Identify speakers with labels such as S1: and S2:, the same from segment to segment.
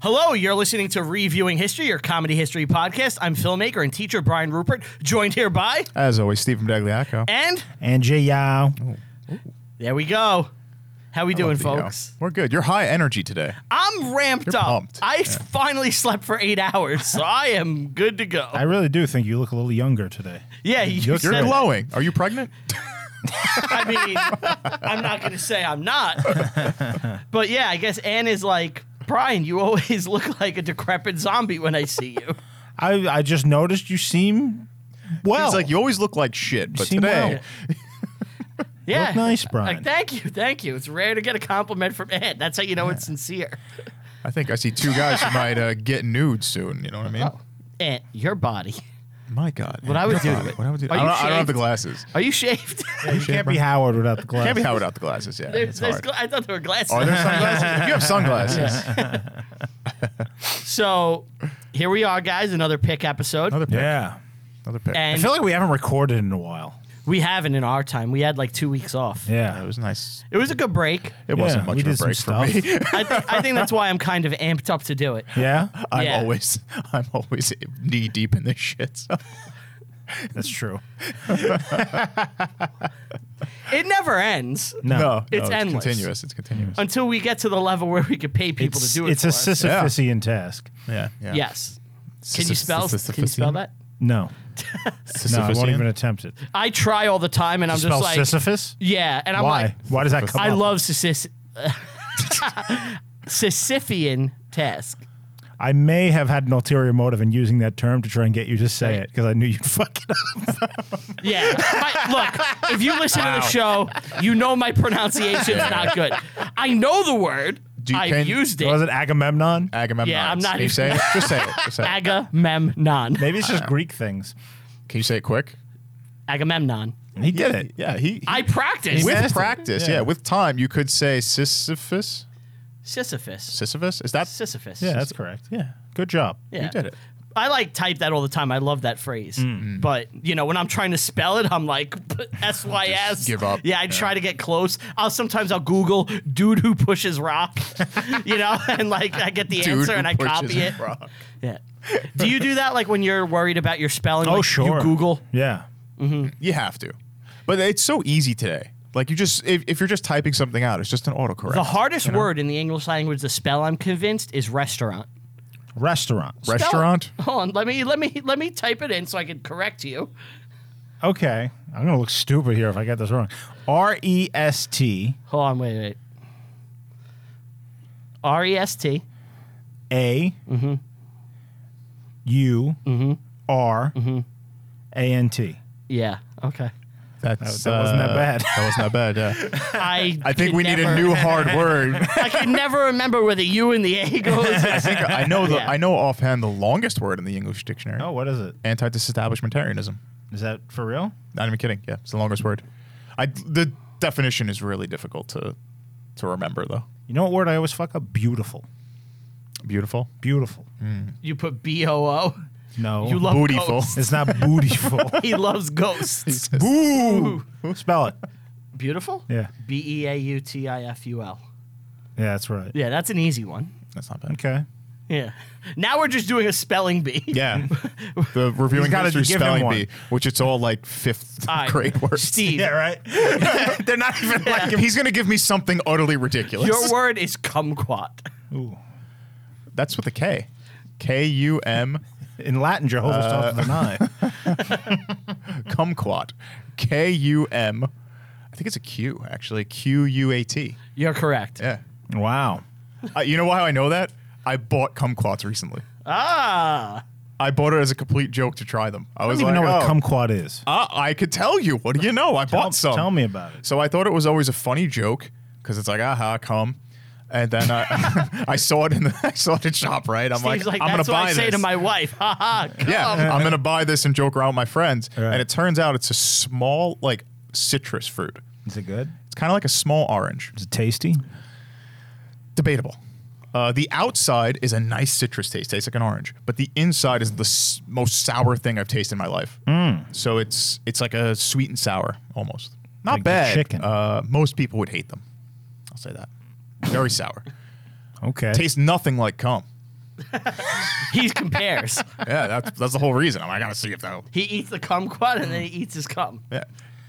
S1: Hello, you're listening to Reviewing History, your comedy history podcast. I'm filmmaker and teacher Brian Rupert, joined here by
S2: As always, Stephen Dagliaco.
S1: and
S3: And Jay Yao.
S1: there we go. How we doing,
S3: uh,
S1: folks?
S2: uh, We're good. You're high energy today.
S1: I'm ramped
S2: You're
S1: up.
S2: pumped.
S1: I finally slept for eight hours, so I am good to go.
S3: I really do think you look a little younger today.
S1: yeah, you
S3: You're
S2: You're
S1: said-
S2: glowing. Are you pregnant?
S1: I mean, I'm not going to say I'm not. But yeah, I guess Anne is like, Brian, you always look like a decrepit zombie when I see you.
S3: I, I just noticed you seem well.
S2: It's like you always look like shit, but
S3: seem
S2: today,
S1: Yeah.
S3: Look nice, Brian.
S1: Like, thank you. Thank you. It's rare to get a compliment from Anne. That's how you know it's sincere.
S2: I think I see two guys who might uh, get nude soon. You know what I mean?
S1: Ant, eh, your body.
S2: My God.
S1: Oh. What I would do-
S2: What I would do.
S1: Are
S2: I
S1: you
S2: don't, I don't have
S1: shaved?
S2: the glasses.
S1: Are you shaved?
S3: you can't be Howard without the glasses.
S2: Can't be how without the glasses. Yeah.
S1: there's,
S2: it's
S1: there's
S2: hard.
S1: gla- I thought there were glasses.
S2: Are there sunglasses? If you have sunglasses.
S1: so here we are, guys. Another pick episode.
S2: Another pick.
S3: Yeah.
S2: Another pick.
S1: and
S3: I feel like we haven't recorded in a while.
S1: we haven't in our time. We had like two weeks off.
S2: Yeah, it
S3: Yeah.
S2: was nice.
S1: It was a good break.
S2: Uh, It wasn't
S3: Yeah,
S2: much
S3: we
S2: of a
S3: did some
S2: break for me.
S1: I, th- I think that's why I'm kind of amped up to do it.
S3: Yeah.
S2: I'm
S1: Yeah.
S2: always, I'm always knee deep in this shit. So.
S3: That's true.
S1: It never ends
S3: No.
S2: No,
S1: It's endless. Uh,
S2: continuous. It's continuous.
S1: until we get to the level where we could pay people
S3: It's,
S1: to do it.
S3: it's
S1: for
S3: a
S1: us.
S3: Sisyphusian task.
S2: Yeah. yeah.
S1: Yes. Can you
S2: Sisyphus-
S1: spell? Can you spell
S2: Sisyphusian?
S1: that?
S3: No. No, I won't
S2: Sisyphusian?
S3: even attempt it.
S1: I try all the time, and I'm
S3: Spell
S1: just like,
S3: Sisyphus?
S1: yeah, and I'm
S3: Why?
S1: like,
S3: Why does that come
S1: I
S3: up?
S1: love Sisyphus. Sisyphian task.
S3: I may have had an ulterior motive in using that term to try and get you to say it because I knew you'd fuck it up.
S1: Yeah. My- look, if you listen to the show, you know my pronunciation's not good. I know the word.
S2: Do you-
S1: I've
S2: can-
S1: used
S3: Was
S1: it.
S3: it Agamemnon?
S2: Agamemnon.
S1: Yeah, I'm not
S2: Can you
S1: even-
S2: say it? Just say it. Just say it.
S1: Agamemnon.
S3: Maybe it's just Greek things.
S2: Can you say it quick?
S1: Agamemnon.
S3: He did it.
S2: Yeah, he.
S1: I practiced.
S2: with
S3: mastered it.
S2: practice, yeah.
S3: Yeah.
S2: with time, you could say Sisyphus.
S1: Sisyphus.
S2: Sisyphus is that?
S1: Sisyphus.
S3: Yeah, that's correct. Yeah. Good job.
S1: Yeah.
S2: You did it. Mm.
S1: I like type that all the time. I love that phrase. But you know, when I'm trying to spell it, I'm like S Y S.
S2: give up.
S1: Yeah, I try to get close. I'll sometimes I'll Google dude who pushes rock. you know, and like I get the answer
S2: who
S1: and I
S2: pushes
S1: copy it.
S2: rock.
S1: Yeah. Do you do that like when you're worried about your
S2: Oh,
S1: spelling? like, You Google.
S3: Yeah.
S2: You have to, but it's so easy today. Like you just if, if you're just typing something out, it's just an autocorrect.
S1: The hardest word in the English language to spell, I'm convinced, is restaurant.
S3: Restaurant.
S1: Spell it.
S2: Restaurant.
S1: Hold on, let me let me let me type it in so I can correct you.
S3: Okay. I'm going to look stupid here if I get this wrong. R E S T
S1: Hold on, wait, wait. R E S T.
S3: A
S1: Mm-hmm.
S3: U R
S1: Mm-hmm.
S3: A N T.
S1: Yeah. Okay.
S2: That's,
S3: That wasn't that
S2: uh,
S3: bad.
S2: That wasn't that bad. Yeah.
S1: I
S2: I think
S1: could
S2: we need a
S1: never-
S2: new hard word.
S1: I can never remember where the U and the A
S2: I
S1: goes.
S2: think I know the
S1: Yeah.
S2: I know offhand the longest word in the English dictionary.
S3: Oh, what is it?
S2: Anti-disestablishmentarianism.
S3: Is that for real?
S2: Not even kidding. Yeah, it's the longest word. I the definition is really difficult to to remember though.
S3: You know what word I always fuck up? Beautiful.
S2: Beautiful. Mm.
S3: Beautiful.
S1: you put B O O.
S3: No.
S1: You love
S2: Bootyful.
S1: ghosts.
S3: It's not beautiful.
S1: He loves ghosts.
S3: Boo. Spell it.
S1: Beautiful.
S3: Yeah.
S1: B E A U T I F U L.
S3: Yeah, that's right.
S1: Yeah, that's an easy one.
S2: That's not bad.
S3: Okay.
S1: Yeah. Now we're just doing a spelling bee.
S2: Yeah. the reviewing
S3: He's gotta
S2: history
S3: give him
S2: spelling
S3: one.
S2: bee, which it's all like fifth
S1: All right.
S2: grade words.
S1: Steve,
S3: right. They're not even like.
S2: He's gonna give me something utterly ridiculous.
S1: your word is kumquat.
S3: Ooh.
S2: That's with a K. K U M
S3: In Latin, Jehovah's uh, the nine.
S2: kumquat. K U M I think it's a Q actually. Q U A T.
S1: You're correct.
S2: Yeah.
S3: Wow.
S2: Uh, you know why I know that? I bought kumquats recently.
S1: Ah.
S2: I bought it as a complete joke to try them. I
S3: I
S2: was
S3: don't even
S2: like,
S3: know what
S2: oh,
S3: a kumquat is.
S2: Uh, I could tell you. What do you know? I
S3: Tell-
S2: bought some.
S3: Tell me about it.
S2: So I thought it was always a funny joke because it's like, aha, come. And then I, I saw it in the I saw it in shop, right? I'm
S1: Steve's like,
S2: I'm gonna
S1: that's what
S2: buy
S1: I
S2: this.
S1: say to my wife. Ha ha. cum.
S2: yeah, I'm gonna buy this and joke around with my friends.
S3: Right.
S2: And it turns out it's a small like citrus fruit.
S3: Is it good?
S2: It's kind of like a small orange.
S3: Is it tasty?
S2: Debatable. Uh, the outside is a nice citrus taste, tastes like an orange, but the inside is the s- most sour thing I've tasted in my life.
S3: Mm.
S2: So it's it's like a sweet and sour almost. Not
S3: Like the
S2: bad.
S3: chicken.
S2: Uh, most people would hate them. I'll say that. Very sour.
S3: Okay.
S2: Tastes nothing like cum.
S1: He compares.
S2: Yeah, that's that's the whole reason. I'm, I gotta see if that.
S1: he eats the kumquat and then he eats his cum.
S2: Yeah,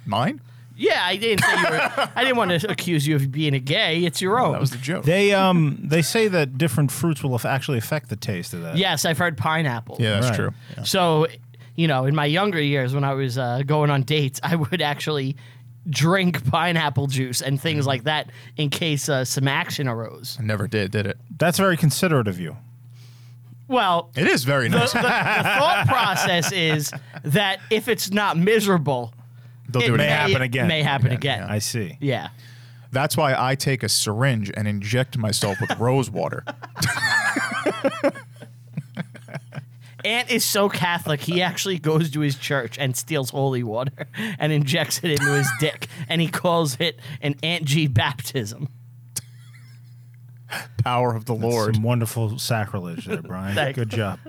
S2: mine.
S1: Yeah, I didn't say you were. I didn't want to accuse you of being a gay. It's your own.
S2: That was the joke.
S3: They um they say that different fruits will af- actually affect the taste of that.
S1: yes, I've heard pineapple.
S2: yeah, that's
S3: Right.
S2: true.
S1: So, you know, in my younger years when I was uh, going on dates, I would actually drink pineapple juice and
S2: Mm.
S1: things like that in case uh, some action arose.
S2: I never did, did it?
S3: That's very considerate of you.
S1: Well,
S2: It is very nice.
S1: the, the thought process is that if it's not miserable,
S2: They'll do it.
S3: may
S2: again.
S3: happen again.
S1: May happen again.
S3: I see.
S1: Yeah.
S2: That's why I take a syringe and inject myself with rose water.
S1: Ant is so Catholic, he actually goes to his church and steals holy water and injects it into his dick, and he calls it an Aunt G baptism.
S2: Power of the Lord.
S3: Some wonderful sacrilege there, Brian.
S1: Thank-
S3: Good job.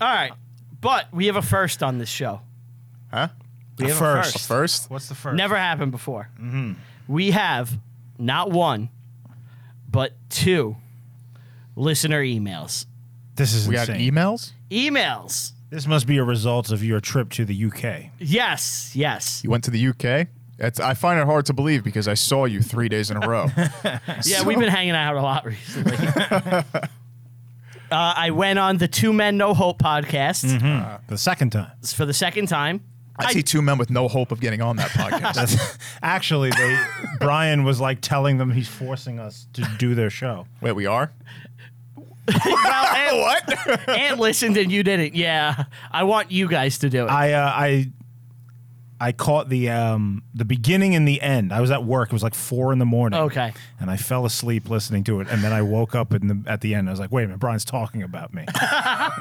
S1: All right, but we have a first on this show.
S2: Huh?
S1: We have
S3: first.
S1: a
S2: A
S1: first.
S2: First,
S3: What's the first?
S1: Never happened before. We have not one, but two listener emails.
S3: This is
S2: we got
S3: insane.
S2: emails.
S1: Emails.
S3: This must be a result of your trip to the UK.
S1: Yes, yes.
S2: You went to the UK. It's, I find it hard to believe because I saw you three days in a row.
S1: Yeah, we've been hanging out a lot recently. uh, I went on the Two Men No Hope podcast
S2: Mm-hmm.
S3: The second time.
S1: for the second time.
S2: I see two men with no hope of getting on that podcast.
S3: Actually, they Brian was like telling them he's forcing us to do their show.
S2: Wait, we are?
S1: Well,
S2: What?
S1: Ant, Ant listened and you didn't. Yeah, I want you guys to do it.
S3: I uh, I I caught the um the beginning and the end. I was at work. It was like four in the morning.
S1: Okay.
S3: And I fell asleep listening to it, and then I woke up in the, at the end. I was like, "Wait a minute, Brian's talking about me."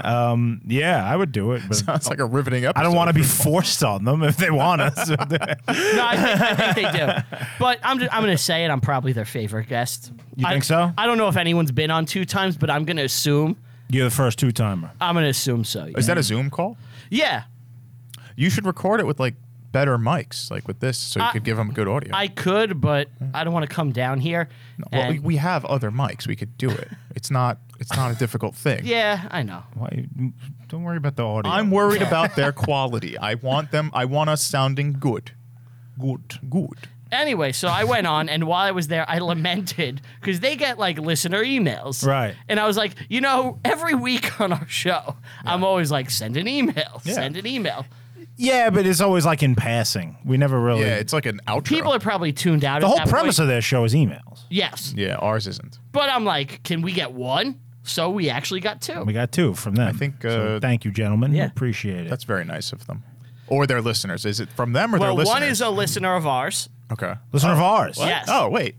S3: um, yeah, I would do it, but
S2: That's like a riveting episode.
S3: I don't want to be forced on them if they want us. you
S1: no, I think, I think they do. But I'm just, I'm going to say it. I'm probably their favorite guest. I,
S3: think so?
S1: I don't know if anyone's been on two times, but I'm going to assume.
S3: You're the first two timer.
S1: I'm going to assume so. Yeah.
S2: Is that a Zoom call?
S1: Yeah,
S2: You should record it with like better mics, like with this, so you could give them good audio.
S1: I could, but I don't want to come down here.
S2: well, we,
S1: and-
S2: we have other mics. We could do it. It's not. It's not a difficult thing.
S1: yeah, I know.
S3: Why? Don't worry about the audio.
S2: I'm worried about their quality. I want them. I want us sounding good. Good. Good.
S1: Anyway, so I went on, and while I was there, I lamented because they get like listener emails.
S3: Right.
S1: And I was like, you know, every week on our show, I'm always like, send an email, send an email.
S3: Yeah, but it's always like in passing. We never really.
S2: Yeah, it's like an outro.
S1: People are probably tuned out.
S3: the
S1: at
S3: whole
S1: that
S3: premise
S1: point.
S3: of their show is emails.
S1: yes,
S2: yeah, ours isn't.
S1: but I'm like, can we get one? So we actually got two.
S3: We got two from them. I
S2: think, uh,
S3: thank you, gentlemen.
S1: Yeah.
S3: Appreciate it.
S2: That's very nice of them. Or their listeners. Is it from them or
S1: Well,
S2: their listeners?
S1: one is a listener of ours.
S2: okay.
S3: Listener of ours.
S1: Yeah. Yes.
S2: Oh wait.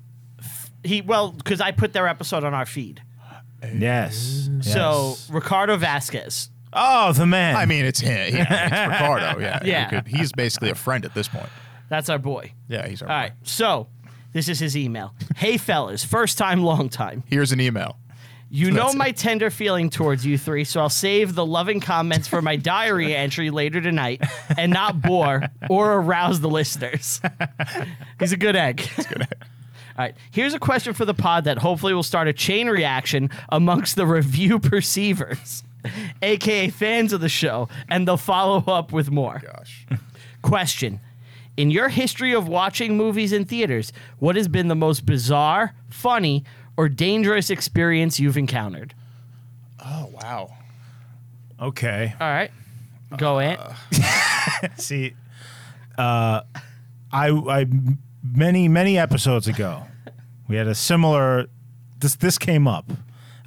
S1: He well, because I put their episode on our feed.
S3: Yes.
S1: So
S3: Yes.
S1: Ricardo Vasquez.
S3: Oh, the man.
S2: I mean, it's him. Yeah, it's Ricardo. Yeah. we
S1: Yeah.
S2: could- he's basically a friend at this point.
S1: That's our boy.
S2: Yeah, he's our.
S1: All right. So this is his email. Hey, fellas, first time, long time.
S2: Here's an email.
S1: You know
S2: That's it.
S1: my tender feeling towards you three, so I'll save the loving comments for my diary entry later tonight and not bore or arouse the listeners. He's a good egg. All right, here's a question for the pod that hopefully will start a chain reaction amongst the review perceivers, aka fans of the show, and they'll follow up with more.
S2: Gosh.
S1: Question. In your history of watching movies in theaters, what has been the most bizarre, funny, or dangerous experience you've encountered?
S2: Oh wow.
S3: okay.
S1: All right.
S3: Uh,
S1: Go Ant.
S3: See, uh, I, I, many, many episodes ago, we had a similar. This this came up,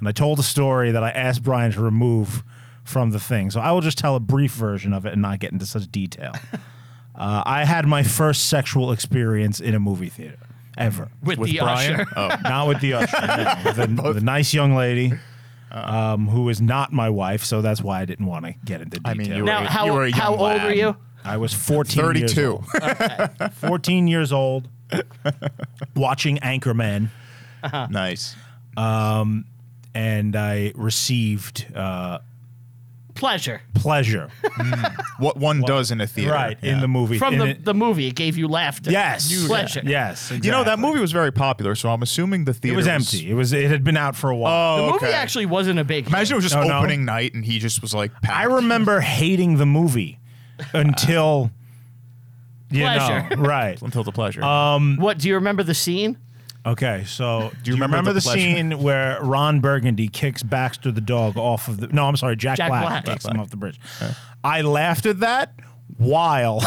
S3: and I told a story that I asked Brian to remove from the thing. So I will just tell a brief version of it and not get into such detail. uh, I had my first sexual experience in a movie theater ever.
S1: with, the
S2: Brian?
S1: usher.
S2: Oh.
S3: Not with the usher. no. With a- with a nice young lady um, who is not my wife, so that's why I didn't want to get into detail.
S2: I mean, you
S1: Now,
S2: were,
S1: how-
S2: you were a young
S1: how old
S2: lad.
S1: were you?
S3: I was 14 years
S2: 32.
S3: old. 14 years old, watching Anchorman,
S2: nice.
S3: and I received uh,
S1: pleasure
S3: pleasure,
S2: What one does in a theater.
S3: right? In
S2: yeah.
S3: the movie,
S1: from
S3: in
S1: the,
S3: it-
S1: the movie. It gave you laughter.
S3: yes,
S1: pleasure.
S3: yes.
S2: You know, that
S3: exactly.
S2: movie was very popular, so I'm assuming the
S3: It
S2: theater
S3: was empty. It was. It had been out for a while.
S1: The
S2: Oh,
S1: movie
S2: okay.
S1: actually wasn't a big. hit.
S2: Imagine it was just
S3: No, no.
S2: opening night and he just was like,
S3: I
S2: packed.
S3: remember hating the movie until. You know,
S1: Pleasure.
S3: right.
S2: until the pleasure.
S1: What do you remember the scene?
S3: Okay, so do you
S2: remember
S3: remember,
S2: the
S3: the,
S2: pleasure?
S3: scene where Ron Burgundy kicks Baxter the dog off of the? No, I'm sorry, Jack,
S1: Jack
S3: Black,
S1: Black.
S3: kicks him off the bridge. I laughed at that while.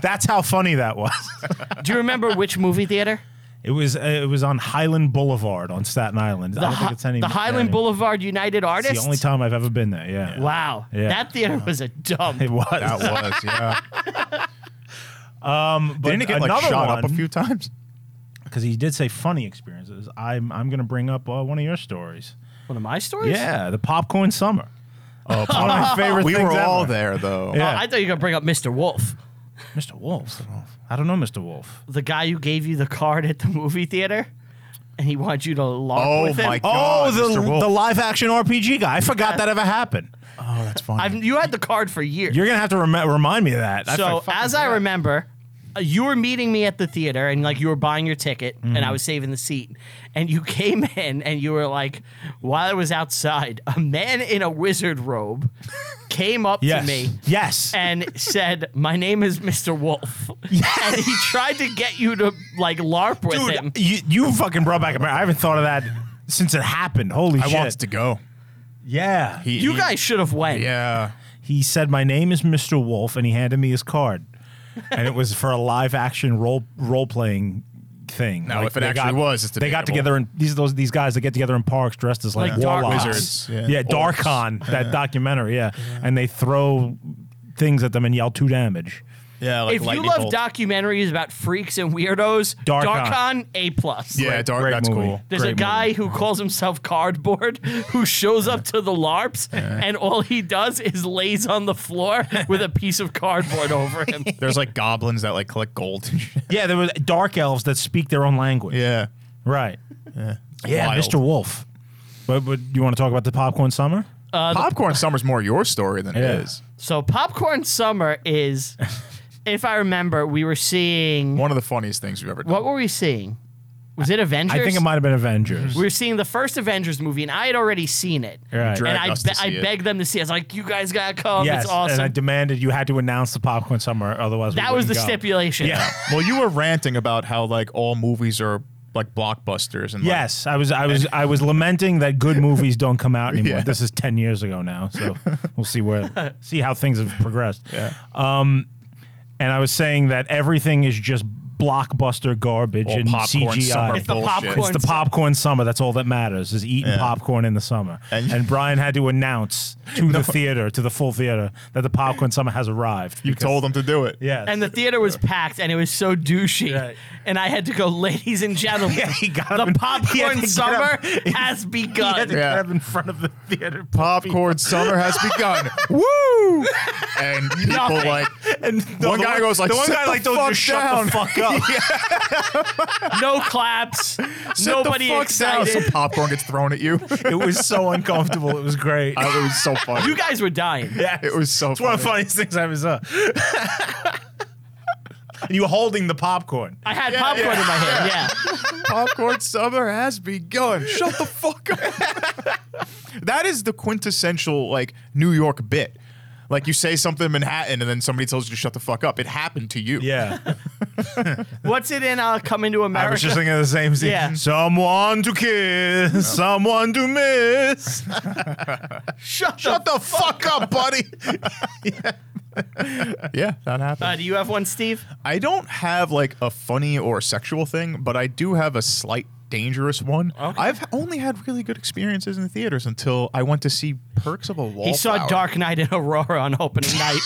S3: That's how funny that was.
S1: Do you remember which movie theater?
S3: It was uh, it was on Highland Boulevard on Staten Island.
S1: The,
S3: I don't
S1: Hi-
S3: think it's any
S1: the Highland
S3: any-
S1: Boulevard United Artists.
S3: It's the only time I've ever been there. Yeah.
S1: Wow,
S3: Yeah.
S1: that theater was a dump.
S3: It was.
S2: that was, yeah.
S3: But
S2: Didn't it get like
S3: another
S2: shot up a
S3: one-
S2: few times?
S3: because he did say funny experiences. I'm I'm gonna bring up uh, one of your stories.
S1: One of my stories.
S3: Yeah, the popcorn summer. Oh, it's one of my favorite.
S2: We
S3: things
S2: were all
S3: ever.
S2: there, though.
S1: Oh,
S3: Yeah.
S1: I thought you were gonna bring up Mr. Wolf,
S3: Mr. Wolf. I don't know Mr. Wolf.
S1: the guy who gave you the card at the movie theater, and he wanted you to log
S2: Oh
S1: with him.
S2: my God.
S3: Oh, the
S2: Mr. Wolf.
S3: the live action RPG guy. I forgot that ever happened.
S2: Oh, that's funny.
S1: I've, you had the card for years.
S3: You're gonna have to rem- remind me of that. I
S1: so
S3: fuck-
S1: as I remember, uh, you were meeting me at the theater, and like you were buying your ticket,
S2: Mm-hmm.
S1: and I was saving the seat, and you came in, and you were like, while I was outside, a man in a wizard robe came up
S3: yes,
S1: to me.
S3: yes.
S1: And said, "My name is Mr. Wolf," and he tried to get you to like LARP with him.
S3: Dude, you, you fucking brought back a memory. I haven't thought of that since it happened. Holy
S2: I
S3: shit!
S2: wanted to go.
S3: yeah, he,
S2: He-
S1: You
S2: he-
S1: guys should have went.
S2: Yeah.
S3: he said my name is Mr. Wolf, and he handed me his card, and it was for a live action role role playing thing.
S2: Now, if it
S3: they
S2: actually
S3: got-
S2: was, it's
S3: they got
S2: debatable.
S3: together and these are those these guys that get together in parks dressed as like,
S1: Like dark
S3: warlocks.
S2: wizards,
S3: yeah,
S2: yeah. Orcs.
S3: Darkon, that documentary, yeah. and they throw things at them and yell two damage.
S2: Yeah, like
S1: if you love documentaries about freaks and weirdos,
S3: Darkon.
S1: Darkon A plus.
S2: Yeah, Dark,
S3: Great
S2: that's
S3: movie.
S2: cool.
S1: There's
S3: Great
S1: a guy who calls himself Cardboard who shows up to the LARPs and all he does is lays on the floor with a piece of cardboard over him.
S2: There's like goblins that like collect gold and shit.
S3: Yeah, there were dark elves that speak their own language.
S2: Yeah.
S3: Right. Yeah,
S2: Wild.
S3: Mr. Wolf. But, but you want to talk about the popcorn summer?
S1: Uh,
S2: Popcorn Summer's more your story than
S3: Yeah.
S2: it is.
S1: So Popcorn Summer is if I remember, we were seeing
S2: One of the funniest things we've ever done.
S1: what were we seeing? Was it Avengers?
S3: I think it might have been Avengers.
S1: we were seeing the first Avengers movie, and I had already seen it.
S3: Right.
S1: And
S2: Dragged
S1: I,
S2: us to
S1: be- I
S2: see it.
S1: begged them to see. it. I was like, "You guys gotta come!
S3: yes,
S1: it's awesome."
S3: and I demanded you had to announce the popcorn summer, otherwise we
S1: that was the
S3: wouldn't go.
S1: stipulation.
S3: Yeah.
S2: well, you were ranting about how like all movies are like blockbusters and like,
S3: Yes, I was, I was, I was lamenting that good movies don't come out anymore.
S2: Yeah.
S3: This is ten years ago now, so we'll see where, see how things have progressed. Um,
S2: Yeah.
S3: And I was saying that everything is just blockbuster garbage
S2: All
S3: and
S2: popcorn
S3: CGI.
S2: summer
S1: It's the
S2: bullshit.
S1: popcorn.
S3: It's the popcorn summer. That's all that matters is eating popcorn in the summer. And,
S2: And-
S3: Brian had to announce to the theater, to the full theater, that the popcorn summer has arrived.
S2: You told them to do it.
S3: Yes.
S1: And the theater was packed, and it was so douchey.
S3: Yeah.
S1: And I had to go, ladies and gentlemen,
S3: Yeah, he got up
S1: the
S3: and- he had to
S1: popcorn
S3: get up.
S1: summer has
S3: He had
S1: begun.
S3: to
S2: Yeah.
S3: get up in front of the theater
S2: Popcorn Summer has begun. Woo! And people like
S3: and the-
S2: One
S3: the
S2: guy goes like,
S3: the one
S2: "Sit
S3: guy
S2: the
S3: like told
S2: fuck
S3: you to shut the
S2: down."
S3: fuck up.
S1: No claps.
S2: "Sit
S1: nobody
S2: the fuck down.
S1: excited.
S2: Some popcorn gets thrown at you.
S3: It was so uncomfortable. It was great.
S2: I- it was so funny.
S1: You guys were dying.
S3: Yes.
S2: it was so
S3: It's one of the
S2: funny.
S3: funniest things I ever saw. and you were holding the popcorn.
S1: I had popcorn
S2: yeah.
S1: in my hand. Yeah.
S2: popcorn Summer has begun. Shut the fuck up. that is the quintessential like New York bit. Like you say something in Manhattan and then somebody tells you to shut the fuck up. It happened to you.
S3: Yeah.
S1: What's it in? Uh, coming to America.
S3: I was just thinking of the same scene.
S1: Yeah.
S3: Someone to kiss, someone to miss.
S1: Shut,
S2: Shut
S1: the.
S2: the fuck up, buddy. yeah. that happened.
S1: Uh, do you have one, Steve?
S2: I don't have like a funny or a sexual thing, but I do have a slight dangerous one. I've only had really good experiences in the theaters until I went to see Perks of a Wallflower.
S1: He saw Dark Knight in Aurora on opening night.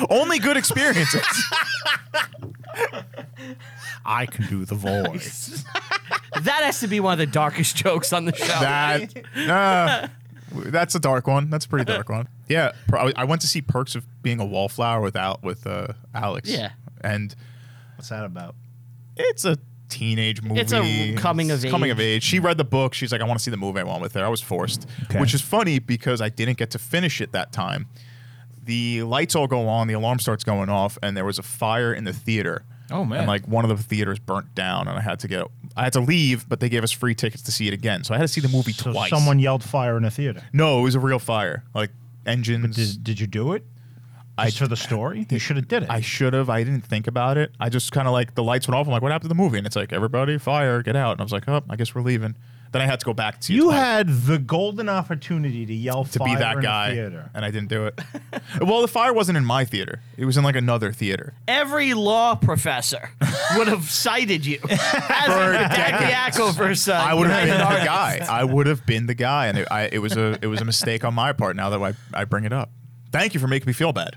S2: Only good experiences.
S3: I can do the voice.
S1: That has to be one of the darkest jokes on the show.
S2: that nah, that's a dark one. That's a pretty dark one. Yeah, per- I- I went to see Perks of Being a Wallflower with Al- with uh, Alex.
S1: Yeah.
S2: and
S3: What's that about?
S2: it's a teenage movie.
S1: It's a coming of
S2: Coming
S1: age.
S2: of age. She read the book. She's like, I want to see the movie. I went with her. I was forced,
S3: Okay.
S2: which is funny because I didn't get to finish it that time. The lights all go on. The alarm starts going off, and there was a fire in the theater.
S4: Oh, man.
S2: And like one of the theaters burnt down, and I had to get. I had to leave, but they gave us free tickets to see it again. So I had to see the movie
S3: So
S2: twice.
S3: someone yelled fire in a theater.
S2: No, it was a real fire. Like engines.
S3: Did, did you do it?
S2: I-
S3: Just for the story? You should have did it.
S2: I should have. I didn't think about it. I just kind of like the lights went off. I'm like, what happened to the movie? And it's like, everybody, fire, get out. And I was like, oh, I guess we're leaving. Then I had to go back to
S3: you had the golden opportunity to yell
S2: to be
S3: fire
S2: that
S3: in
S2: guy,
S3: a theater.
S2: and I didn't do it. well, the fire wasn't in my theater. It was in like another theater.
S1: Every law professor would have cited you as Dadiaco versus uh,
S2: I would have been
S1: United
S2: the
S1: Artists.
S2: guy. I would have been the guy, and it, I, it was a it was a mistake on my part. Now that I, I bring it up, thank you for making me feel bad.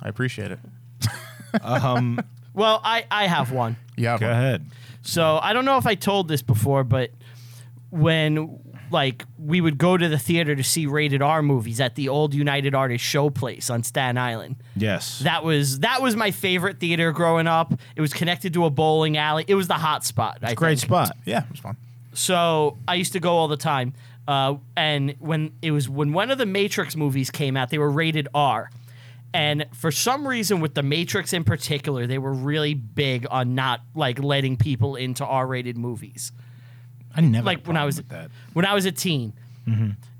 S2: I appreciate it.
S1: Well, I, I have one.
S2: Yeah,
S3: Go ahead.
S1: So I don't know if I told this before, but when like we would go to the theater to see rated R movies at the old United Artists showplace on Staten Island.
S3: Yes.
S1: That was that was my favorite theater growing up. It was connected to a bowling alley. It was the hot spot. I
S3: Great
S1: think.
S3: spot.
S2: yeah, it was fun.
S1: So I used to go all the time. Uh, and when it was when one of the Matrix movies came out, they were rated R. And for some reason, with the Matrix in particular, they were really big on not like letting people into R-rated movies.
S3: I never
S1: Like when I was
S3: that. Mm-hmm.
S1: when I was a teen,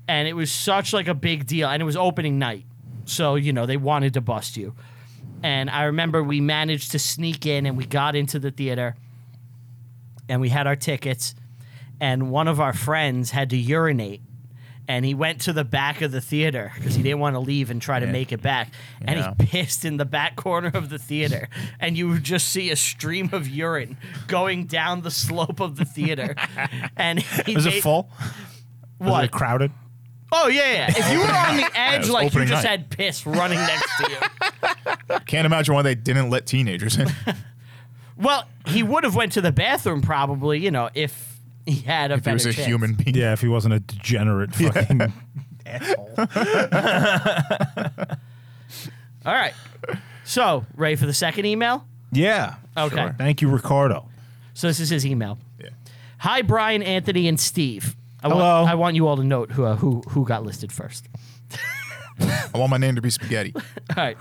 S1: and it was such like a big deal, and it was opening night, so you know they wanted to bust you. And I remember we managed to sneak in, and we got into the theater, and we had our tickets, and one of our friends had to urinate. And he went to the back of the theater because he didn't want to leave and try to make it back. And
S2: Yeah.
S1: he pissed in the back corner of the theater. And you would just see a stream of urine going down the slope of the theater. and he
S3: Was
S1: made-
S3: it full? Was
S1: What?
S3: it crowded?
S1: Oh yeah, yeah. If you were on the edge,
S2: was
S1: like you
S2: opening
S1: just
S2: night.
S1: had piss running next to you.
S2: Can't imagine why they didn't let teenagers in.
S1: Well, he would have went to the bathroom probably, you know, if he had a
S2: if he was a
S1: better chance.
S2: human being.
S3: Yeah, if he wasn't a degenerate fucking asshole.
S1: All right. So, ready for the second email?
S3: Yeah.
S1: Okay.
S3: Sure. Thank you, Ricardo.
S1: So this is his email.
S2: Yeah.
S1: Hi, Brian, Anthony, and Steve. I
S3: Hello.
S1: Want, I want you all to note who uh, who who got listed first.
S2: I want my name to be Spaghetti.
S1: All right.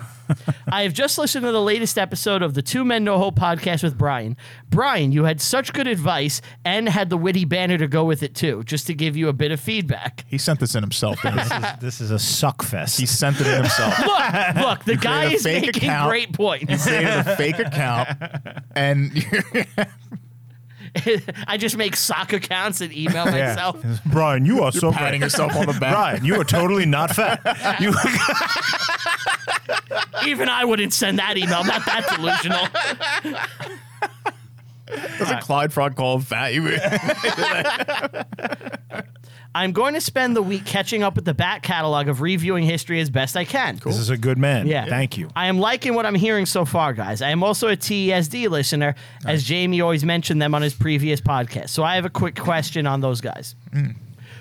S1: I have just listened to the latest episode of the Two Men No Hope podcast with Brian. Brian, you had such good advice and had the witty banner to go with it too, just to give you a bit of feedback.
S2: He sent this in himself. didn't he?
S3: This is, this is a suck fest.
S2: he sent it in himself.
S1: Look, look, the guy
S2: created a
S1: is
S2: fake
S1: making
S2: account.
S1: great points.
S2: created a fake account, and
S1: I just make sock accounts and email myself.
S3: Brian, you are so
S2: patting
S3: great.
S2: yourself on the back.
S3: Brian, you are totally not fat. You
S1: Even I wouldn't send that email. I'm not that delusional.
S2: Doesn't Clyde Frog call him fat? You-
S1: I'm going to spend the week catching up with the back catalog of reviewing history as best I can.
S3: This is a good man.
S1: Yeah.
S3: Thank you.
S1: I am liking what I'm hearing so far, guys. I am also a TESD listener, as Jamie always mentioned them on his previous podcast. So I have a quick question on those guys.
S3: Mm.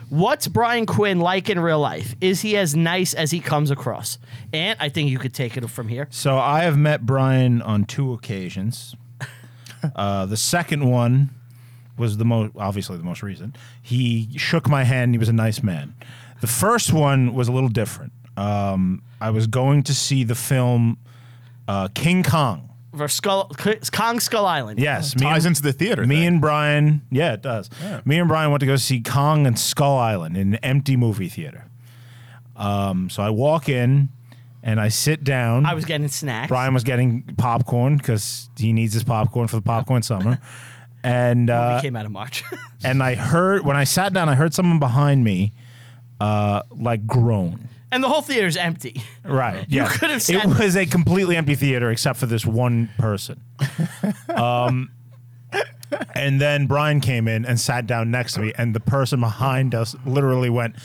S1: What's Brian Quinn like in real life? Is he as nice as he comes across? And I think you could take it from here.
S3: So I have met Brian on two occasions. Uh, the second one was the most, obviously the most recent. He shook my hand. and He was a nice man. The first one was a little different. Um, I was going to see the film uh, King Kong.
S1: For Skull, Kong Skull Island.
S3: Yes, me
S2: Ties
S3: and-
S2: into the theater.
S3: Me
S2: thing.
S3: and Brian, yeah, it does. Me and Brian went to go see Kong and Skull Island in an empty movie theater. Um, so I walk in and I sit down.
S1: I was getting snacks.
S3: Brian was getting popcorn because he needs his popcorn for the popcorn summer. And
S1: It
S3: uh,
S1: came out of March.
S3: and I heard when I sat down, I heard someone behind me uh, like groan.
S1: and the whole theater's empty.
S3: Right. Yeah.
S1: could have
S3: It
S1: sat-
S3: was a completely empty theater except for this one person. um, and then Brian came in and sat down next to me, and the person behind us literally went,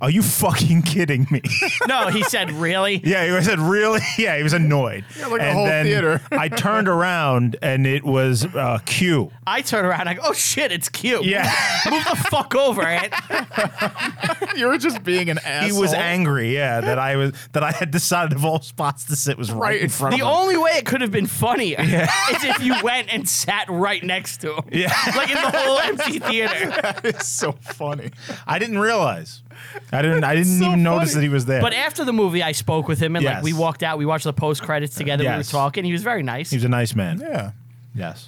S3: Are you fucking kidding me?
S1: No, he said, really?
S3: yeah, he said really. Yeah, he was annoyed. Yeah,
S2: like the whole theater.
S3: I turned around and it was uh, Q.
S1: I turn around. I go, oh shit, it's cute.
S3: Yeah.
S1: Move the fuck over, Ant.
S2: you were just being an
S3: He
S2: asshole.
S3: was angry, yeah, that I was that I had decided of all spots to sit was right,
S2: Right
S3: in
S2: in
S3: front
S1: The
S3: of him.
S1: only way it could have been funnier is if you went and sat right next to him.
S3: Yeah.
S1: Like in the whole empty theater.
S2: It's so funny.
S3: I didn't realize. I didn't I didn't
S2: so
S3: even notice
S2: funny.
S3: that he was there.
S1: But after the movie, I spoke with him and
S3: Yes.
S1: like we walked out. We watched the post credits together. We were
S3: Yes.
S1: talking. He was very nice.
S3: he was a nice man.
S2: Yeah.
S3: Yes.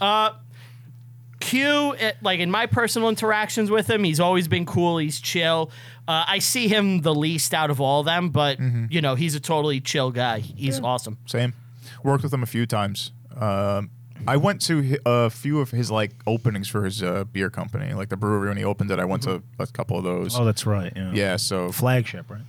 S1: Q, it, like in my personal interactions with him, he's always been cool. He's chill. Uh, I see him the least out of all of them, but
S3: Mm-hmm.
S1: you know he's a totally chill guy. He's awesome.
S2: Same. Worked with him a few times. Um, I went to hi- a few of his like openings for his uh, beer company, like the brewery when he opened it. I went to a couple of those.
S3: oh, that's right. Yeah.
S2: yeah, so
S3: Flagship, right?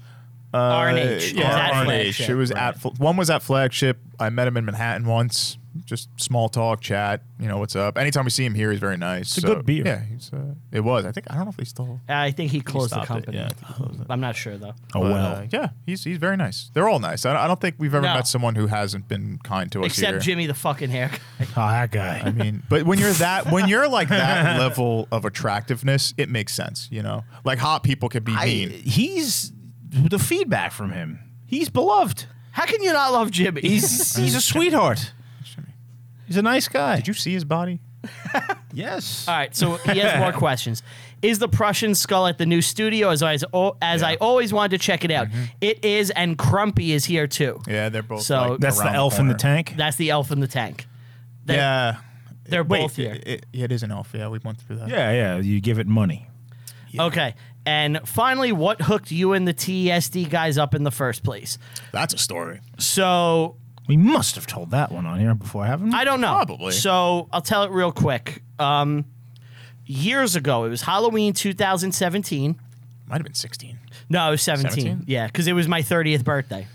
S1: RNH.
S2: yeah,
S1: He's at
S2: RNH.
S1: Flagship.
S2: Uh, It was
S3: right.
S2: at Fl- one was at flagship. I met him in Manhattan once. Just small talk, chat. You know what's up. Anytime we see him here, he's very nice.
S3: a
S2: so-
S3: good beer.
S2: Yeah, he's, uh, it was. I think I don't know if they still
S1: I think he closed the
S2: stopped it,
S1: company.
S2: yeah,
S1: I'm not sure though.
S2: But,
S3: Oh well.
S2: uh, yeah, he's he's very nice. They're all nice. I, don't- I don't think we've ever
S1: No.
S2: met someone who hasn't been kind to us.
S1: Except
S2: here.
S1: Jimmy the fucking hair. guy.
S3: oh, that guy.
S2: I mean, but when you're that, when you're like that level of attractiveness, it makes sense. You know, like hot people could be
S3: I-
S2: mean.
S3: he's the feedback from him. He's beloved.
S1: How can you not love Jimmy?
S3: He's he's a sweetheart. He's a nice guy.
S2: Did you see his body?
S3: Yes.
S1: All right, so he has more questions. Is the Prussian skull at the new studio? As I as, as I always wanted to check it out. It is, and Crumpy is here too.
S2: Mm-hmm. Yeah, they're both.
S1: So-
S2: like,
S3: That's the
S2: around
S3: elf in the
S2: corner.
S3: tank.
S1: That's the elf in the tank. They're,
S2: Yeah,
S1: they're
S2: Wait,
S1: both here.
S2: It, it- it is an elf. Yeah, we went through that.
S3: yeah, yeah. You give it money.
S1: Okay. And finally, what hooked you and the TESD guys up in the first place?
S2: that's a story.
S1: So
S3: We must have told that one on here before, haven't we?
S1: I don't know.
S2: Probably.
S1: So I'll tell it real quick. Um, years ago, it was Halloween 2017.
S2: Might have been sixteen.
S1: No, it was 17.
S2: 17?
S1: Yeah, because it was my 30th birthday.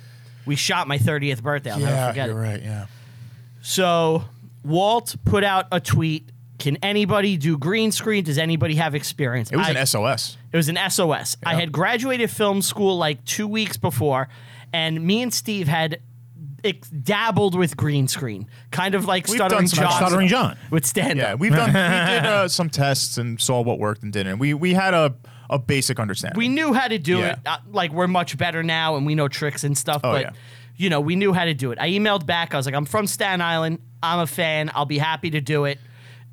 S1: We shot my 30th birthday. I'll never forget it.
S2: right. Yeah,
S1: So Walt put out a tweet. Can anybody do green screen? Does anybody have experience?
S2: it was
S1: I-
S2: an SOS.
S1: It was an SOS. I had graduated film school like two weeks before, and me and Steve had ex- dabbled with green screen, kind of like
S2: We've
S1: stuttering
S2: done some
S1: John,
S3: Stuttering John.
S1: with stand
S2: Yeah,
S1: up.
S2: we've done. we did uh, some tests and saw what worked and didn't. We we had a a basic understanding.
S1: we knew how to do
S2: Yeah.
S1: it. Uh, like we're much better now, and we know tricks and stuff.
S2: Oh,
S1: but
S2: yeah.
S1: you know, we knew how to do it. I emailed back. I was like, "I'm from Staten Island. I'm a fan. I'll be happy to do it."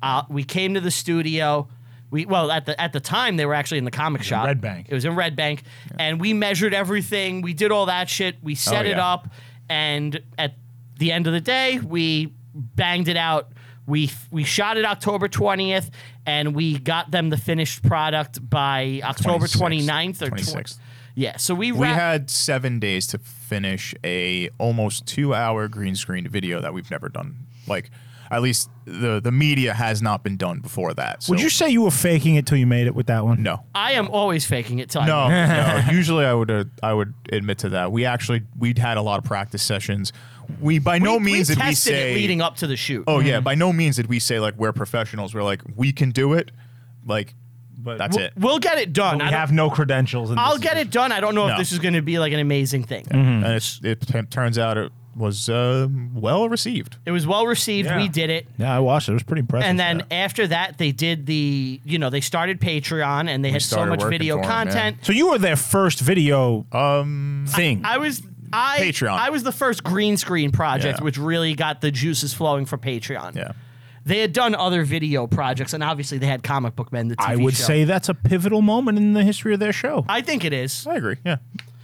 S1: Uh, we came to the studio. We well at the at the time they were actually in the comic shop.
S3: Red Bank.
S1: It was in Red Bank, and we measured everything. We did all that shit. We set
S2: Oh,
S1: it
S2: yeah.
S1: up, and at the end of the day, we banged it out. We we shot it October 20th, and we got them the finished product by October
S2: 26th,
S1: 29th or
S2: 26th.
S1: 26th. Yeah, so we,
S2: We
S1: wrap-
S2: had seven days to finish a almost two hour green screen video that we've never done. Like, at least the the media has not been done before that. So.
S3: Would you say you were faking it till you made it with that one?
S2: No,
S1: I am always faking it till
S2: no,
S1: I
S2: no. Usually, I would uh, I would admit to that. We actually we'd had a lot of practice sessions. We by no
S1: we
S2: means did we
S1: tested
S2: say
S1: it leading up to the shoot.
S2: Oh yeah, by no means did we say like we're professionals. We're like we can do it. Like
S3: But
S2: that's it.
S1: We'll get it done.
S3: We
S1: I don't-
S3: have no credentials. In
S1: I'll
S3: this
S1: get it done. I don't know
S2: No. Mm-hmm.
S1: if this is going to be like an amazing thing.
S2: And it's, it t- turns out it was uh, well received.
S1: It was well received.
S3: Yeah.
S1: We did it.
S3: Yeah, I watched it. It was pretty impressive.
S1: and then after that they did the you know they started patreon and they had so
S2: started
S1: much
S2: working
S1: video
S2: for 'em, yeah.
S1: content
S3: so you were their first video um thing.
S1: i was i
S2: Patreon.
S1: i was the first green screen project
S2: Yeah.
S1: which really got the juices flowing for patreon
S2: Yeah.
S1: they had done other video projects and obviously they had comic book men the TV
S3: I would
S1: show.
S3: say that's a pivotal moment in the history of their show.
S1: i think it is
S2: I agree. Yeah.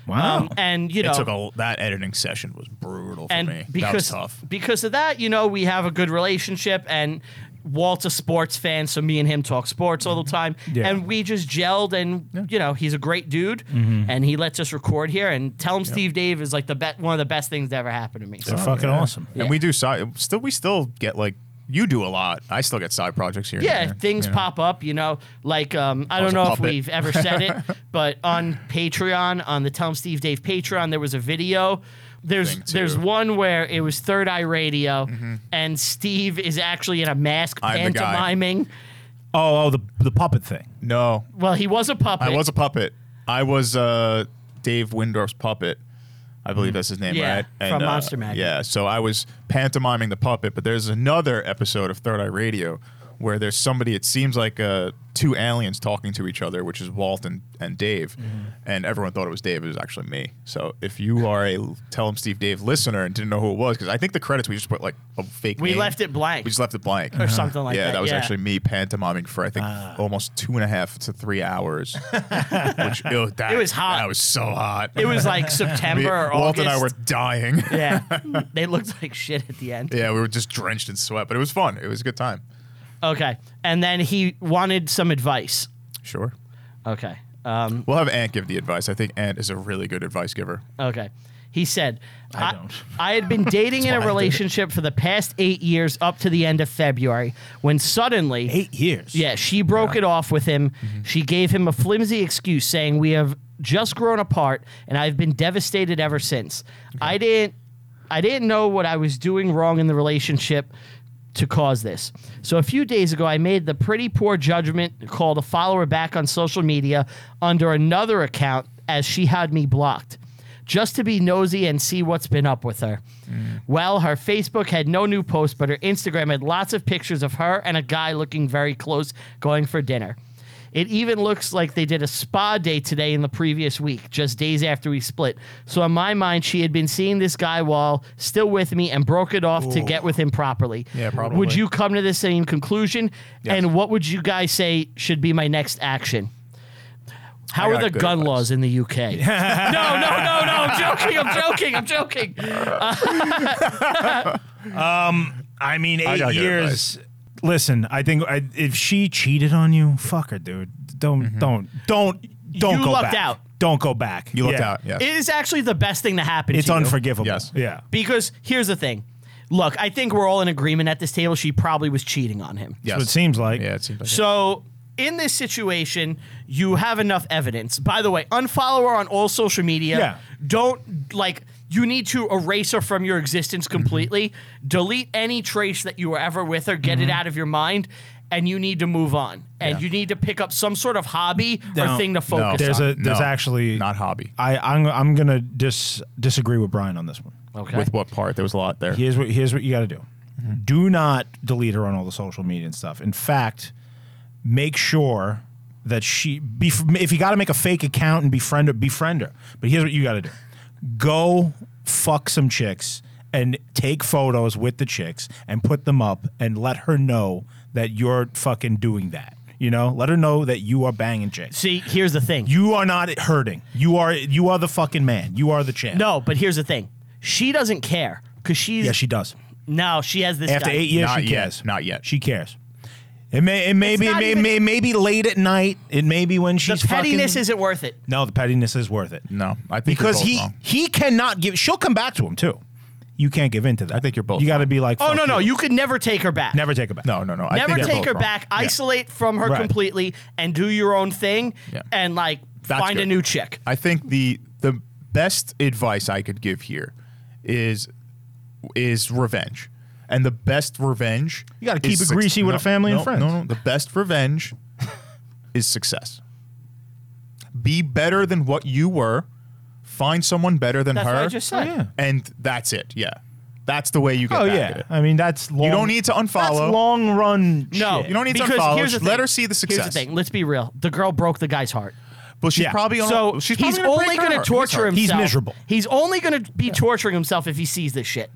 S3: Wow.
S1: um, and you know
S2: Oh. It took a, that editing session was brutal for
S1: and
S2: me.
S1: because
S2: that was tough.
S1: because of that, you know, we have a good relationship and Walt's a sports fan, so me and him talk sports all the
S2: Mm-hmm.
S1: time.
S3: Yeah.
S1: And we just gelled and you know, he's a great dude
S2: Mm-hmm.
S1: and he lets us record here and tell him Steve Dave is like the be- one of the best things that ever happened to me. So
S3: They're fucking awesome.
S1: Yeah.
S2: And we do side still we still get like you do a lot. I still get side projects here. and
S1: yeah,
S2: there,
S1: things
S2: you know.
S1: pop up, you know, like um, I
S2: was
S1: don't
S2: a
S1: know if
S2: puppet.
S1: we've ever said it, but on Patreon, on the Tell 'em Steve Dave Patreon, there was a video. There's
S2: Thing, too. Mm-hmm.
S1: there's one where it was Third Eye Radio, and Steve is actually in a mask
S2: I'm the guy.
S1: pantomiming.
S3: Oh, oh, the the puppet thing.
S2: No,
S1: Well, he was a puppet.
S2: I was a puppet. I was uh, Dave Windorf's puppet. I believe that's his name,
S1: Mm-hmm. Yeah,
S2: right? uh,
S1: from Monster Magnet.
S2: Yeah, so I was pantomiming the puppet, but there's another episode of Third Eye Radio where there's somebody, it seems like uh, two aliens talking to each other, which is Walt and, and Dave.
S1: Mm-hmm.
S2: And everyone thought it was Dave. It was actually me. So if you are a Tell Him Steve Dave listener and didn't know who it was, because I think the credits, we just put like a fake
S1: We
S2: name.
S1: left it blank.
S2: We just left it blank.
S1: or something like
S2: yeah,
S1: that. Ah.
S2: that was actually me pantomiming for I think almost two and a half to three hours. which ew, that,
S1: It was hot.
S2: That was so hot.
S1: It was like September
S2: We-
S1: or
S2: Walt
S1: August.
S2: and I were dying.
S1: yeah, they looked like shit at the end.
S2: yeah, we were just drenched in sweat, but it was fun. It was a good time.
S1: Okay, and then he wanted some advice.
S2: Sure.
S1: Okay, um,
S2: We'll have Ant give the advice. I think Ant is a really good advice giver.
S1: okay. He said,
S3: I don't.
S1: I had been dating in a
S2: why I did it.
S1: relationship for the past eight years up to the end of February when suddenly
S3: Eight years.
S1: Yeah, she broke it off with him. She gave him a flimsy excuse saying, "We have just grown apart, and I've been devastated ever since. I didn't, I didn't know what I was doing wrong in the relationship." To cause this. So, a few days ago, I made the pretty poor judgment call to follow her back on social media under another account as she had me blocked just to be nosy and see what's been up with her.
S2: Mm.
S1: Well, her Facebook had no new posts, but her Instagram had lots of pictures of her and a guy looking very close going for dinner. It even looks like they did a spa day today in the previous week, just days after we split. So, in my mind, she had been seeing this guy while still with me and broke it off to get with him properly.
S2: Yeah, probably.
S1: Would you come to the same conclusion? And what would you guys say should be my next action? How
S2: I
S1: are
S2: got
S1: the
S2: good
S1: gun
S2: advice.
S1: laws in the UK? no, no, no, no. I'm joking. I'm joking. I'm joking.
S3: I mean,
S2: I
S3: eight
S2: gotta get
S3: years. Listen, I think I, if she cheated on you, fuck her, dude. Don't,
S2: Mm-hmm.
S3: don't, don't, don't
S1: You
S3: go
S1: lucked
S3: back.
S1: out.
S3: Don't go back.
S2: You looked
S3: Yeah.
S2: out. Yes.
S1: It is actually the best thing to happen
S3: It's
S1: to you.
S3: unforgivable.
S2: Yes.
S3: Yeah.
S1: Because here's the thing. Look, I think we're all in agreement at this table. She probably was cheating on him.
S2: yes.
S3: That's what it seems like.
S2: Yeah, it seems like. it.
S1: So in this situation, you have enough evidence. By the way, unfollow her on all social media.
S3: Yeah.
S1: Don't like you need to erase her from your existence
S3: Mm-hmm.
S1: completely. Delete any trace that you were ever with her. Get
S3: Mm-hmm.
S1: it out of your mind. And you need to move on. And you need to pick up some sort of hobby or
S3: No.
S1: thing to
S2: No,
S1: focus
S3: There's
S1: on.
S3: a- there's
S2: no,
S3: actually-
S2: not hobby.
S3: I, I'm, I'm gonna dis, disagree with Brian on this one.
S1: okay.
S2: With what part? There was a lot there.
S3: Here's what here's what you got to do. Do not delete her on all the social media and stuff. In fact, make sure that she bef- if you got to make a fake account and befriend her, befriend her. But here's what you got to do: go fuck some chicks and take photos with the chicks and put them up and let her know that you're fucking doing that. You know, let her know that you are banging chicks.
S1: See, here's the thing.
S3: You are not hurting. You are you are the fucking man. You are the champ.
S1: no, but here's the thing. She doesn't care because she's
S3: Yeah, she does.
S1: no, she has this
S3: After
S1: guy.
S3: eight years,
S2: Not
S3: she
S2: yet.
S3: cares.
S2: Not yet.
S3: She cares. It may, it may be, it
S1: not
S3: may,
S1: even-
S3: may, may be late at night. It may be when
S1: The
S3: she's
S1: pettiness
S3: fucking,
S1: isn't worth it.
S3: No, the pettiness is worth it.
S2: No, I think you're
S3: because
S2: both
S3: he
S2: wrong.
S3: he cannot give. She'll come back to him too. You can't give in to that. I
S2: think you're both
S3: You got to be like,
S1: Oh
S3: fuck
S1: no,
S3: you.
S1: no, you could never take her back.
S3: never take it back.
S2: No, no, no. I
S1: never
S2: think you're
S1: take
S2: both
S1: her
S2: wrong.
S1: back.
S2: Yeah.
S1: Isolate from her
S3: Right.
S1: completely and do your own thing
S2: Yeah.
S1: and like
S2: That's
S1: find a
S2: good.
S1: new chick.
S2: I think the the best advice I could give here is is revenge, and the best revenge
S3: You gotta keep
S2: is
S3: it greasy with a family and
S2: no,
S3: friends.
S2: No, no, the best revenge is success. Be better than what you were. Find someone better than
S1: That's
S2: her,
S1: what I just said.
S3: yeah.
S2: and that's it. Yeah, that's the way you get.
S3: Oh
S2: back
S3: yeah.
S2: at it.
S3: I mean, that's long.
S2: you don't need to
S3: that's
S2: unfollow.
S3: long run.
S1: No,
S3: shit.
S2: You don't need to
S1: because
S2: unfollow.
S1: Here's the
S2: Let
S1: thing.
S2: her see the
S1: Here's
S2: success.
S1: the thing. Let's be real. The girl broke the guy's heart.
S2: but she's
S3: Yeah.
S2: probably on.
S1: So
S2: she's probably
S1: he's
S2: gonna break
S1: only
S2: her
S1: going to
S2: heart.
S1: torture himself.
S2: He's hard.
S3: He's miserable.
S1: He's only going to be torturing himself if he sees this shit.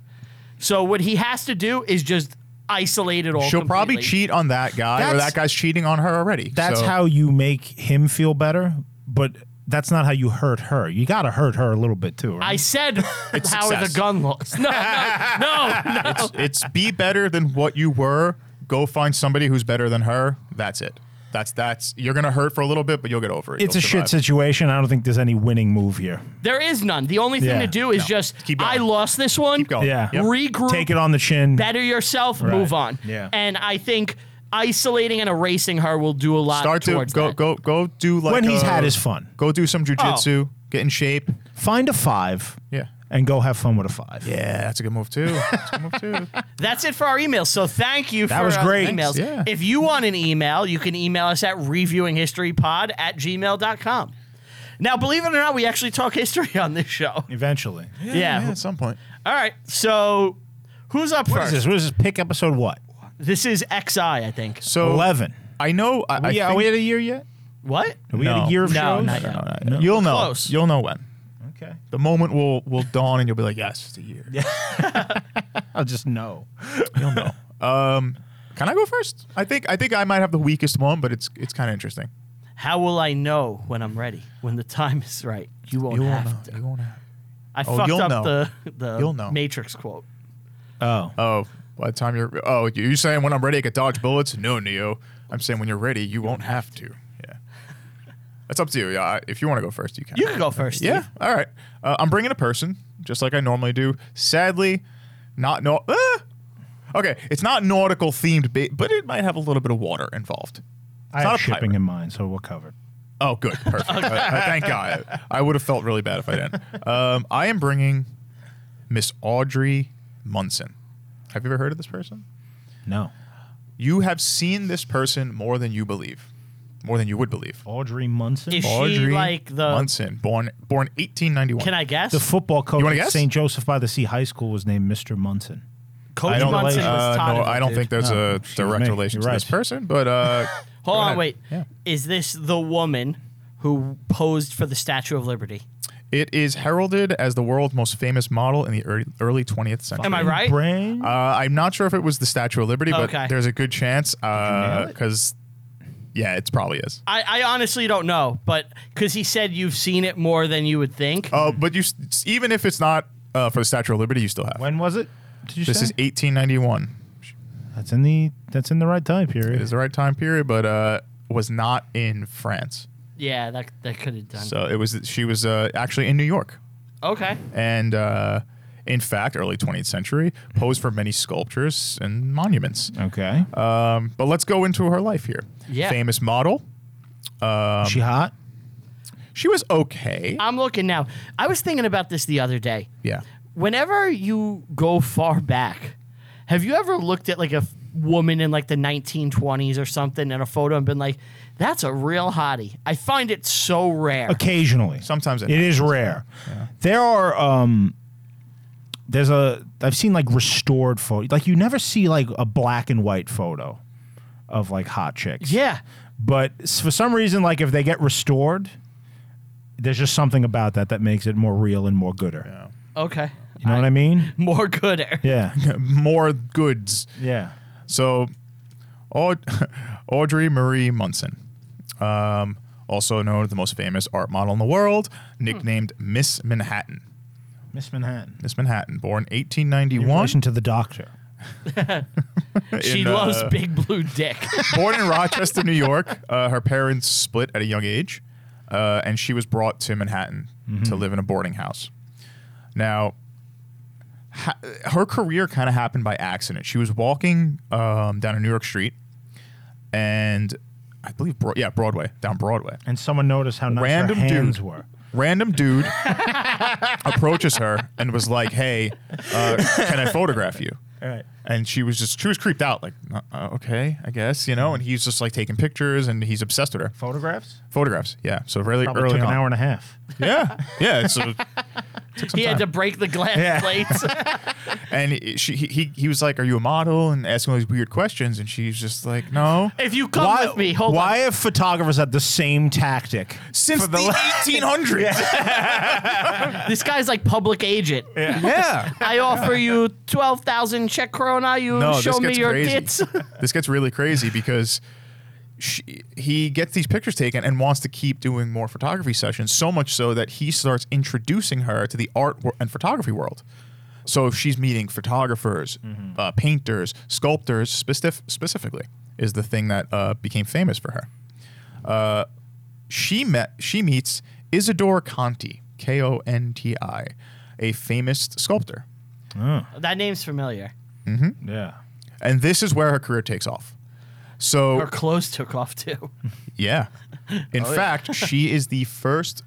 S1: So what he has to do is just isolate it all.
S2: She'll probably
S1: completely.
S2: cheat on that guy, or
S3: That's-
S2: that guy's cheating on her already.
S3: That's
S2: So-
S3: how you make him feel better, but that's not how you hurt her. You got to hurt her a little bit too. Right?
S1: I said how are the
S2: success.
S1: gun laws. No, no, no, no.
S2: it's be better than what you were. Go find somebody who's better than her. That's it. That's that's you're gonna hurt for a little bit, but you'll get over it.
S3: it's a
S2: You'll
S3: shit
S2: survive.
S3: situation. I don't think there's any winning move here.
S1: There is none. The only thing
S3: Yeah.
S1: to do is just
S2: Keep going.
S1: I lost this one.
S2: Go.
S3: Yeah.
S2: Yep.
S1: Regroup.
S3: Take it on the chin.
S1: better yourself, move on.
S3: Yeah.
S1: And I think isolating and erasing her will do a lot
S2: Start to
S1: towards
S2: go
S1: that.
S2: go go do like
S3: When he's
S2: a-
S3: had his fun.
S2: Go do
S3: Oh.
S2: some jujitsu. Get in shape.
S3: Find a five.
S2: Yeah.
S3: And go have fun with a five.
S2: Yeah, that's a good move too. That's a good move too.
S1: That's it for our emails. So thank you for
S3: was
S1: uh,
S3: great.
S1: emails.
S2: Thanks, yeah.
S1: If you want an email, you can email us at reviewinghistorypod at gmail.com. Now, believe it or not, we actually talk history on this show.
S3: Eventually.
S2: Yeah,
S1: Yeah.
S2: at some point.
S1: All right. So, who's up
S3: What is
S1: first?
S3: this? What is this? Pick episode what?
S1: This is XI, I think.
S2: So
S3: 11.
S2: I know. I, I
S3: yeah,
S2: think-
S3: are we at a year yet?
S1: What?
S3: Are we at
S2: No.
S3: a year of
S1: No,
S3: shows?
S1: not yet.
S2: No, no,
S3: Uh, No.
S2: You'll know.
S1: Close.
S2: You'll know when.
S3: Okay.
S2: The moment will will dawn, and you'll be like, "Yes, it's a year."
S3: I'll just know.
S2: You'll know. um, can I go first? I think I think I might have the weakest one, but it's it's kind of interesting.
S1: How will I know when I'm ready? When the time is right? You won't
S2: You won't
S1: have
S2: know.
S1: to.
S2: You won't have.
S1: I
S2: Oh,
S1: fucked
S2: you'll
S1: up
S2: know.
S1: the the
S2: You'll know.
S1: Matrix quote.
S3: Oh.
S2: Oh, by the time you're oh, you're saying when I'm ready, I could dodge bullets? No, Neo. I'm saying when you're ready, you won't have to. Yeah. That's up to you. Yeah, I- if you want to go first, you can.
S1: You can go first. Steve.
S2: Yeah. All right. Uh, I'm bringing a person, just like I normally do. Sadly, not no. ah! Okay, it's not nautical themed, ba- but it might have a little bit of water involved. It's not
S3: I have
S2: a pirate.
S3: shipping in mind, so we're covered.
S2: Oh, good. Perfect. Uh, uh, thank God. I would have felt really bad if I didn't. Um, I am bringing Miss Audrey Munson. Have you ever heard of this person?
S3: No.
S2: You have seen this person more than you believe, more than you would believe.
S3: Audrey Munson?
S1: Is she like the-
S2: Munson, born born 1891.
S1: Can I guess?
S3: the football coach
S2: You wanna
S3: at
S2: guess?
S3: St. Joseph by the Sea High School was named Mr. Munson.
S1: Coach
S2: I don't,
S1: Munson
S2: uh,
S1: was Todd.
S2: no, I don't
S1: dude.
S2: think there's
S3: No,
S2: a
S3: excuse
S2: direct
S3: me.
S2: relation
S3: You're
S2: to this
S3: right.
S2: person, but uh,
S1: Hold
S2: go
S1: on,
S2: ahead.
S1: wait.
S2: Yeah.
S1: Is this the woman who posed for the Statue of Liberty?
S2: It is heralded as the world's most famous model in the early, early 20th century.
S1: Am I right?
S3: Brain?
S2: Uh, I'm not sure if it was the Statue of Liberty, but
S1: Okay.
S2: there's a good chance because, yeah, it probably is.
S1: I, I honestly don't know, but because he said you've seen it more than you would think.
S2: Uh, but you, s- even if it's not uh, for the Statue of Liberty, you still have.
S3: when was it? Did you
S2: this
S3: say?
S2: is 1891.
S3: that's in the that's in the right time
S2: It
S3: period.
S2: is the right time period, but uh, was not in France.
S1: yeah, that that could have done.
S2: So it was she was uh, actually in New York.
S1: okay.
S2: and uh, in fact, early 20th century, posed for many sculptures and monuments.
S3: Okay.
S2: Um, but let's go into her life here.
S1: Yeah.
S2: Famous model.
S3: she hot?
S2: She was okay.
S1: I'm looking now. I was thinking about this the other day.
S2: yeah.
S1: Whenever you go far back, have you ever looked at like a f- woman in like the 1920s or something in a photo and been like, that's a real hottie? I find it so rare.
S3: Occasionally.
S2: Sometimes it
S3: it is rare. There are um there's a I've seen like restored photo. Like you never see like a black and white photo of like hot chicks.
S1: Yeah.
S3: But s- for some reason like if they get restored there's just something about that that makes it more real and more gooder.
S1: Okay.
S3: You know what I mean?
S1: More gooder.
S3: Yeah.
S2: More goods.
S3: Yeah.
S2: So, Aud- Audrey Marie Munson, um, also known as the most famous art model in the world,
S1: Hmm.
S2: nicknamed Miss Manhattan.
S3: Miss Manhattan.
S2: Miss Manhattan, born
S3: In
S2: 1891.
S3: relation to the doctor.
S1: She
S2: in, uh,
S1: loves big blue dick.
S2: Born in Rochester, New York, uh, her parents split at a young age, uh, and she was brought to Manhattan to live in a boarding house. Now, ha- her career kind of happened by accident. She was walking um, down a New York street, and I believe, Bro- yeah, Broadway, down Broadway.
S3: And someone noticed how nice
S2: Random
S3: her hands
S2: dude.
S3: were.
S2: Random dude approaches her and was like, "Hey, uh, can I photograph you?"
S3: All right.
S2: and she was just she was creeped out like "Uh, uh, okay i guess you know and he's just like taking pictures and he's obsessed with her
S3: Photographs?
S2: photographs yeah so really
S3: Probably
S2: early
S3: took
S2: on
S3: an hour and a half.
S2: yeah yeah so,
S1: he had to break the glass
S3: Yeah.
S1: plates.
S2: and he- she he, he, he was like are you a model and asking all these weird questions and she's just like no
S1: if you come with me, hold
S3: why
S1: on.
S3: have photographers had the same tactic?
S2: since the, 1800s
S1: This guy's like public agent.
S2: yeah
S1: I offer you 12,000 Czech krona. You
S2: no
S1: show
S2: this
S1: me
S2: gets
S1: your
S2: crazy
S1: tits.
S2: this gets really crazy because she, he gets these pictures taken and wants to keep doing more photography sessions so much so that he starts introducing her to the art wor- and photography world so if she's meeting photographers uh, painters sculptors specif- specifically is the thing that uh, became famous for her uh, she met she meets isidore conti k-o-n-t-i a famous sculptor
S1: that name's familiar.
S3: Yeah.
S2: and this is where her career takes off so
S1: Her clothes took off too.
S2: Yeah. In fact, she is the first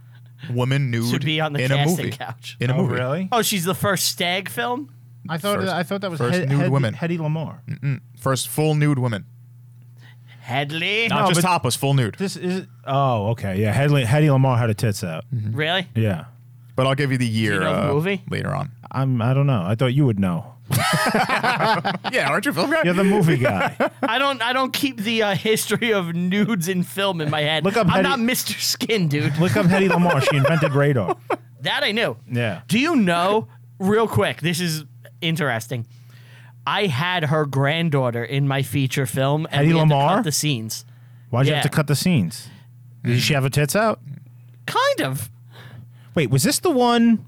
S2: woman nude
S1: Oh, To be on the
S2: in a
S1: casting
S2: movie.
S1: couch.
S2: In a movie.
S1: Oh, she's the first stag film?
S3: I thought
S2: First-
S3: I thought that was
S2: first
S3: Hed-
S2: nude
S3: Hed-
S2: woman.
S3: Hedy Lamarr.
S2: First full nude woman.
S1: Headley?
S2: Not
S3: No,
S2: just
S3: but-
S2: topless, full nude.
S3: This Mm-hmm. is oh okay yeah. Hedley, Hedy Lamar had a tits out.
S1: Really?
S3: Yeah,
S2: But I'll give you the year
S1: know the
S2: uh,
S1: movie?
S2: later on.
S3: I'm. I don't know. I thought you would know.
S2: yeah, aren't you a film guy?
S3: You're the movie guy.
S1: I don't. I don't keep the uh, history of nudes in film in my head.
S3: Look up
S1: I'm
S3: Hedy-
S1: not Mr. Skin, dude.
S3: Look up Hedy Lamar. She invented radar.
S1: That I knew.
S3: Yeah.
S1: Do you know, real quick, this is interesting. I had her granddaughter in my feature film, and
S3: Hedy
S1: we had to
S3: Lamarr?
S1: cut the scenes.
S3: Why'd you
S1: Yeah.
S3: have to cut the scenes? Did she have her tits out?
S1: Kind of.
S3: Wait, was this the one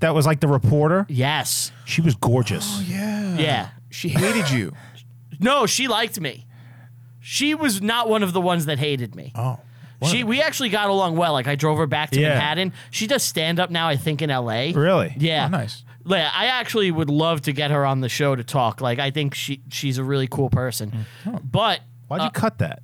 S3: that was like the reporter?
S1: Yes.
S3: She was gorgeous.
S2: yeah.
S1: Oh, Yeah.
S2: She hated you.
S1: No, she liked me. She was not one of the ones that hated me.
S3: Uh,
S2: oh.
S1: She we actually got along well. Like I drove her back to
S3: Yeah.
S1: Manhattan. She does stand up now, I think, in LA.
S3: Really?
S1: Yeah.
S2: Oh, nice.
S1: Yeah, I actually would love to get her on the show to talk. Like I think she she's a really cool person.
S3: Mm.
S1: But
S3: Why'd you cut that?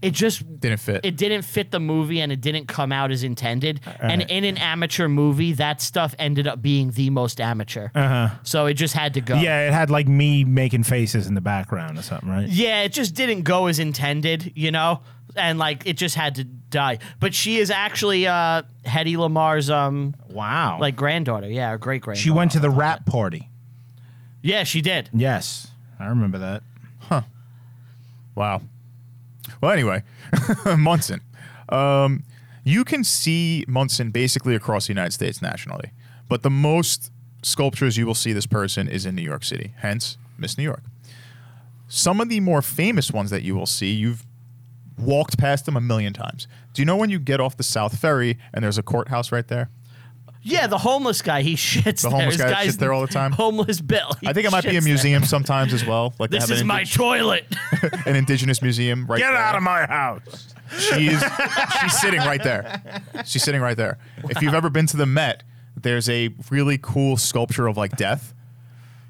S1: it just
S2: Didn't fit.
S1: it didn't fit the movie and it didn't come out as intended.
S2: Uh-huh.
S1: And in an amateur movie, that stuff ended up being the most amateur. Uh-huh. So it just had to
S2: Oh.
S1: go.
S3: Yeah, it had like me making faces in the background or something, right?
S1: Yeah, it just didn't go as intended, you know? And like it just had to die. But she is actually uh Hedy Lamar's um
S3: Wow.
S1: like granddaughter, yeah, or great granddaughter.
S3: she went to the rap party.
S1: Yeah, she did.
S3: Yes, I remember that.
S2: Wow. Well, anyway, Munson. Um, you can see Munson basically across the United States nationally, but the most sculptures you will see this person is in New York City, hence Miss New York. Some of the more famous ones that you will see, you've walked past them a million times. Do you know when you get off the South Ferry and there's a courthouse right there?
S1: Yeah, the homeless guy, he shits
S2: The homeless
S1: there. His
S2: guy
S1: guy's
S2: shits there all the time?
S1: Homeless Bill. he
S2: I think it might be a
S1: shits there.
S2: museum sometimes as well. Like they
S1: This
S2: have
S1: is
S2: an,
S1: my
S2: indi-
S1: toilet.
S2: an indigenous museum right there.
S3: my house.
S2: She's she's sitting right there. She's sitting right there. If you've ever been to the Met, there's a really cool sculpture of like death.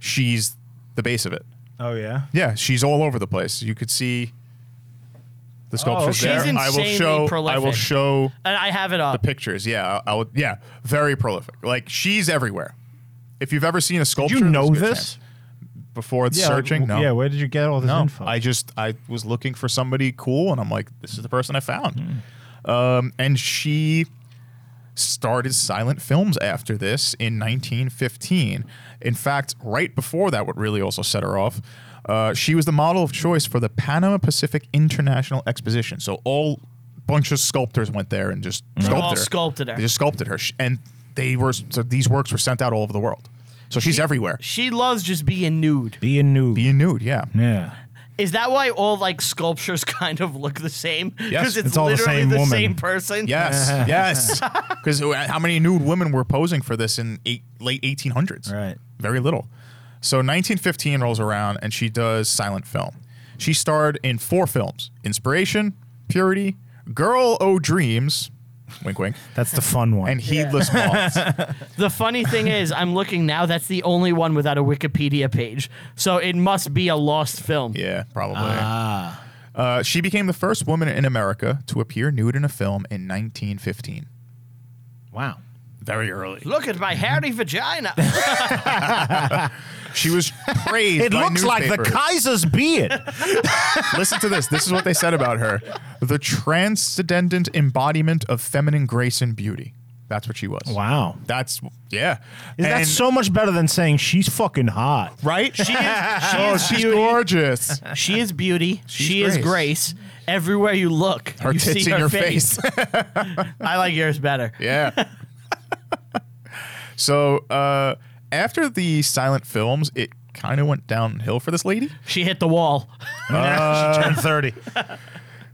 S2: She's the base of it.
S3: Oh yeah.
S2: Yeah, she's all over the place. You could see the sculptures
S3: okay.
S2: there.
S1: Oh, She's
S2: I will
S1: insanely
S2: show. I will
S1: prolific.
S2: show
S1: and I have it up.
S2: pictures. Yeah, I, I will. Yeah, very prolific. Like she's everywhere. If you've ever seen a sculpture,
S3: Did you know
S2: there's a good
S3: this?
S2: chance. before
S3: Yeah,
S2: searching?
S3: like,
S2: No.
S3: Yeah. Where did you get all this
S2: No,
S3: info?
S2: Oh, I just I was looking for somebody cool, and I'm like, this is the person I found. Um, and she started silent films after this in 1915. In fact, right before that, what really also set her off, uh, she was the model of choice for the Panama Pacific International Exposition. So all bunch of sculptors went there and just sculpted
S1: all
S2: her.
S1: sculpted her.
S2: They just sculpted her, Sh- and they were so these works were sent out all over the world. So she's everywhere.
S1: She loves just being nude.
S3: Being new.
S2: Being nude, yeah.
S3: yeah.
S1: Is that why all like sculptures kind of look the same? Because it's,
S3: It's all the
S1: literally
S3: same
S1: the
S3: woman.
S1: same person.
S2: Yes, yes. Because how many nude women were posing for this in eight, late 1800s?
S3: Right.
S2: Very little. So 1915 rolls around and she does silent film. She starred in four films Inspiration, Purity, Girl O Dreams, wink, wink,
S3: That's the fun one.
S2: and Heedless Moths.
S1: The funny thing is, I'm looking now. That's the only one without a Wikipedia page, so it must be a lost film.
S2: Yeah, probably.
S3: Ah.
S2: Uh, she became the first woman in America to appear nude in a film in 1915.
S3: wow.
S2: Very early.
S1: Look at my hairy vagina.
S2: She was praised.
S3: It
S2: by
S3: looks like the
S2: newspapers.
S3: Kaiser's beard.
S2: Listen to this. This is what they said about her. The transcendent embodiment of feminine grace and beauty. That's what she was.
S3: wow.
S2: That's yeah.
S3: That's so much better than saying she's fucking hot.
S2: right? She
S1: she is, she is
S2: oh, she's
S1: beauty.
S2: gorgeous.
S1: She is beauty. she is grace.
S2: grace.
S1: Everywhere you look,
S2: Her
S1: you
S2: tits
S1: see
S2: in
S1: her
S2: your face.
S1: I like yours better.
S2: yeah. so uh, after the silent films, it kind of went downhill for this lady. Uh,
S1: She hit the wall.
S3: she turned 30.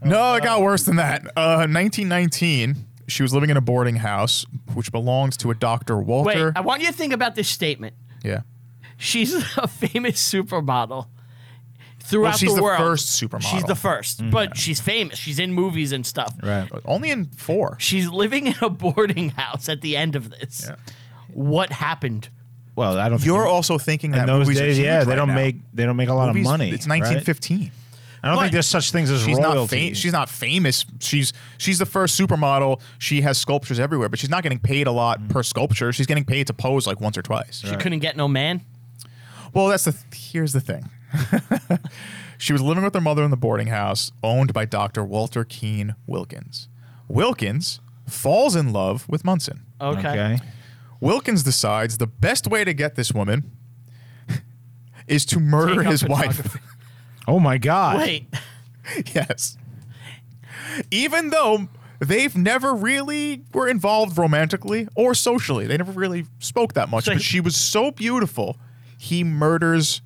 S2: No, it got worse than that. Uh, 1919, she was living in a boarding house which belongs to a Dr.
S1: Wait,
S2: Walter.
S1: I want you to think about this statement.
S2: yeah.
S1: She's a famous supermodel throughout
S2: Well, she's
S1: the
S2: the
S1: world.
S2: first supermodel. Mm,
S1: She's the first, but she's famous. She's in movies and stuff.
S3: Right.
S2: Only in four.
S1: She's living in a boarding house at the end of this.
S2: Yeah.
S1: What happened?
S3: Well, I don't.
S2: You're also thinking that
S3: think in those
S2: movies are
S3: days,
S2: huge
S3: yeah, they
S2: right
S3: don't
S2: now.
S3: make they don't make a lot
S2: Movies-
S3: of money.
S2: It's
S3: right?
S2: 1915.
S3: I don't
S1: But-
S3: think there's such things as
S2: She's not
S3: royalty.
S2: famous. She's not famous. She's she's the first supermodel. She has sculptures everywhere, but she's not getting paid a lot per sculpture. She's getting paid to pose like once or twice.
S1: She couldn't get no man.
S2: Well, that's the here's the thing. She was living with her mother in the boarding house owned by Dr. Walter Keene Wilkins. Wilkins falls in love with Munson.
S1: Okay.
S2: Wilkins decides the best way to get this woman is to murder
S1: Take up
S2: his wife.
S1: photography.
S3: Oh my God.
S1: Wait.
S2: yes. Even though they've never really were involved romantically or socially. They never really spoke that much,
S1: So
S2: but
S1: he-
S2: she was so beautiful, he murders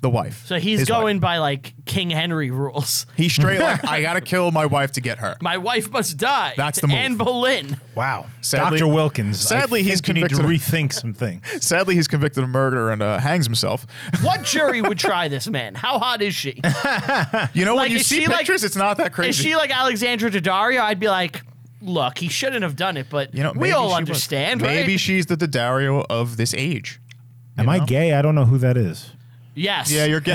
S2: the wife.
S1: So he's
S2: his wife.
S1: going by like King Henry rules.
S2: He's straight like I gotta kill my wife to get her.
S1: My wife must die.
S2: That's
S1: to
S2: the move.
S1: Anne Boleyn.
S3: Wow.
S2: Sadly-
S3: Dr. Wilkins. I
S2: sadly, he's
S3: think you need to
S2: convicted
S3: rethink some things.
S2: Sadly, he's convicted of murder and uh, hangs himself.
S1: What jury would try this man? How hot is she?
S2: You know,
S1: Like,
S2: when you
S1: is
S2: see
S1: she, like-
S2: pictures, it's not that crazy.
S1: Is she like Alexandra Daddario? I'd be like, look, he shouldn't have done it, but
S2: you know,
S1: we
S2: maybe she
S1: all
S2: was-
S1: understand, right?
S2: Maybe she's the Daddario of this age.
S3: Am I gay? I don't know who that is.
S1: yes.
S2: Yeah, you're gay.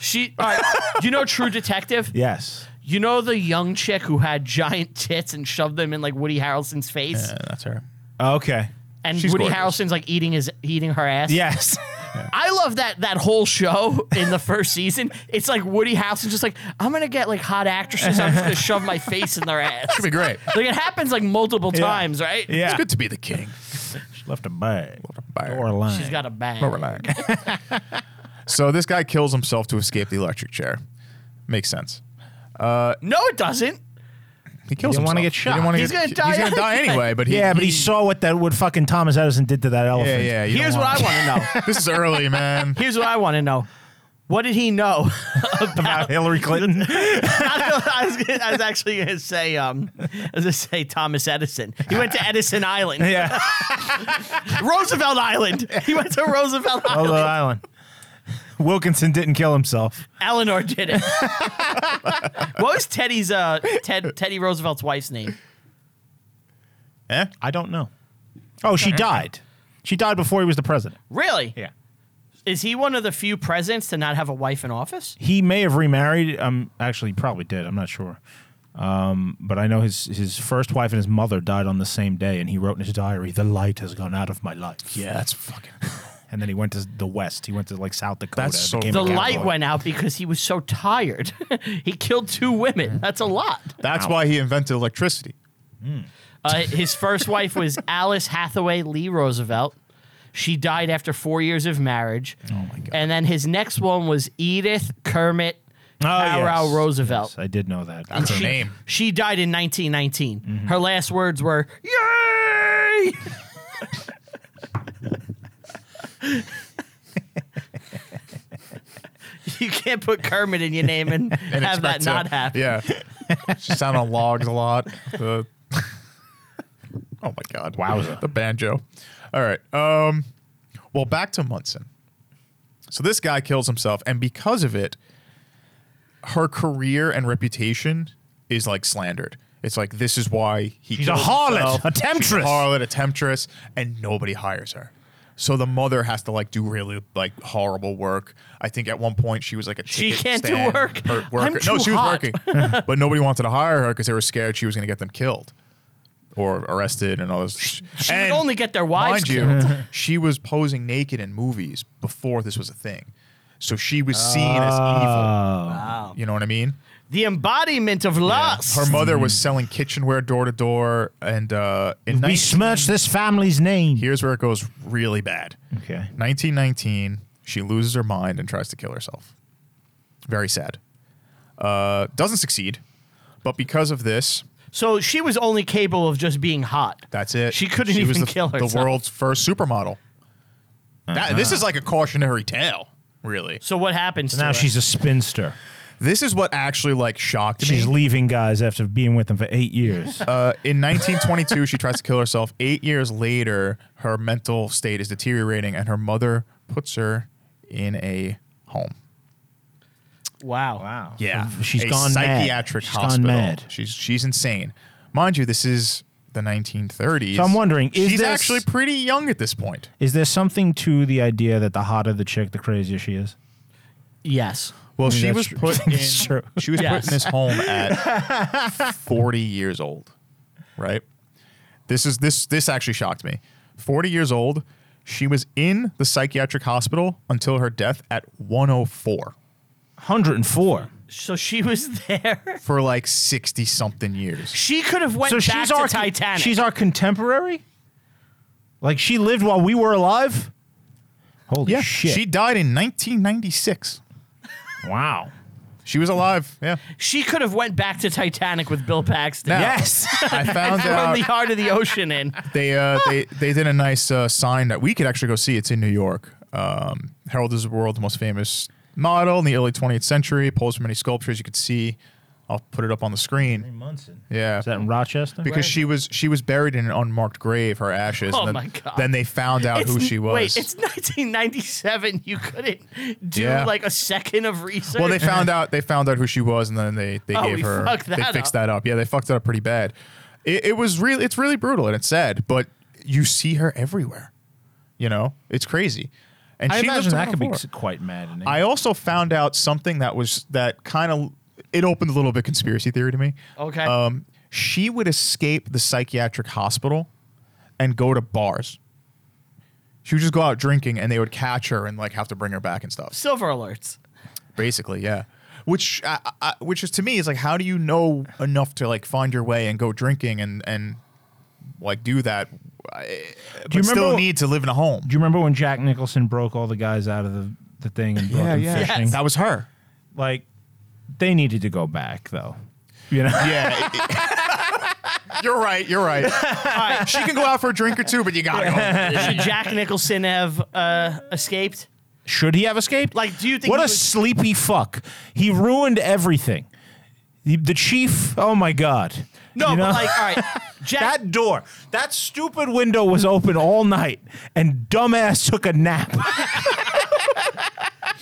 S1: She. all right, you know, True Detective.
S3: Yes.
S1: You know the young chick who had giant tits and shoved them in like Woody Harrelson's face,
S2: Yeah, that's her.
S3: Okay.
S1: and
S2: she's
S1: Woody
S2: gorgeous.
S1: Harrelson's like eating his eating her ass.
S3: Yes.
S1: I love that that whole show in the first season. It's like Woody Harrelson just like I'm gonna get like hot actresses. I'm just gonna shove my face in their ass.
S2: That'd be great.
S1: Like it happens like multiple times, right?
S2: It's
S3: yeah.
S2: good to be the king.
S3: She left a bag.
S2: bag.
S3: Or a line.
S1: She's got a bang.
S2: But relax. so this guy kills himself to escape the electric chair. Makes sense.
S1: No, it doesn't.
S2: He kills himself.
S3: didn't wanna get
S2: He didn't
S3: shot.
S2: wanna
S1: He's
S2: get-
S1: gonna die
S2: He's gonna die anyway. But he,
S3: yeah, but he, saw what that what fucking Thomas Edison did to that
S2: Yeah,
S3: elephant.
S2: yeah. you don't
S1: Here's what I
S2: wanna-
S1: want to know.
S2: This is early, man.
S1: Here's what I want to know. What did he know?
S3: About Hillary Clinton.
S1: I, was gonna, I was actually gonna say, um, I was gonna say Thomas Edison. He went to Edison Island,
S3: yeah.
S1: Roosevelt Island. He went to Roosevelt Island.
S3: Elbow Island. Wilkinson didn't kill himself.
S1: Eleanor did it. what was Teddy's uh Ted Teddy Roosevelt's wife's name?
S2: Eh?
S3: I don't know. Oh, she died. She died before he was the president.
S1: Really?
S3: Yeah.
S1: Is he one of the few presidents to not have a wife in office?
S3: He may have remarried. Um, actually, he probably did. I'm not sure. Um, but I know his his first wife and his mother died on the same day, and he wrote in his diary, "The light has gone out of my life."
S2: Yeah, that's fucking.
S3: And then he went to the West. He went to like South Dakota.
S2: That's
S3: and
S2: so
S3: became
S1: The
S3: a
S2: Yeah.
S3: cowboy.
S1: light went out because he was so tired. he killed two women. That's a lot.
S2: That's why he invented electricity.
S1: Uh, his first wife was Alice Hathaway Lee Roosevelt. She died after four years of marriage. Oh my god! And then his next one was Edith Kermit
S3: Oh,
S1: Carrow
S3: yes.
S1: Roosevelt.
S3: Yes, I did know that.
S2: That's her
S1: she,
S2: name.
S1: She died in 1919. Her last words were "Yay!" you can't put Kermit in your name and,
S2: and
S1: have that
S2: expect to-
S1: not happen.
S2: Yeah. She's sound on logs a lot. The- oh my god.
S3: Wowza.
S2: The banjo. All right. Um well back to Munson. So this guy kills himself and because of it her career and reputation is like slandered. It's like this is why he
S3: She's a
S2: killed
S3: harlot,
S2: himself.
S3: a
S2: She's
S3: temptress.
S2: harlot, a temptress, and nobody hires her. So the mother has to like do really like horrible work. I think at one point she was like a
S1: She
S2: ticket
S1: can't do
S2: stand
S1: work.
S2: or worker.
S1: I'm
S2: no,
S1: too
S2: she was
S1: hot.
S2: working, but nobody wanted to hire her because they were scared she was going to get them killed or arrested and all this. She
S1: She would only get their wives
S2: mind
S1: killed.
S2: you, she was posing naked in movies before this was a thing, so she was seen as evil.
S1: Wow.
S2: You know what I mean?
S1: The embodiment of lust.
S2: Her mother was selling kitchenware door to door, and uh, in
S3: we
S2: 19-
S3: smirched this family's name.
S2: here's where it goes really bad.
S3: Okay.
S2: 1919, she loses her mind and tries to kill herself. Very sad. Uh, doesn't succeed, but because of this,
S1: So she was only capable of just being hot.
S2: that's it.
S1: She couldn't
S2: was
S1: even
S2: the,
S1: kill herself.
S2: The world's first supermodel. That, this is like a cautionary tale, really.
S1: So what happens to
S3: Now
S1: her?
S3: she's a spinster.
S2: This is what actually like shocked
S3: She's
S2: me.
S3: leaving guys after being with them for eight years.
S2: Uh, in 1922, she tries to kill herself. Eight years later, her mental state is deteriorating, and her mother puts her in a home.
S1: wow.
S2: Yeah,
S3: She's
S2: a
S3: gone mad.
S2: psychiatric
S3: She's gone
S2: hospital.
S3: mad.
S2: She's she's insane. Mind you, this is the 1930s.
S3: So I'm wondering, is
S2: she's
S3: this-
S2: actually pretty young at this point.
S3: Is there something to the idea that the hotter the chick, the crazier she is?
S1: Yes.
S2: Well, she
S3: that's
S2: was
S3: true.
S2: put in
S3: That's true.
S2: she was put
S1: Yes.
S2: in this home at 40 years old, right? This is this this actually shocked me. 40 years old, She was in the psychiatric hospital until her death at 104
S3: 104.
S1: So she was there.
S2: for like 60 something years.
S1: She could have went
S3: So
S1: back
S3: she's
S1: to
S3: our con-
S1: Titanic.
S3: She's our contemporary. Like she lived while we were alive. Holy
S2: Yeah.
S3: shit!
S2: She died in 1996.
S3: wow.
S2: She was alive. Yeah.
S1: she could have went back to Titanic with Bill Paxton.
S2: Now,
S3: Yes.
S2: I found
S1: From
S2: out
S1: the heart of the ocean in.
S2: they uh, they they did a nice uh, sign that we could actually go see. It's in New York. Um, Harold is the world's most famous model in the early 20th century. Pulls from many sculptures you could see. I'll put it up on the screen.
S3: Munson.
S2: Yeah,
S3: Is that in Rochester?
S2: because she was she was buried in an unmarked grave. Her ashes.
S1: Oh
S2: and then,
S1: my God.
S2: Then they found out who
S1: It's-
S2: she was.
S1: Wait, it's 1997. You couldn't do
S2: Yeah.
S1: like a second of research.
S2: well, they found out they found out who she was, and then they they
S1: Oh,
S2: gave
S1: we
S2: her
S1: fucked
S2: they
S1: that
S2: fixed
S1: up.
S2: that up. Yeah, they fucked it up pretty bad. It, it was really it's really brutal and it's sad, but you see her everywhere. You know, it's crazy. And
S3: I
S2: she lived
S3: imagine
S2: to
S3: that could be
S2: 104.
S3: s- quite maddening.
S2: I also found out something that was that kind of it opened a little bit conspiracy theory to me.
S1: Okay.
S2: Um, she would escape the psychiatric hospital and go to bars. She would just go out drinking, and they would catch her and like have to bring her back and stuff.
S1: Silver alerts.
S2: Basically, yeah. Which, I, I- I, which is to me is like, how do you know enough to like find your way and go drinking and and like do that? I, but
S3: you
S2: still
S3: remember-
S2: need to live in a home?
S3: Do you remember when Jack Nicholson broke all the guys out of the, the thing and brought them fishing?
S2: That was her.
S3: Like they needed to go back though. You know.
S2: Yeah. you're right. You're right. She can go out for a drink or two, but you gotta go.
S1: Should Jack Nicholson have uh, escaped?
S3: Should he have escaped?
S1: Like, do you think
S3: What
S1: he
S3: a
S1: was-
S3: sleepy fuck! He ruined everything. The, the chief. Oh my god.
S1: No,
S3: You know?
S1: but like, all right. Jack,
S3: That door, that stupid window was open all night, and dumbass took a nap.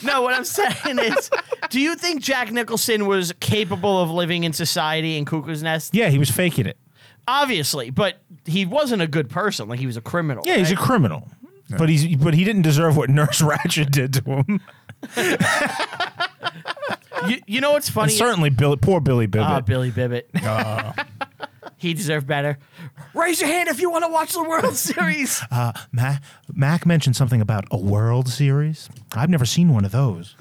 S1: No, what I'm saying is, do you think Jack Nicholson was capable of living in society in Cuckoo's Nest?
S3: yeah, he was faking it.
S1: Obviously, but he wasn't a good person. Like he was a criminal.
S3: Yeah, he's a
S1: right?
S3: criminal, but he's but he didn't deserve what Nurse Ratchet did to him.
S1: You, you know what's
S3: And
S1: funny?
S3: certainly, Billy, poor Billy Bibbit.
S1: Ah, Billy Bibbit.
S3: Uh.
S1: he deserved better. Raise your hand if you want to watch the World Series.
S3: uh, Ma- Mac mentioned something about a World Series. I've never seen one of those.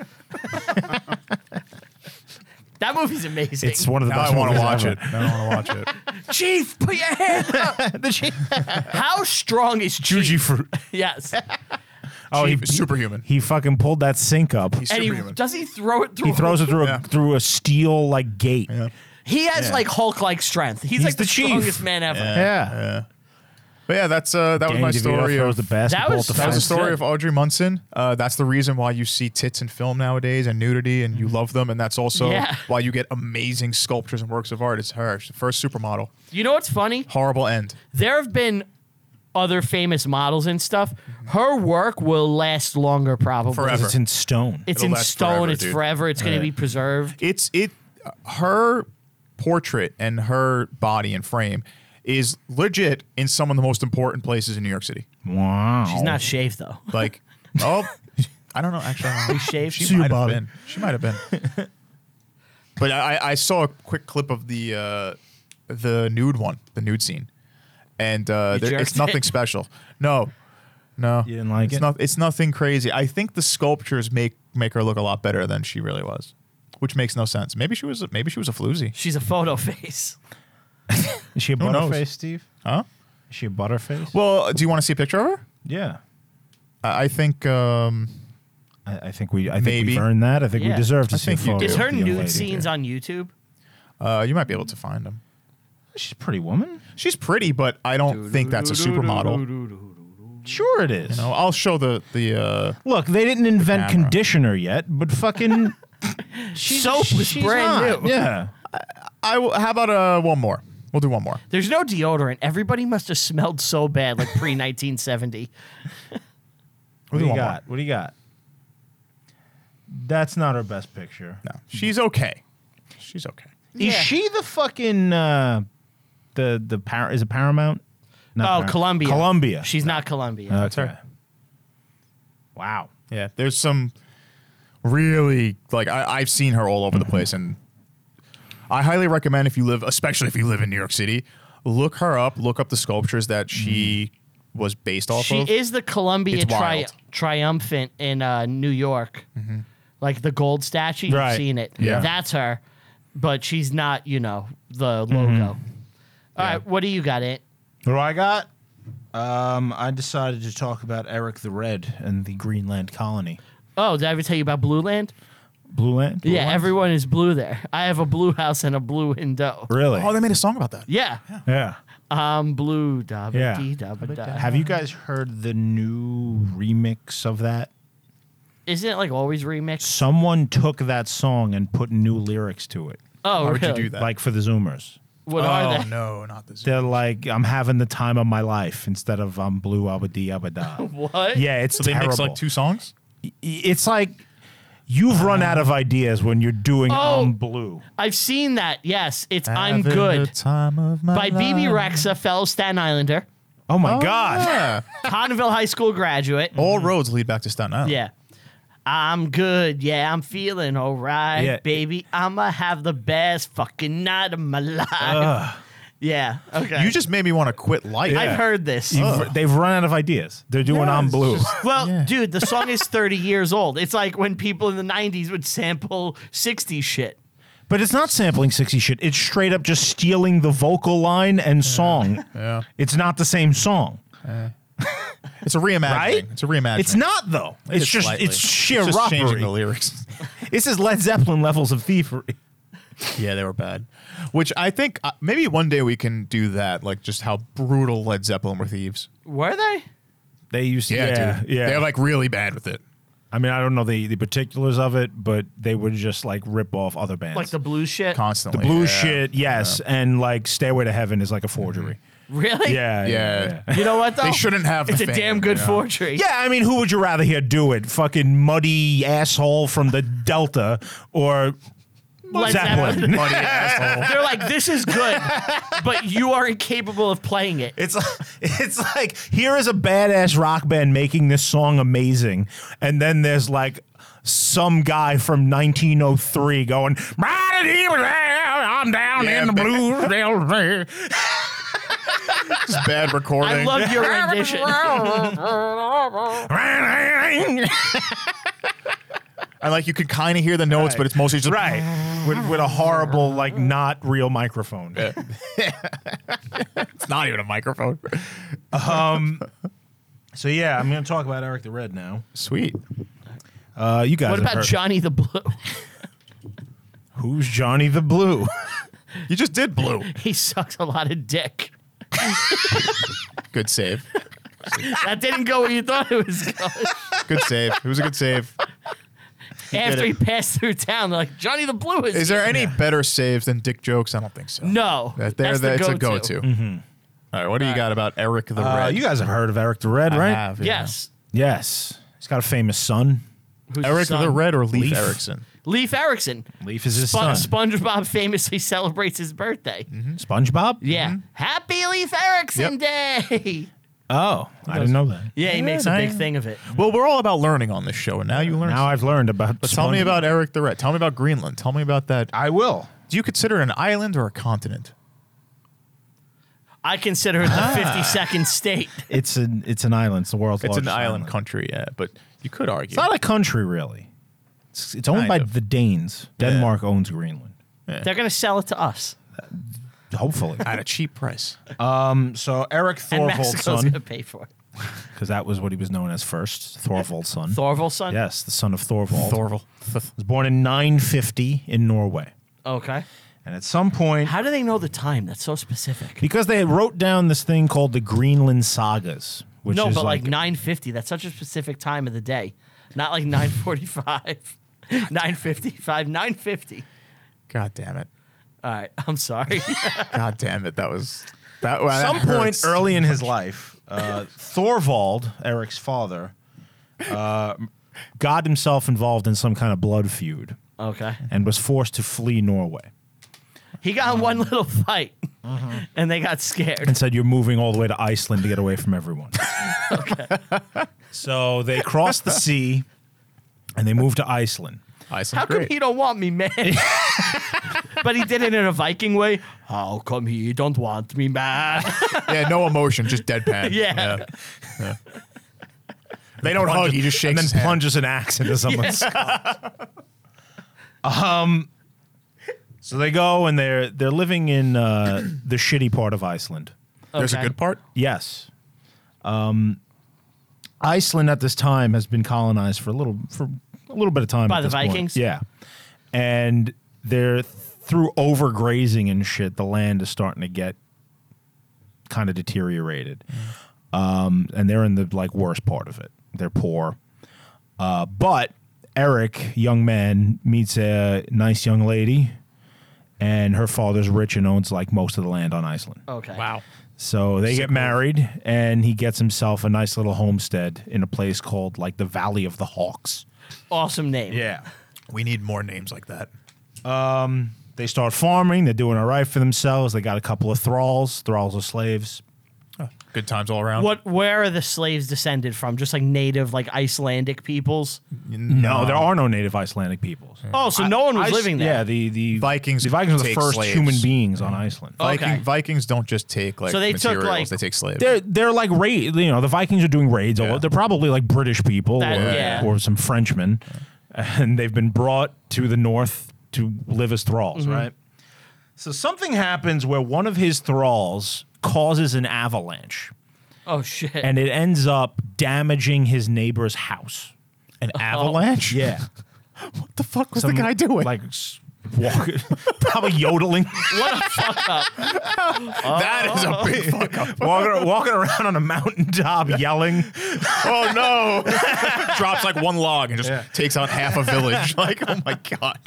S1: That movie's amazing.
S3: It's one of the
S2: Now
S3: best
S2: I want to
S3: movies
S2: watch
S3: ever.
S2: it. Now I want to watch it.
S1: Chief, put your hand up. How strong is Chief?
S3: Juji fruit.
S1: Yes. And
S3: Oh,
S2: Chief is superhuman.
S3: He fucking pulled that sink up.
S2: He's
S1: he
S2: superhuman.
S1: does he throw it through?
S3: He throws it through
S2: Yeah.
S3: a through a steel like gate. Yeah.
S1: He has
S2: Yeah.
S1: like Hulk like strength. He's, like
S3: the
S1: the,
S3: Chief.
S1: strongest man ever.
S2: but yeah, that's uh, that was my story.
S3: That
S2: of-
S3: was the basketball.
S1: was-
S3: at the
S2: That was the
S1: That's
S3: fence.
S2: story
S1: it.
S2: of Audrey Munson. Uh, that's the reason why you see tits in film nowadays and nudity, and you love them. And that's also
S1: Mm-hmm. Yeah.
S2: why you get amazing sculptures and works of art. It's her, she's the first supermodel.
S1: You know what's funny?
S2: Horrible end.
S1: There have been other famous models and stuff. Her work will last longer probably.
S2: Forever.
S3: 'Cause It's in stone.
S1: It's
S2: It'll
S1: in
S2: last
S1: stone,
S2: forever,
S1: it's
S2: dude.
S1: forever, it's gonna be preserved.
S2: It's it. Her portrait and her body and frame is legit in some of the most important places in New York City.
S3: wow.
S1: She's not shaved though.
S2: Like, oh, I don't know. Actually, I don't know.
S1: shaved?
S2: She
S1: See
S2: might have
S3: Bobby.
S2: been. She might have been. but I, I- I saw a quick clip of the uh, the nude one, the nude scene, and uh,
S1: You
S2: there, it's
S1: jerked
S2: nothing
S1: it?
S2: special. No, no,
S3: You didn't like
S2: it's
S3: it?
S2: noth- it's nothing crazy. I think the sculptures make make her look a lot better than she really was, which makes no sense. Maybe she was maybe she was a floozy,
S1: She's a photo face.
S3: Is she a
S2: knows?
S3: butterface, Steve?
S2: huh?
S3: Is she a butterface?
S2: Well, uh, do you want to see a picture of her?
S3: yeah.
S2: I, I think. Um,
S3: I, I think we. I think
S2: Maybe.
S3: we've earned that. I think
S1: Yeah.
S3: we deserve to
S2: I
S3: see a
S2: think you
S3: photo.
S2: do.
S1: Is
S3: of
S1: her
S3: Oh, the young
S1: nude
S3: lady.
S1: scenes on YouTube?
S2: uh, you might be able to find them.
S3: She's a pretty woman.
S2: She's pretty, but I don't think that's a supermodel.
S3: Sure, it is.
S2: No, Oh, I'll show the the. Uh,
S3: Look, they didn't invent
S2: camera.
S3: conditioner yet, but fucking she's,
S1: Soap was
S3: she's
S1: brand
S3: hot.
S1: new.
S3: Yeah.
S2: I will, how about uh one more? We'll do one more.
S1: There's no deodorant. Everybody must have smelled so bad like pre 1970.
S3: What do
S2: do
S3: you
S2: you
S3: got? What do you got? That's not her best picture.
S2: No, she's okay. She's okay.
S3: Is
S1: Yeah.
S3: she the fucking uh, the the par- is it Paramount? Not
S1: Oh,
S3: Paramount.
S1: Columbia.
S3: Columbia.
S1: She's not Columbia.
S3: Okay.
S2: That's her.
S3: Wow.
S2: Yeah, there's some really like I, I've seen her all over the place, and I highly recommend if you live, especially if you live in New York City, look her up. Look up the sculptures that Mm-hmm. she was based off
S1: She
S2: of.
S1: is the Columbia
S2: It's
S1: tri-
S2: wild. Mm-hmm.
S1: triumphant in uh, New York, like the gold statue.
S3: Right.
S1: You've seen it.
S2: Yeah.
S1: that's her, but she's not. You know the logo.
S2: Mm-hmm.
S1: All right, what do you got? It.
S3: What do I got?
S4: Um, I decided to talk about Eric the Red and the Greenland colony.
S1: Oh, did I ever tell you about Blue Land?
S3: Blue Land?
S1: yeah, everyone is blue there. I have a blue house and a blue window.
S3: Really?
S2: oh, they made a song about that.
S1: Yeah,
S3: yeah.
S1: I'm blue. Da ba
S3: Yeah.
S1: dee, da ba da.
S4: Have you guys heard the new remix of that?
S1: Isn't it like always remixed?
S3: Someone took that song and put new lyrics to it,
S1: Oh,
S2: Why would
S1: really?
S2: you do that?
S3: like for the Zoomers.
S1: What
S2: oh
S1: are they?
S2: no, not this.
S3: They're like, I'm having the time of my life instead of I'm blue, abadi, abada.
S1: What?
S3: yeah, it's
S2: so they
S3: terrible.
S2: mix like two songs.
S3: it's like you've run out of ideas when you're doing
S1: Oh.
S3: I'm blue.
S1: I've seen that. Yes, it's I'm
S2: Having
S1: Good
S2: the time of my
S1: by BB
S2: life.
S1: Rexa, fellow Staten Islander,
S3: Oh my God.
S2: Yeah.
S1: Cottonville High School graduate.
S2: All roads lead back to Staten Island.
S1: Yeah. I'm good. Yeah, I'm feeling all right,
S3: Yeah.
S1: baby. I'ma have the best fucking night of my life. Yeah. Okay.
S2: You just made me want to quit life.
S1: I've heard this.
S3: You've- They've run out of ideas. They're doing
S2: Yeah,
S3: I'm
S2: it's
S3: blue.
S2: just-
S1: Well, dude, the song is 30 years old. It's like when people in the 90s would sample 60s shit.
S3: But it's not sampling 60 shit. It's straight up just stealing the vocal line and song.
S2: Yeah.
S3: It's not the same song.
S2: It's a reimagining.
S3: Right?
S2: It's a reimagining.
S3: It's not though. It's just
S2: slightly.
S3: it's sheer
S2: just changing
S3: robbery.
S2: the lyrics.
S3: This is Led Zeppelin levels of thievery.
S2: yeah, they were bad. Which I think uh, maybe one day we can do that. Like just how brutal Led Zeppelin were thieves.
S1: Were they?
S3: They used to
S2: They're like really bad with it.
S3: I mean, I don't know the, the particulars of it, but they would just like rip off other bands.
S1: Like the blues shit?
S3: the
S2: Constantly.
S3: blue
S2: yeah.
S3: shit, yes, and like Stairway to Heaven is like a forgery.
S1: Really?
S3: Yeah,
S2: Yeah.
S1: You know what, though?
S2: They shouldn't have the
S1: It's a
S2: fame,
S1: damn good
S2: you know?
S1: forgery.
S3: Yeah, I mean, who would you rather hear do it? Fucking muddy asshole from the Delta or
S1: Led
S3: Zeppelin?
S2: Funny asshole.
S1: They're like, this is good, but you are incapable of playing it.
S3: It's it's like here is a badass rock band making this song amazing, and then there's like some guy from 1903 going, "Mighty evil, I'm down
S2: Yeah,
S3: in the
S2: ba-
S3: blues. they'll say."
S2: It's bad recording.
S1: I love your rendition.
S2: And like you could kind of hear the notes, but it's mostly just
S3: right with, with a horrible like not real microphone.
S2: It's not even a microphone.
S4: So yeah, I'm gonna talk about Eric the Red now.
S2: Sweet.
S3: Uh, you guys,
S1: What
S3: have
S1: about
S3: heard-
S1: Johnny the Blue?
S3: who's Johnny the Blue?
S2: You just did blue.
S1: He sucks a lot of dick.
S2: Good save.
S1: That didn't go where you thought it was going.
S2: Good save. It was a good save.
S1: After
S2: it.
S1: he passed through town, they're like, Johnny the Blue is.
S2: Is there any better saves than dick jokes? I don't think so.
S1: no.
S2: That there,
S1: that's the
S2: it's a
S1: go-to.
S2: go-to. All right, what do you got about Eric the
S3: Uh,
S2: Red?
S3: you guys have heard of Eric the Red,
S2: I
S3: right?
S2: have, yeah.
S1: Yes.
S3: Yes, he's got a famous son.
S1: Who's
S2: Eric
S1: son?
S2: the Red or Leaf,
S3: Leaf.
S2: Erickson?
S1: Leaf Erickson.
S3: Leaf is his
S1: Spon-
S3: son. Hmm?
S1: SpongeBob famously celebrates his birthday.
S3: SpongeBob.
S1: Yeah. Happy Leaf Erickson Day.
S3: Oh, I didn't know that.
S1: Yeah, he makes a big thing of it.
S2: Well, we're all about learning on this show, and now you learn.
S3: Now I've learned about.
S2: But tell me
S3: Spongebob.
S2: about Eric the Red. Tell me about Greenland. Tell me about that.
S3: I will.
S2: Do you consider it an island or a continent?
S1: I consider it the 52nd state.
S3: It's an it's an island. It's the world's
S2: It's
S3: largest
S2: an island country, yeah, but you could argue.
S3: It's not a country really. It's, it's owned
S2: Kind
S3: by
S2: of.
S3: the Danes. Denmark owns Greenland.
S1: They're going to sell it to us.
S3: Hopefully,
S2: at a cheap price.
S4: Um, so Eric
S1: And
S4: Thorvald's
S1: Mexico's
S4: son.
S1: going to pay for it.
S3: because that was what he was known as first, Thorvald's son.
S1: Thorvalson?
S3: yes, the son of Thorvald.
S2: Thorval.
S3: was born in 950 in Norway,
S1: Okay.
S3: and at some point,
S1: How do they know the time? That's so specific.
S3: because they wrote down this thing called the Greenland Sagas, which
S1: no,
S3: is
S1: but like,
S3: like
S1: 9.50, that's such a specific time of the day. Not like 9.45, 9.55, 9.50.
S2: God damn it.
S1: All right, I'm sorry.
S2: God damn it. That was that. At
S4: some point early in his life, uh, Thorvald, Eric's father,
S3: God uh, himself involved in some kind of blood feud
S1: okay.
S3: and was forced to flee Norway
S1: He got in one
S3: Um,
S1: little fight,
S3: mm-hmm.
S1: and they got scared.
S3: and said, You're moving all the way to Iceland to get away from everyone. So they crossed the sea and they moved to Iceland.
S2: Iceland's
S1: How come
S2: great.
S1: he don't want me, man? but he did it in a Viking way. How come he don't want me, man?
S2: yeah, no emotion, just deadpan.
S1: Yeah.
S2: Yeah. They don't hug. He just shakes
S3: and then
S2: his hand.
S3: plunges an axe into someone's. Um, So they go and they're they're living in uh, the shitty part of Iceland.
S2: There's a
S1: Okay.
S2: good part.
S3: Yes. Um, Iceland at this time has been colonized for a little for a little bit of time
S1: By
S3: at
S1: the
S3: this point.
S1: Vikings?
S3: Yeah, and they're through overgrazing and shit. The land is starting to get kind of deteriorated, um, and they're in the like worst part of it. They're poor, uh, but Eric, young man, meets a nice young lady, and her father's rich and owns like most of the land on Iceland.
S1: Okay.
S3: So they get married, and he gets himself a nice little homestead in a place called like the Valley of the Hawks.
S1: Awesome name.
S3: Yeah.
S2: We need more names like that.
S3: They start farming. They're doing all right for themselves. They got a couple of thralls. Thralls are slaves.
S2: Good times all around.
S1: What? Where are the slaves descended from? Just like native, like Icelandic peoples.
S3: No, Oh, there are no native Icelandic peoples.
S1: Oh, so no one was
S3: Ice-
S1: living
S3: Yeah,
S1: there.
S3: the, the
S2: Vikings
S3: The Vikings are the
S2: take
S3: first
S2: slaves.
S3: human beings on Iceland.
S2: Viking,
S1: okay.
S2: Vikings don't just take like
S1: So they took,
S2: materials;
S1: like-
S2: they take slaves.
S3: They're they're like raid. You know, the Vikings are doing raids. all
S2: Yeah.
S3: over. They're probably like British people
S1: That-
S3: or,
S1: yeah.
S3: or some Frenchmen, and they've been brought to the north to live as thralls,
S2: Mm-hmm.
S3: right? So something happens where one of his thralls causes an avalanche,
S1: oh shit.
S3: and it ends up damaging his neighbor's house.
S2: An
S1: Oh.
S2: avalanche.
S3: Yeah,
S2: What the fuck was
S3: Some-
S2: the guy doing?
S3: Like s- walk, probably yodeling,
S1: what a fuck up.
S2: that is
S1: Oh.
S2: a big fuck up.
S3: walking, walking around on a mountaintop, yelling.
S2: Oh no! Drops like one log and just takes out half a village. Like, oh my god!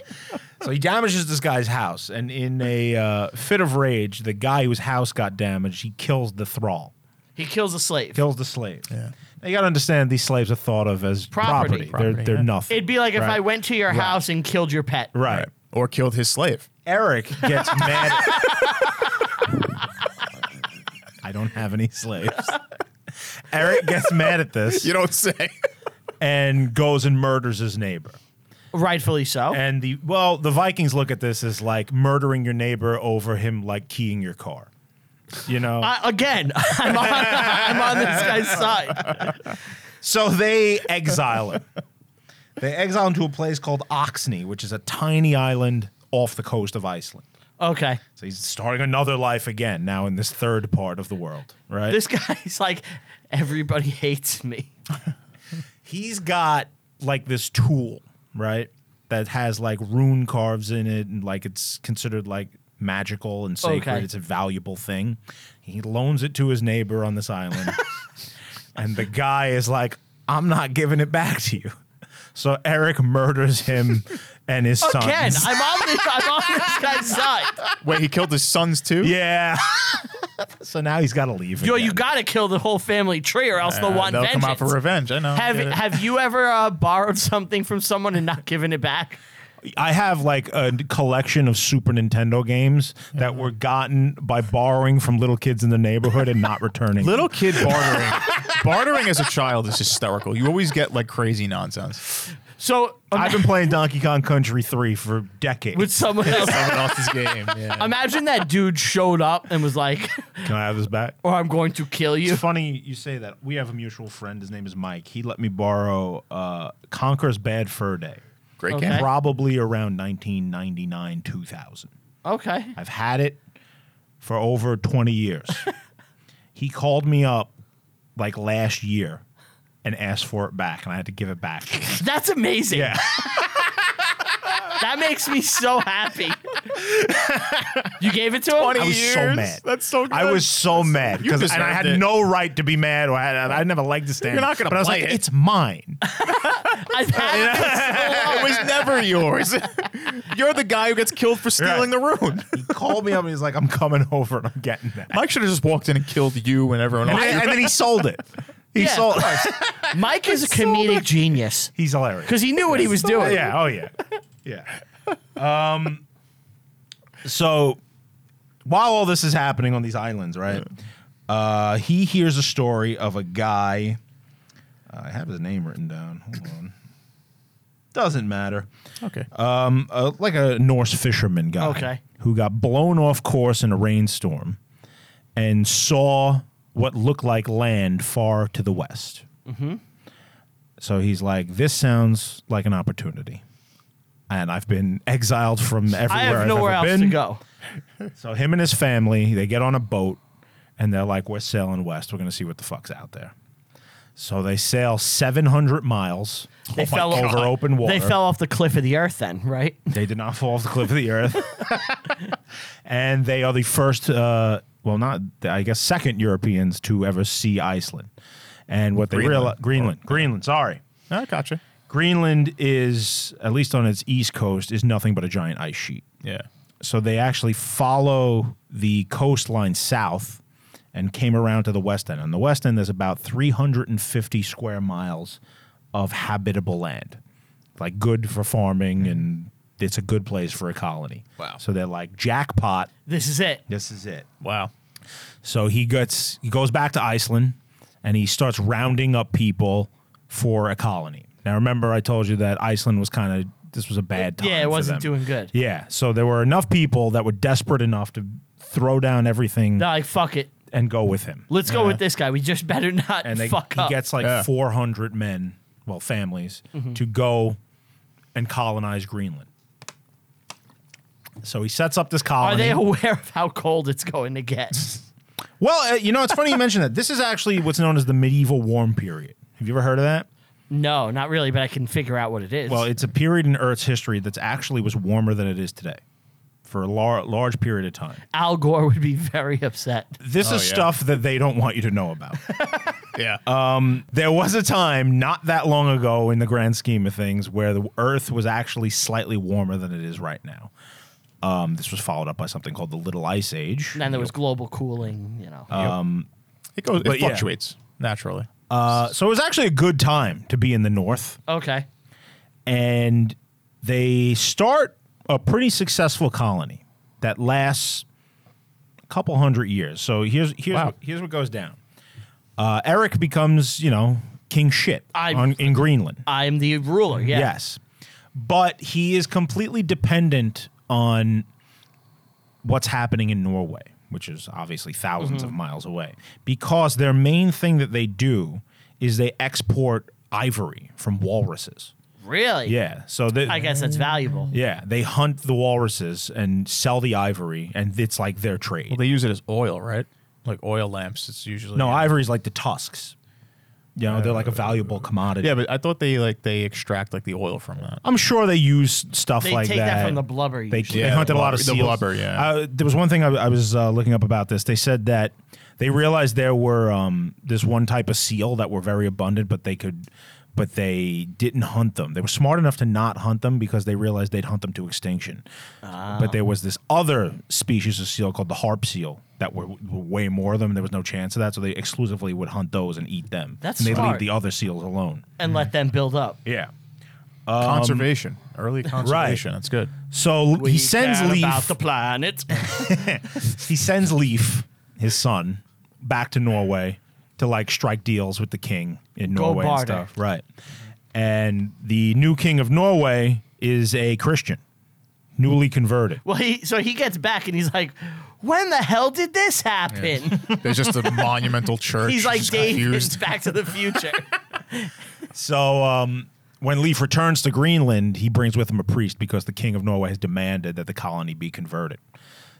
S3: So he damages this guy's house, and in a uh, fit of rage, the guy whose house got damaged, he kills the thrall,
S1: He kills a slave.
S3: kills the slave.
S2: Yeah.
S3: Now you got to understand these slaves are thought of as
S1: Property.
S3: property.
S2: Property,
S3: they're they're
S2: yeah.
S3: nothing.
S1: It'd be like if
S3: Right.
S1: I went to your house and killed your pet.
S3: right.
S2: Or killed his slave.
S3: Eric gets mad. I don't have any slaves. Eric gets mad at this
S2: You don't say.
S3: and goes and murders his neighbor.
S1: Rightfully so.
S3: And the well, the Vikings look at this as like murdering your neighbor over him like keying your car. You know.
S1: I, Uh, again, I'm on, I'm on this guy's side.
S3: So they exile him. they exile him to a place called Oxney, which is a tiny island off the coast of Iceland.
S1: Okay.
S3: So he's starting another life again now in this third part of the world, right?
S1: This guy's like, everybody hates me.
S3: he's got like this tool, right? That has like rune carves in it and like it's considered like magical and sacred.
S1: Okay.
S3: It's a valuable thing. He loans it to his neighbor on this island. and the guy is like, I'm not giving it back to you. So Eric murders him and his son.
S1: Again, I'm on this, I'm on this guy's side.
S2: Wait, he killed his sons too.
S3: yeah. so now he's got to leave.
S1: Yo,
S3: again.
S1: you gotta kill the whole family tree or else
S2: Uh,
S1: they'll want
S2: they'll
S1: vengeance.
S2: come out for revenge. I know.
S1: have
S2: Get it.
S1: Have you ever uh, borrowed something from someone and not given it back?
S3: I have like a collection of Super Nintendo games that were gotten by borrowing from little kids in the neighborhood and not returning.
S2: Little kid bartering. bartering as a child is hysterical. You always get like crazy nonsense.
S1: So
S3: I've been playing Donkey Kong Country 3 for decades.
S1: with someone else.
S2: Someone else's game. Yeah.
S1: Imagine that dude showed up and was like,
S3: Can I have this back?
S1: "Or I'm going to kill you."
S3: It's funny you say that. We have a mutual friend. His name is Mike. He let me borrow uh, Conker's Bad Fur Day,
S2: Great
S1: Okay.
S2: game.
S3: probably around 1999, 2000.
S1: Okay.
S3: I've had it for over 20 years. he called me up like last year and asked for it back, and I had to give it back.
S1: That's amazing.
S3: yeah.
S1: That makes me so happy. you gave it to him?
S3: I was so
S2: years?
S3: mad.
S2: That's so
S3: I
S2: good.
S3: was so mad
S2: you
S3: because and I
S2: deserved
S3: had
S2: it.
S3: no right to be mad. Or I, had, I never liked to stand.
S2: You're not gonna
S3: But I was
S2: play
S3: like,
S2: it.
S3: it's mine.
S1: I've had it so long.
S2: it was never yours. You're the guy who gets killed for stealing the rune.
S3: he called me up and he's like, I'm coming over and I'm getting that.
S2: Mike should have just walked in and killed you and everyone
S3: And,
S2: else.
S3: then- and then he sold it. He
S1: Yeah,
S3: sold.
S1: of course. Mike is a comedic genius
S3: He's hilarious.
S1: because he knew what he was doing.
S3: Yeah. Oh yeah. Yeah. Um. So, while all this is happening on these islands, right? Uh, he hears a story of a guy. I have his name written down. Hold on. Doesn't matter.
S2: Okay.
S3: Um, uh, like a Norse fisherman guy.
S1: Okay.
S3: Who got blown off course in a rainstorm and saw what looked like land far to the west. Mm-hmm. So he's like, this sounds like an opportunity. And I've been exiled from everywhere
S1: I have
S3: I've
S1: nowhere
S3: ever
S1: else
S3: been. Oh
S1: to go.
S3: So him and his family, they get on a boat and they're like, we're sailing west. We're going to see what the fuck's out there. So they sail 700 miles
S1: They fell
S3: over
S1: off,
S3: open water.
S1: They fell off the cliff of the earth. Then, right?
S3: They did not fall off the cliff of the earth. and they are the first, uh, well, not, I guess, second Europeans to ever see Iceland. And what they
S2: Greenland.
S3: realize, Greenland, Greenland, sorry.
S2: I gotcha.
S3: Greenland is, at least on its east coast, is nothing but a giant ice sheet.
S2: Yeah.
S3: So they actually follow the coastline south and came around to the west end. On the west end, there's about 350 square miles of habitable land, like good for farming, and it's a good place for a colony.
S2: Wow.
S3: So they're like, jackpot,
S1: This is it.
S3: this is it.
S2: Wow.
S3: So he gets he goes back to Iceland and he starts rounding up people for a colony. Now remember I told you that Iceland was kind of this was a bad time.
S1: Yeah, it
S3: for
S1: wasn't
S3: them.
S1: doing good.
S3: Yeah, so there were enough people that were desperate enough to throw down everything
S1: They're like, fuck it.
S3: and go with him.
S1: Let's go with this guy. We just better not
S3: And they,
S1: fuck
S3: he
S1: up.
S3: gets like
S2: Yeah.
S3: 400 men, well families,
S1: Mm-hmm.
S3: to go and colonize Greenland. So he sets up this colony.
S1: Are they aware of how cold it's going to get?
S3: Well, uh, you know, it's funny you mentioned that. This is actually what's known as the medieval warm period. Have you ever heard of that?
S1: no, not really, but I can figure out what it is.
S3: Well, it's a period in Earth's history that's actually was warmer than it is today for a lar- large period of time.
S1: Al Gore would be very upset.
S3: This is
S2: Oh, yeah.
S3: stuff that they don't want you to know about.
S2: Yeah.
S3: there was a time not that long ago in the grand scheme of things where the Earth was actually slightly warmer than it is right now. Um, this was followed up by something called the Little Ice Age.
S1: And then there was global cooling, you know.
S2: it goes.
S3: but
S2: It
S3: yeah.
S2: fluctuates naturally.
S3: Uh, so it was actually a good time to be in the North.
S1: okay.
S3: and they start a pretty successful colony that lasts a couple hundred years. So here's here's
S2: Wow.
S3: what, here's what goes down. Uh, Eric becomes you know king shit
S1: I-
S3: on, in Greenland.
S1: I'm the ruler, yeah.
S3: Yes, but he is completely dependent on what's happening in Norway, which is obviously 1000s
S1: Mm-hmm.
S3: of miles away, because their main thing that they do is they export ivory from walruses.
S1: Really?
S3: Yeah, so the,
S1: I guess that's valuable.
S3: yeah, they hunt the walruses and sell the ivory, and it's like their trade.
S2: Well, they use it as oil, right? Like oil lamps. It's usually
S3: no, ivory's like the tusks. You know, they're like a
S1: Uh,
S3: valuable commodity.
S2: Yeah, but I thought they like they extract like the oil from that.
S3: I'm sure they use stuff
S1: They
S3: like
S1: take that.
S3: that.
S1: from the blubber.
S3: they,
S1: usually.
S3: they
S2: Yeah,
S3: hunted
S2: the
S3: a lot
S2: blubber-
S3: of
S2: the
S3: seals.
S2: blubber, yeah.
S3: Uh, there was one thing I, I was uh, looking up about this. They said that they realized there were um, this one type of seal that were very abundant, but they could, but they didn't hunt them. They were smart enough to not hunt them because they realized they'd hunt them to extinction.
S1: Ah.
S3: But there was this other species of seal called the harp seal that were, were way more of them. There was no chance of that, so they exclusively would hunt those and eat them.
S1: That's
S3: and they
S1: smart.
S3: leave the other seals alone.
S1: and let them build up.
S3: Yeah.
S2: Um, conservation, early conservation. That's good.
S3: So
S1: We
S3: he sends
S1: care
S3: Leaf
S1: about the planet.
S3: he sends Leif, his son, back to Norway to like strike deals with the king in
S1: Go
S3: Norway and
S1: barter.
S3: stuff. Right. And the new king of Norway is a Christian, newly converted.
S1: well, he so he gets back and he's like, "When the hell did this happen?"
S2: There's just a monumental church.
S1: He's like
S2: just
S1: Dave
S2: confused.
S1: in Back to the Future.
S3: So um, when Leif returns to Greenland, he brings with him a priest because the king of Norway has demanded that the colony be converted.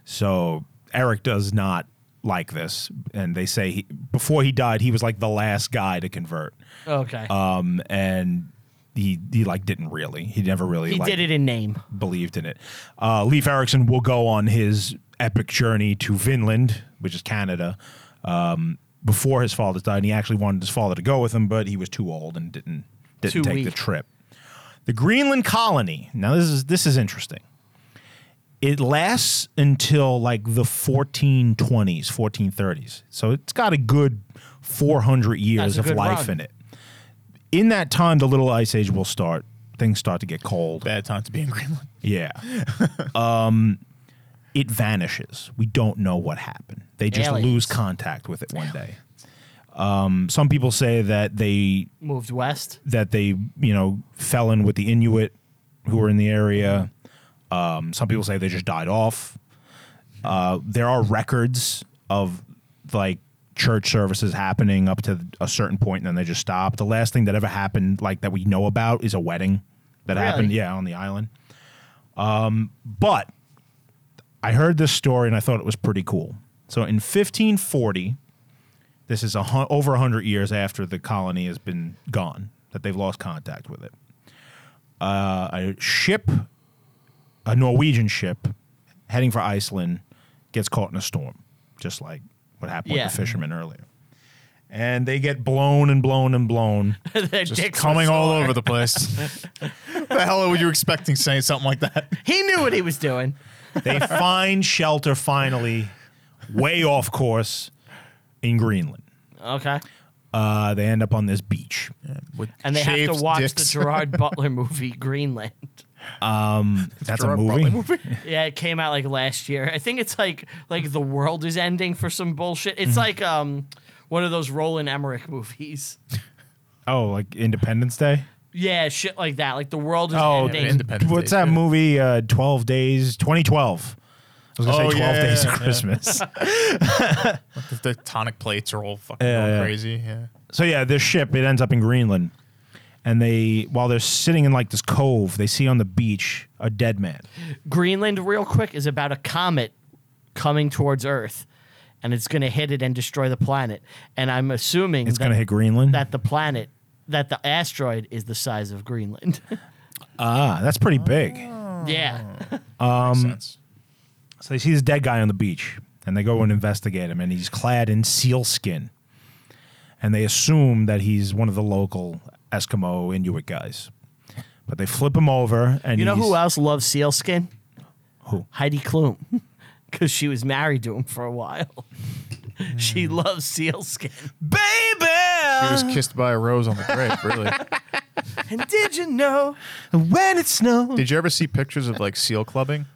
S3: So Eric does not like this, and they say he, before he died, he was like the last guy to convert.
S1: okay.
S3: um, and he he like didn't really. He never really
S1: he
S3: like,
S1: did it in name.
S3: believed in it. Uh, Leif Erikson will go on his epic journey to Vinland, which is Canada, um, before his father died. And he actually wanted his father to go with him, but he was too old and didn't didn't
S1: Too
S3: take the
S1: weak.
S3: trip. The Greenland colony. Now this is this is interesting. It lasts until like the 1420s, 1430s. So it's got a good 400 years
S1: a
S3: of
S1: good
S3: life
S1: run.
S3: in it. In that time, the little ice age will start. Things start to get cold.
S2: Bad time to be in Greenland.
S3: Yeah. um, it vanishes. We don't know what happened. They just
S1: Aliens.
S3: lose contact with it one day. Um, some people say that they
S1: Moved west.
S3: that they you know fell in with the Inuit who were in the area. Um, some people say they just died off. Uh, there are records of like church services happening up to a certain point and then they just stop. The last thing that ever happened like that we know about is a wedding that
S1: Really?
S3: happened yeah on the island. Um, but I heard this story and I thought it was pretty cool. So in 1540, this is a hun- over 100 years after the colony has been gone, that they've lost contact with it. Uh, a ship, a Norwegian ship, heading for Iceland, gets caught in a storm, just like what happened
S1: Yeah.
S3: with the fishermen earlier. And they get blown and blown and blown.
S1: Their
S2: Just
S1: dicks were
S2: coming
S1: so
S2: all
S1: hard.
S2: over the place. the hell were you expecting saying something like that?
S1: He knew what he was doing.
S3: they find shelter finally, way off course, in Greenland.
S1: Okay.
S3: Uh, they end up on this beach.
S2: With
S1: And they have
S2: shaved
S1: to watch
S2: dicks.
S1: the Gerard Butler movie Greenland.
S3: That's
S2: Gerard
S3: a movie.
S2: Butler
S1: Yeah, it came out like last year. I think it's like like the world is ending for some bullshit. It's like um one of those Roland Emmerich movies.
S3: Oh, like Independence Day.
S1: Yeah, shit like that. Like the world is
S3: Oh,
S1: ending.
S2: Independence
S3: what's
S2: Day,
S3: that
S2: too.
S3: movie? Uh, Twelve Days, 2012. I was gonna
S2: Oh,
S3: say Twelve
S2: yeah,
S3: Days
S2: yeah.
S3: of Christmas.
S2: The, the tonic plates are all fucking
S3: Yeah,
S2: going
S3: yeah.
S2: crazy. Yeah.
S3: so yeah, this ship it ends up in Greenland, and they while they're sitting in like this cove, they see on the beach a dead man.
S1: Greenland, real quick, is about a comet coming towards Earth, and it's going to hit it and destroy the planet. And I'm assuming
S3: It's
S1: that,
S3: gonna hit Greenland.
S1: that the planet, that the asteroid is the size of Greenland.
S3: ah, that's pretty big.
S1: yeah.
S2: Makes sense.
S3: So they see this dead guy on the beach, and they go and investigate him, and he's clad in seal skin, and they assume that he's one of the local Eskimo Inuit guys. But they flip him over, and
S1: You know
S3: he's-
S1: who else loves sealskin?
S3: Who?
S1: Heidi Klum. Because she was married to him for a while. she
S3: Hmm.
S1: loves sealskin.
S3: baby.
S2: He was kissed by a rose on the grave, really.
S1: And did you know?
S3: When it snows.
S2: Did you ever see pictures of like seal clubbing?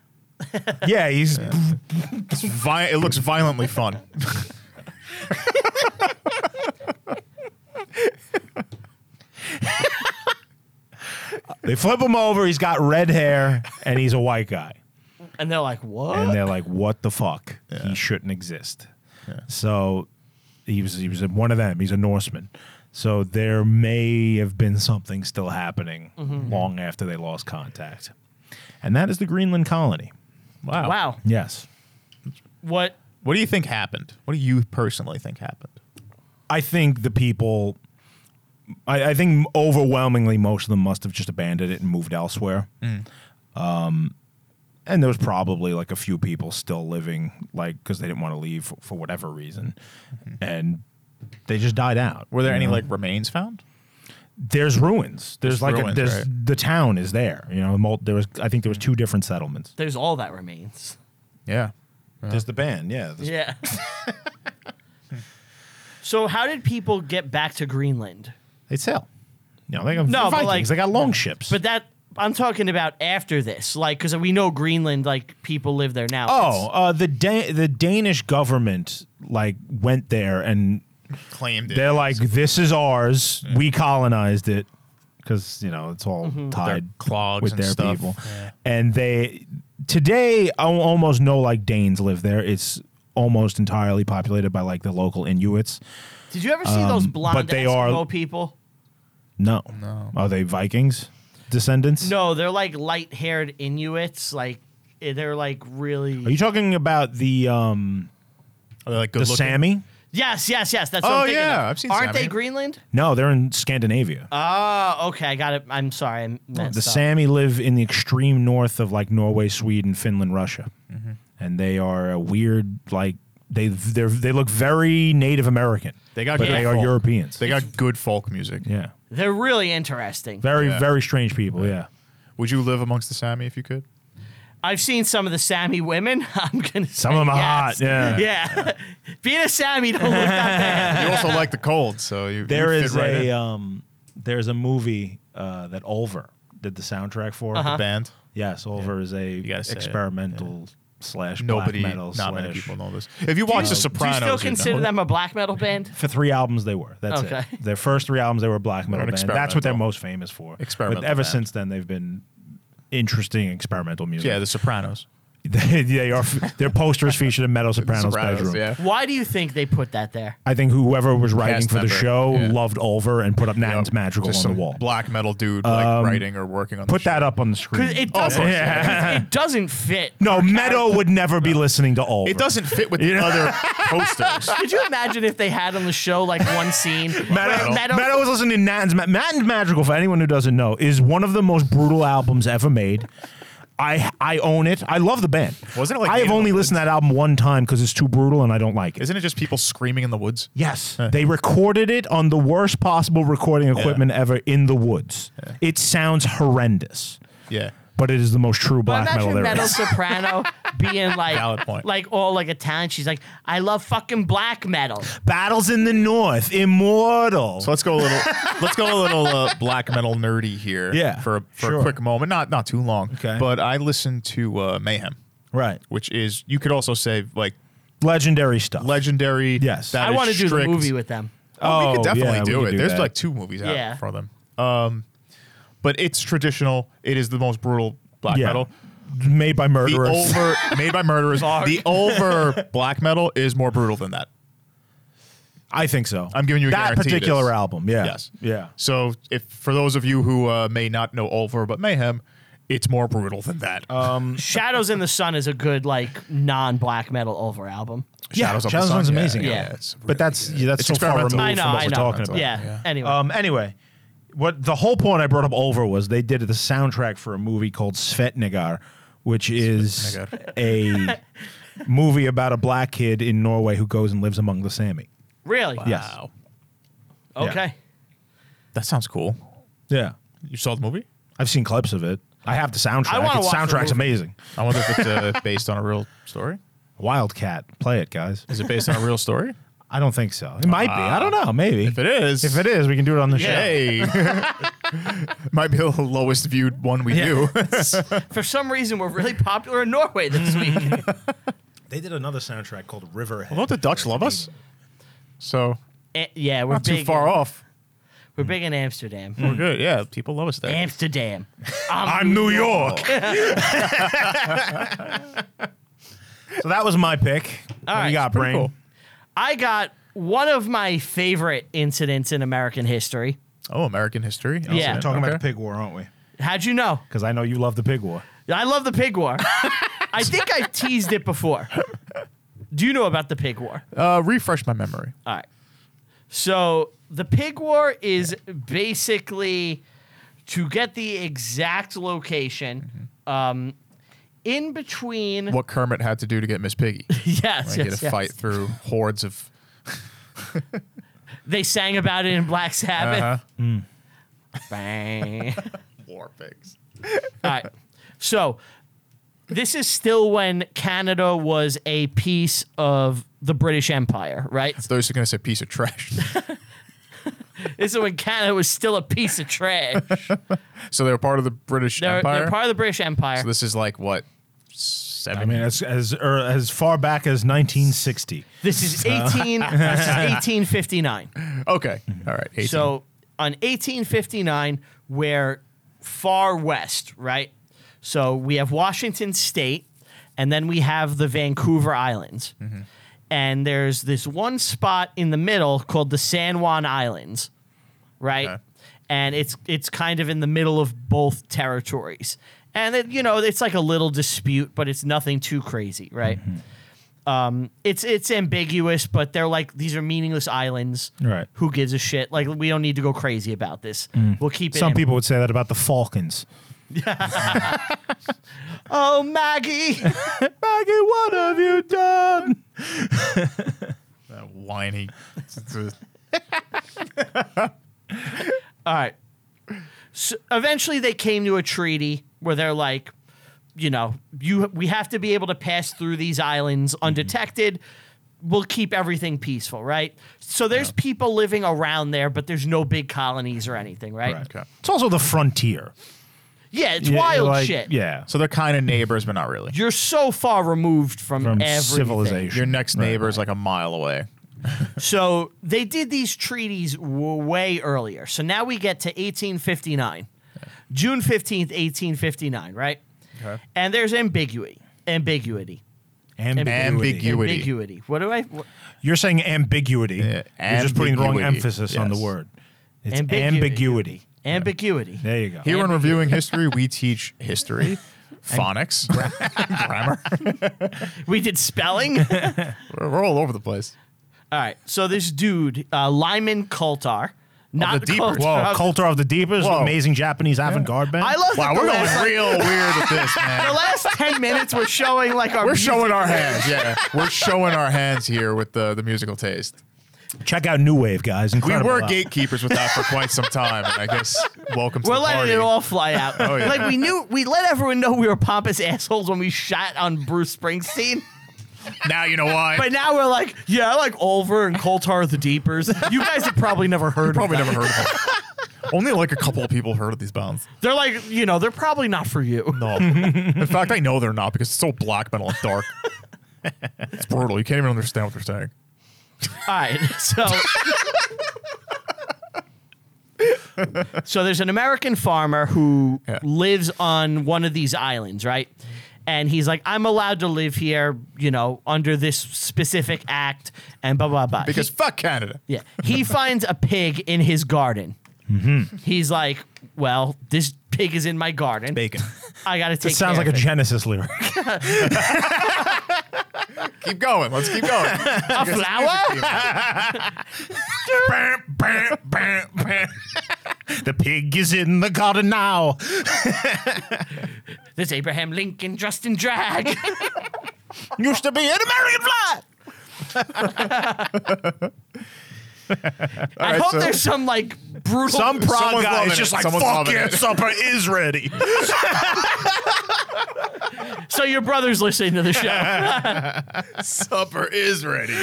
S3: Yeah, he's
S2: It's vi- it looks violently fun.
S3: they flip him over. He's got red hair and he's a white guy,
S1: And they're like, what?
S3: and they're like, "What the fuck? He shouldn't exist." So he was he was one of them. He's a Norseman. So there may have been something still happening long after they lost contact, and that is the Greenland colony.
S2: Wow.
S1: wow.
S3: Yes,
S1: What?
S2: What do you think happened? What do you personally think happened?
S3: I think the people. I, I think overwhelmingly most of them must have just abandoned it and moved elsewhere. Um,
S1: Mm.
S3: and there was probably like a few people still living, like because they didn't want to leave for, for whatever reason,
S1: Mm-hmm.
S3: and they just died out.
S2: Were there
S3: you
S2: any
S3: know?
S2: like remains found?
S3: There's ruins. There's,
S2: There's
S3: like a,
S2: ruins,
S3: there's
S2: right.
S3: the town is there. You know, mul- there was I think there was two different settlements.
S1: There's all that remains.
S2: Yeah.
S3: There's the band, yeah. there's-
S1: Yeah. so how did people get back to Greenland?
S3: They sail. You know, they got
S1: No, but,
S3: Vikings.
S1: like-
S3: they got long ships.
S1: But that I'm talking about after this, like because we know Greenland, like people live there now.
S3: Oh, uh, the da- the Danish government like went there and
S2: Claimed it.
S3: they're like, "This is ours. We colonized it." Because you know it's all tied
S2: Mm-hmm. clogs
S3: with
S2: and
S3: their
S2: stuff.
S3: people,
S2: Yeah.
S3: and they today I almost know like Danes live there. It's almost entirely populated by like the local Inuits.
S1: did you ever see those blonde
S3: um, but they
S1: Eskimo
S3: are-
S1: people?
S3: No, no, are they Vikings descendants?
S1: No, they're like light-haired Inuits. Like eh, they're like really.
S3: Are you talking about the um
S2: Are they like
S3: the
S2: good looking?
S3: Sami?
S1: yes, yes, yes. That's. What
S2: Oh,
S1: I'm thinking
S2: yeah,
S1: of.
S2: I've seen
S1: Aren't
S2: Sami.
S1: they Greenland?
S3: No, they're in Scandinavia.
S1: Oh, okay. I got it. I'm sorry.
S2: Oh,
S1: I messed
S3: the
S1: up.
S3: Sami live in the extreme north of like Norway, Sweden, Finland, Russia,
S2: Mm-hmm.
S3: and they are a weird like they they they look very Native American.
S2: They got
S3: but
S2: good
S3: they are
S2: folk.
S3: Europeans.
S2: They got good folk music.
S3: yeah,
S1: They're really interesting.
S3: very
S2: Yeah.
S3: very strange people. Yeah,
S2: Would you live amongst the Sami if you could?
S1: I've seen some of the Sami women. I'm gonna.
S3: some of them are hot. Yeah,
S1: Yeah. Being a Sami don't look that bad.
S2: You also like the cold, so you.
S3: There
S2: you
S3: is
S2: fit right
S3: a
S2: in.
S3: um, there's a movie uh, that
S2: uh,
S3: Olver did the soundtrack for.
S2: band.
S3: Yes, Olver is a
S2: Uh-huh. gotta say it.
S3: experimental slash
S2: Nobody,
S3: black metal
S2: not
S3: slash
S2: many people know this. If you watch The
S1: Do you
S2: Sopranos,
S1: still
S2: you know.
S1: consider them a black metal band?
S3: for three albums they were. That's
S1: Okay.
S3: it. Their first three albums they were a black metal
S2: an
S3: band. That's what they're
S2: experimental-
S3: most famous for.
S2: experimental
S3: But ever
S2: band.
S3: since then they've been interesting experimental music.
S2: Yeah, The Sopranos.
S3: they, they are their posters featured in Metal Sopranos,
S2: Sopranos,
S3: bedroom.
S2: yeah.
S1: Why do you think they put that there?
S3: I think whoever was writing
S2: Cast
S3: for the
S2: member,
S3: show
S2: yeah.
S3: loved Ulver and put up Nathan's
S2: Yep.
S3: Magical
S2: Just
S3: on
S2: some
S3: the wall.
S2: Black metal dude like writing or working on.
S3: Put
S2: the
S3: that up on the screen.
S1: 'Cause It
S2: Oh, of
S1: doesn't.
S2: course,
S1: It doesn't fit.
S3: no, Meadow would never be listening to Ulver.
S2: It doesn't fit with the
S3: Yeah.
S2: other posters.
S1: Could you imagine if they had on the show like one scene?
S3: Meadow,
S1: where
S3: Meadow, was listening to Nathan's Ma- Nathan's Magical. For anyone who doesn't know, is one of the most brutal albums ever made. I I own it. I love the band.
S2: Wasn't it like
S3: I have
S2: Native
S3: only
S2: Woods?
S3: listened to that album one time because it's too brutal and I don't like it.
S2: Isn't it just people screaming in the woods?
S3: Yes, they recorded it on the worst possible recording equipment ever in the woods. It sounds horrendous,
S2: Yeah.
S3: but it is the most true
S1: But
S3: black metal
S1: imagine
S3: there
S1: metal
S3: is.
S1: soprano being
S2: Valid
S1: like,
S2: point.
S1: like all like Italian. She's like, I love fucking black metal.
S3: Battles in the North, immortal.
S2: So let's go a little. let's go a little uh, black metal nerdy here.
S3: Yeah,
S2: For a, for
S3: sure.
S2: a quick moment, not not too long.
S3: Okay.
S2: But I listened to uh, Mayhem,
S3: right,
S2: which is you could also say like
S3: legendary stuff.
S2: legendary.
S3: Yes.
S2: that
S1: I
S2: is
S1: want to do the
S2: strict.
S1: movie with them.
S2: Oh, we
S3: Oh,
S2: could definitely
S3: yeah, we
S2: do
S3: could
S2: it.
S3: do
S2: There's
S3: that.
S2: like two movies out
S1: Yeah.
S2: for them. Um, but it's traditional. It is the most brutal black
S3: Yeah.
S2: metal.
S3: made by
S2: The
S3: murderers.
S2: over made by murderers.
S1: Fuck.
S2: The over black metal is more brutal than that.
S3: I think so.
S2: I'm giving you a
S3: that
S2: guarantee it
S3: particular
S2: is.
S3: album. Yeah.
S2: Yes.
S3: Yeah.
S2: So if for those of you who uh, may not know Ulver but Mayhem, it's more brutal than that.
S3: Uh,
S1: Shadows in the Sun is a good like non-black metal over album.
S3: Yeah,
S2: Shadows of the
S3: Shadows
S2: Sun,
S3: One's
S2: yeah,
S3: amazing.
S1: Yeah.
S2: it's really
S3: But that's
S2: good.
S3: yeah, that's
S2: It's
S3: so far removed
S2: experimental.
S3: from
S1: I
S3: what
S1: know,
S3: we're
S1: I know.
S3: talking about.
S1: Yeah.
S2: Yeah.
S1: Anyway,
S3: Um, anyway, what the whole point I brought up over was they did the soundtrack for a movie called Svetnegar, which is a movie about a black kid in Norway who goes and lives among the Sami.
S1: really?
S3: Yes.
S1: Okay.
S2: That sounds cool.
S3: Yeah.
S2: You saw the movie?
S3: I've seen clips of it. I have the soundtrack.
S1: I wanna
S3: Its
S1: watch the
S3: soundtrack's
S1: movie.
S3: amazing.
S2: I wonder if it's uh, based on a real story.
S3: Wildcat, play it, guys.
S2: Is it based on a real story?
S3: I don't think so. It might be. I don't know. Maybe.
S2: If it is,
S3: If it is, we can do it on the show.
S2: hey, might be the lowest viewed one we do.
S1: For some reason, we're really popular in Norway this week.
S3: They did another soundtrack called Riverhead.
S2: Don't the Dutch love us? So
S1: Eh, yeah, we're
S2: not
S1: big.
S2: too far off. Hmm.
S1: We're big in Amsterdam.
S2: We're good. Yeah, people love us there.
S1: Amsterdam.
S3: I'm New York. so that was my pick. All
S1: right.
S3: you got,
S2: Pretty
S3: Brain?
S2: cool.
S1: I got one of my favorite incidents in American history.
S2: Oh, American history.
S1: Yeah.
S3: We're talking about the pig war, aren't we?
S1: How'd you know?
S3: Because I know you love the pig war.
S1: I love the pig war. I think I've teased it before. Do you know about the pig war?
S2: Uh, refresh my memory.
S1: All right. So the pig war is basically to get the exact location um, in between.
S2: What Kermit had to do to get Miss Piggy.
S1: Yes, yes,
S2: I get a
S1: yes.
S2: fight through hordes of.
S1: They sang about it in Black Sabbath.
S2: Uh-huh.
S1: Bang.
S2: War pigs.
S1: All right. So this is still when Canada was a piece of the British Empire, right?
S2: Those are going to say piece of trash.
S1: This is when Canada was still a piece of trash.
S2: so they were part of the British
S1: They're,
S2: Empire.
S1: they're part of the British Empire.
S2: so this is like what?
S3: I
S2: Seven.
S3: mean, as as er, as far back as 1960.
S1: this is 18 this is 1859.
S2: okay.
S3: Mhm.
S2: All right. 18.
S1: So on 1859, we're far west, right? So we have Washington State, and then we have the Vancouver Islands. And there's this one spot in the middle called the San Juan Islands, right?
S2: Okay.
S1: And it's it's kind of in the middle of both territories. And it, you know, it's like a little dispute, but it's nothing too crazy, right? Um, it's it's ambiguous, but they're like these are meaningless islands
S3: Right.
S1: who gives a shit? Like we don't need to go crazy about this. We'll keep it.
S3: Mm. Some
S1: in-
S3: people would say that about the Falcons.
S1: Oh, Maggie.
S3: Maggie, what have you done?
S2: That whiny.
S1: All right. So eventually, they came to a treaty where they're like, you know, you we have to be able to pass through these islands
S3: Mm-hmm.
S1: undetected. We'll keep everything peaceful, right? So there's people living around there, but there's no big colonies or anything, right?
S3: Right.
S2: Okay.
S3: It's also the frontier.
S1: Yeah, it's
S3: Yeah,
S1: wild
S3: like,
S1: shit.
S3: Yeah.
S2: So they're kind of neighbors, but not really.
S1: You're so far removed from,
S3: From
S1: everything.
S3: civilization.
S2: Your next neighbor is like a mile away.
S1: So they did these treaties w- way earlier. So now we get to 1859, June 15th, 1859, right? And there's ambiguity. Ambiguity.
S2: Ambiguity.
S1: Ambiguity. What do I? What,
S3: You're saying ambiguity.
S2: Yeah,
S3: You're just putting the wrong
S2: ambiguity,
S3: emphasis on the
S2: yes.
S3: word. It's
S1: Ambiguity.
S3: ambiguity.
S1: ambiguity.
S3: There you go.
S2: Here on Reviewing History, we teach history, phonics, grammar.
S1: We did spelling. all
S2: We're, we're all over the place.
S1: right. So this dude, uh, Lyman Coulter, not
S2: Oh, the Deepers.
S1: Coulter.
S3: Whoa, Coulter Oh, of the Deepest,
S2: Whoa.
S3: amazing Japanese avant-garde band.
S1: I love that
S2: Wow,
S1: the
S2: we're
S1: last,
S2: going real weird with this,
S1: the
S2: man.
S1: last ten minutes we're showing like our.
S2: We're
S1: music-
S2: showing our hands, yeah. We're showing our hands here with the, the musical taste.
S3: Check out New Wave, guys.
S2: We
S3: Incredible
S2: were
S3: album.
S2: gatekeepers with that for quite some time, and I guess welcome to
S1: We're
S2: the
S1: letting
S2: party.
S1: it all fly out.
S2: Oh, yeah.
S1: Like we knew, we let everyone know we were pompous assholes when we shot on Bruce Springsteen.
S2: Now you know why.
S1: But now we're like, yeah, I like Olver and Coltar the Deepers. You guys have probably never heard of
S2: Probably
S1: them.
S2: never heard of them. Only like a couple of people heard of these bands.
S1: They're like, you know, they're probably not for you.
S2: No. In fact, I know they're not because it's so black metal and dark. It's brutal. You can't even understand what they're saying.
S1: All right. So So there's an American farmer who
S2: Yeah.
S1: lives on one of these islands, right? And he's like, I'm allowed to live here, you know, under this specific act and blah blah blah.
S2: Because fuck Canada.
S1: Yeah. He finds a pig in his garden.
S3: Mm-hmm.
S1: He's like, well, this pig is in my garden.
S2: Bacon.
S1: I got to take
S3: It sounds
S1: care
S3: like a
S1: of
S3: Genesis lyric.
S2: keep going. Let's keep going.
S1: it. a flower.
S3: Bam, bam, bam, bam. the pig is in the garden now.
S1: This Abraham Lincoln dressed in drag.
S3: Used to be an American flag.
S1: I
S2: right,
S1: hope
S2: so-
S1: there's some like brutal.
S3: Some
S2: Someone's
S3: Prague guy
S2: loving
S3: is Oh, just
S2: it.
S3: like,
S2: Someone's
S3: fuck
S2: loving
S3: yeah,
S2: it."
S3: supper is ready.
S1: so your brother's listening to the show.
S2: Supper is ready.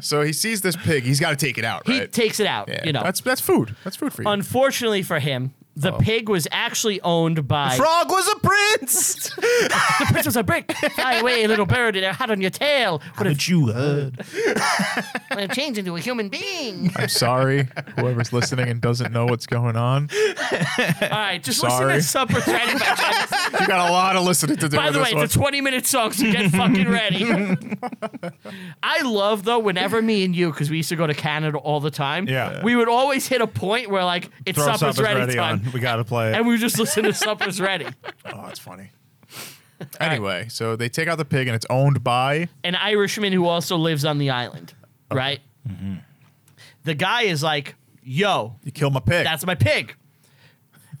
S2: so he sees this pig. He's got to take it out,
S1: He
S2: right?
S1: takes it out.
S2: Yeah.
S1: You know.
S2: that's Oh. that's food. That's food for you.
S1: Unfortunately for him, the pig was actually owned by
S3: Prague was a prince.
S1: the prince was a brick. Fly away, little bird, and a hat on your tail. Would
S3: But you heard.
S1: have changed into a human being.
S2: I'm sorry, whoever's listening and doesn't know what's going on.
S1: All right, just
S2: Sorry.
S1: listen to supper tragedy by Travis.
S2: You got a lot of listening to do.
S1: By
S2: with
S1: the way,
S2: this one.
S1: it's a 20 minute song, so get fucking ready. I love, though, whenever me and you, because we used to go to Canada all the time,
S3: Yeah.
S1: we would always hit a point where, like, it's
S3: Throw
S1: supper's,
S3: supper's
S1: ready,
S3: ready
S1: time.
S3: on. We got to play it.
S1: And we would just listen to supper's ready.
S2: Oh, it's funny. Anyway, so they take out the pig and it's owned by
S1: An Irishman who also lives on the island, right?
S3: Mm-hmm.
S1: The guy is like, yo,
S2: you kill my pig.
S1: that's my pig.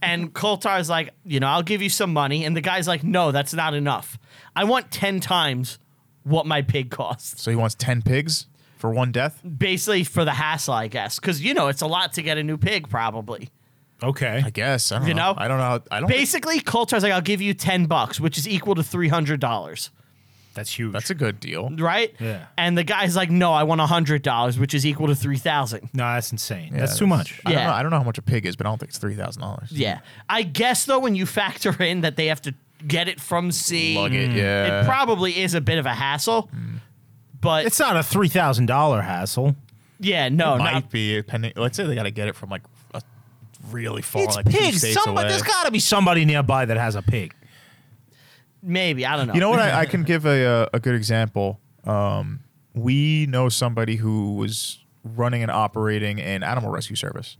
S1: And Coltar's like, you know, I'll give you some money. And the guy's like, no, that's not enough. I want 10 times what my pig costs.
S2: so he wants ten pigs for one death.
S1: basically for the hassle, I guess, because you know it's a lot to get a new pig, probably.
S3: Okay.
S2: I guess I don't
S1: You
S2: know.
S1: know?
S2: I don't know. How, I don't. think-
S1: Basically, Coulter's like, "I'll give you ten bucks, which is equal to three hundred dollars,
S3: That's huge.
S2: that's a good deal.
S1: right?"
S3: Yeah.
S1: And the guy's like, "No, I want hundred dollars, which is equal to three thousand.
S3: no, that's insane.
S2: Yeah,
S3: that's too much.
S2: I don't
S1: Yeah.
S2: know. I don't know how much a pig is, but I don't think it's three thousand dollars.
S1: Yeah. I guess though, when you factor in that they have to get it from sea,
S2: Lug it, yeah.
S1: it probably is a bit of a hassle.
S2: Mm.
S1: But
S3: It's not a three thousand dollar hassle.
S1: yeah, no,
S2: might
S1: not,
S2: be depending. Let's say they got to get it from like a really far,
S3: It's
S2: like two
S3: pigs.
S2: states
S3: Somebody,
S2: away.
S3: there's got to be somebody nearby that has a pig.
S1: maybe I don't know.
S2: You know what? I, I can give a, a a good example. Um, we know somebody who was running and operating an animal rescue service,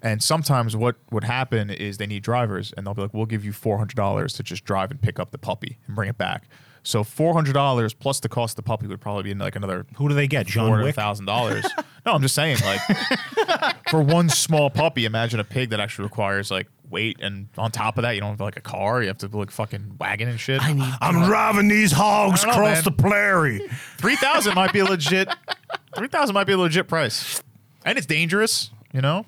S2: and sometimes what would happen is they need drivers, and they'll be like, "We'll give you four hundred dollars to just drive and pick up the puppy and bring it back." So four hundred dollars plus the cost of the puppy would probably be like another
S3: Who do they get? John
S2: four
S3: Wick.
S2: thousand dollars. No, I'm just saying, like, for one small puppy, imagine a pig that actually requires like weight, and on top of that, you don't have like a car. You have to like fucking wagon and shit. I need
S3: I'm driving these hogs
S2: I don't know, man.
S3: prairie.
S2: three thousand might be a legit. Three thousand might be a legit price, and it's dangerous. You know,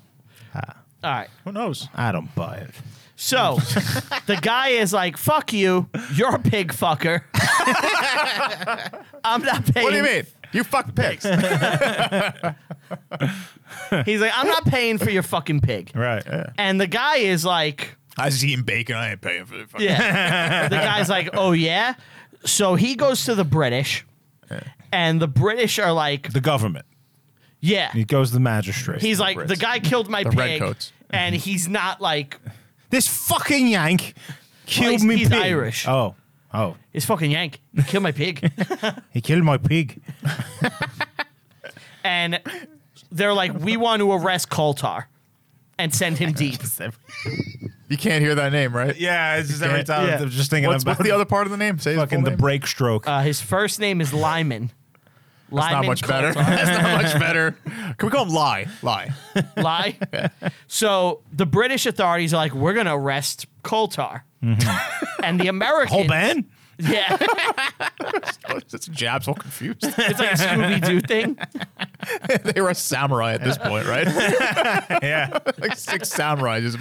S1: All right.
S2: who knows?
S3: I don't buy it.
S1: So the guy is like, fuck you. You're a pig fucker. I'm not paying.
S2: What do you mean? You fuck pigs.
S1: He's like, I'm not paying for your fucking pig.
S3: Right.
S1: And the guy is like,
S2: I was just eating bacon. I ain't paying for the fucking.
S1: Yeah. the guy's like, oh, yeah. So he goes to the British, and the British are like,
S4: The government.
S1: yeah.
S4: It goes to the magistrate.
S1: He's like, the
S2: Brits.
S1: guy killed my pig,
S2: redcoats.
S1: and he's not like,
S4: this fucking yank killed
S1: he's-
S4: me.
S1: he's
S4: pig.
S1: Irish.
S4: Oh, oh,
S1: he's fucking Yank. He killed my pig.
S4: he killed my pig.
S1: and they're like, we want to arrest Coltar and send him deep.
S2: You can't hear that name, right?
S4: Yeah, it's just
S2: every
S1: time Yeah. I'm
S4: just thinking
S2: What's, what's the other part of the name? Say his
S4: fucking
S2: full
S4: the
S2: name.
S4: break stroke.
S1: Uh, his first name is Lyman. Lyman
S2: Not much better. That's not much better. Can we call him Lie? Lie.
S1: Lie. so the British authorities are like, we're gonna arrest Coltar,
S2: Mm-hmm.
S1: and the Americans.
S4: Whole band?
S1: Yeah,
S2: That's Jab's all confused.
S1: it's like a Scooby Doo thing.
S2: they were a samurai at this point, right?
S4: Yeah.
S2: like six samurais. Just-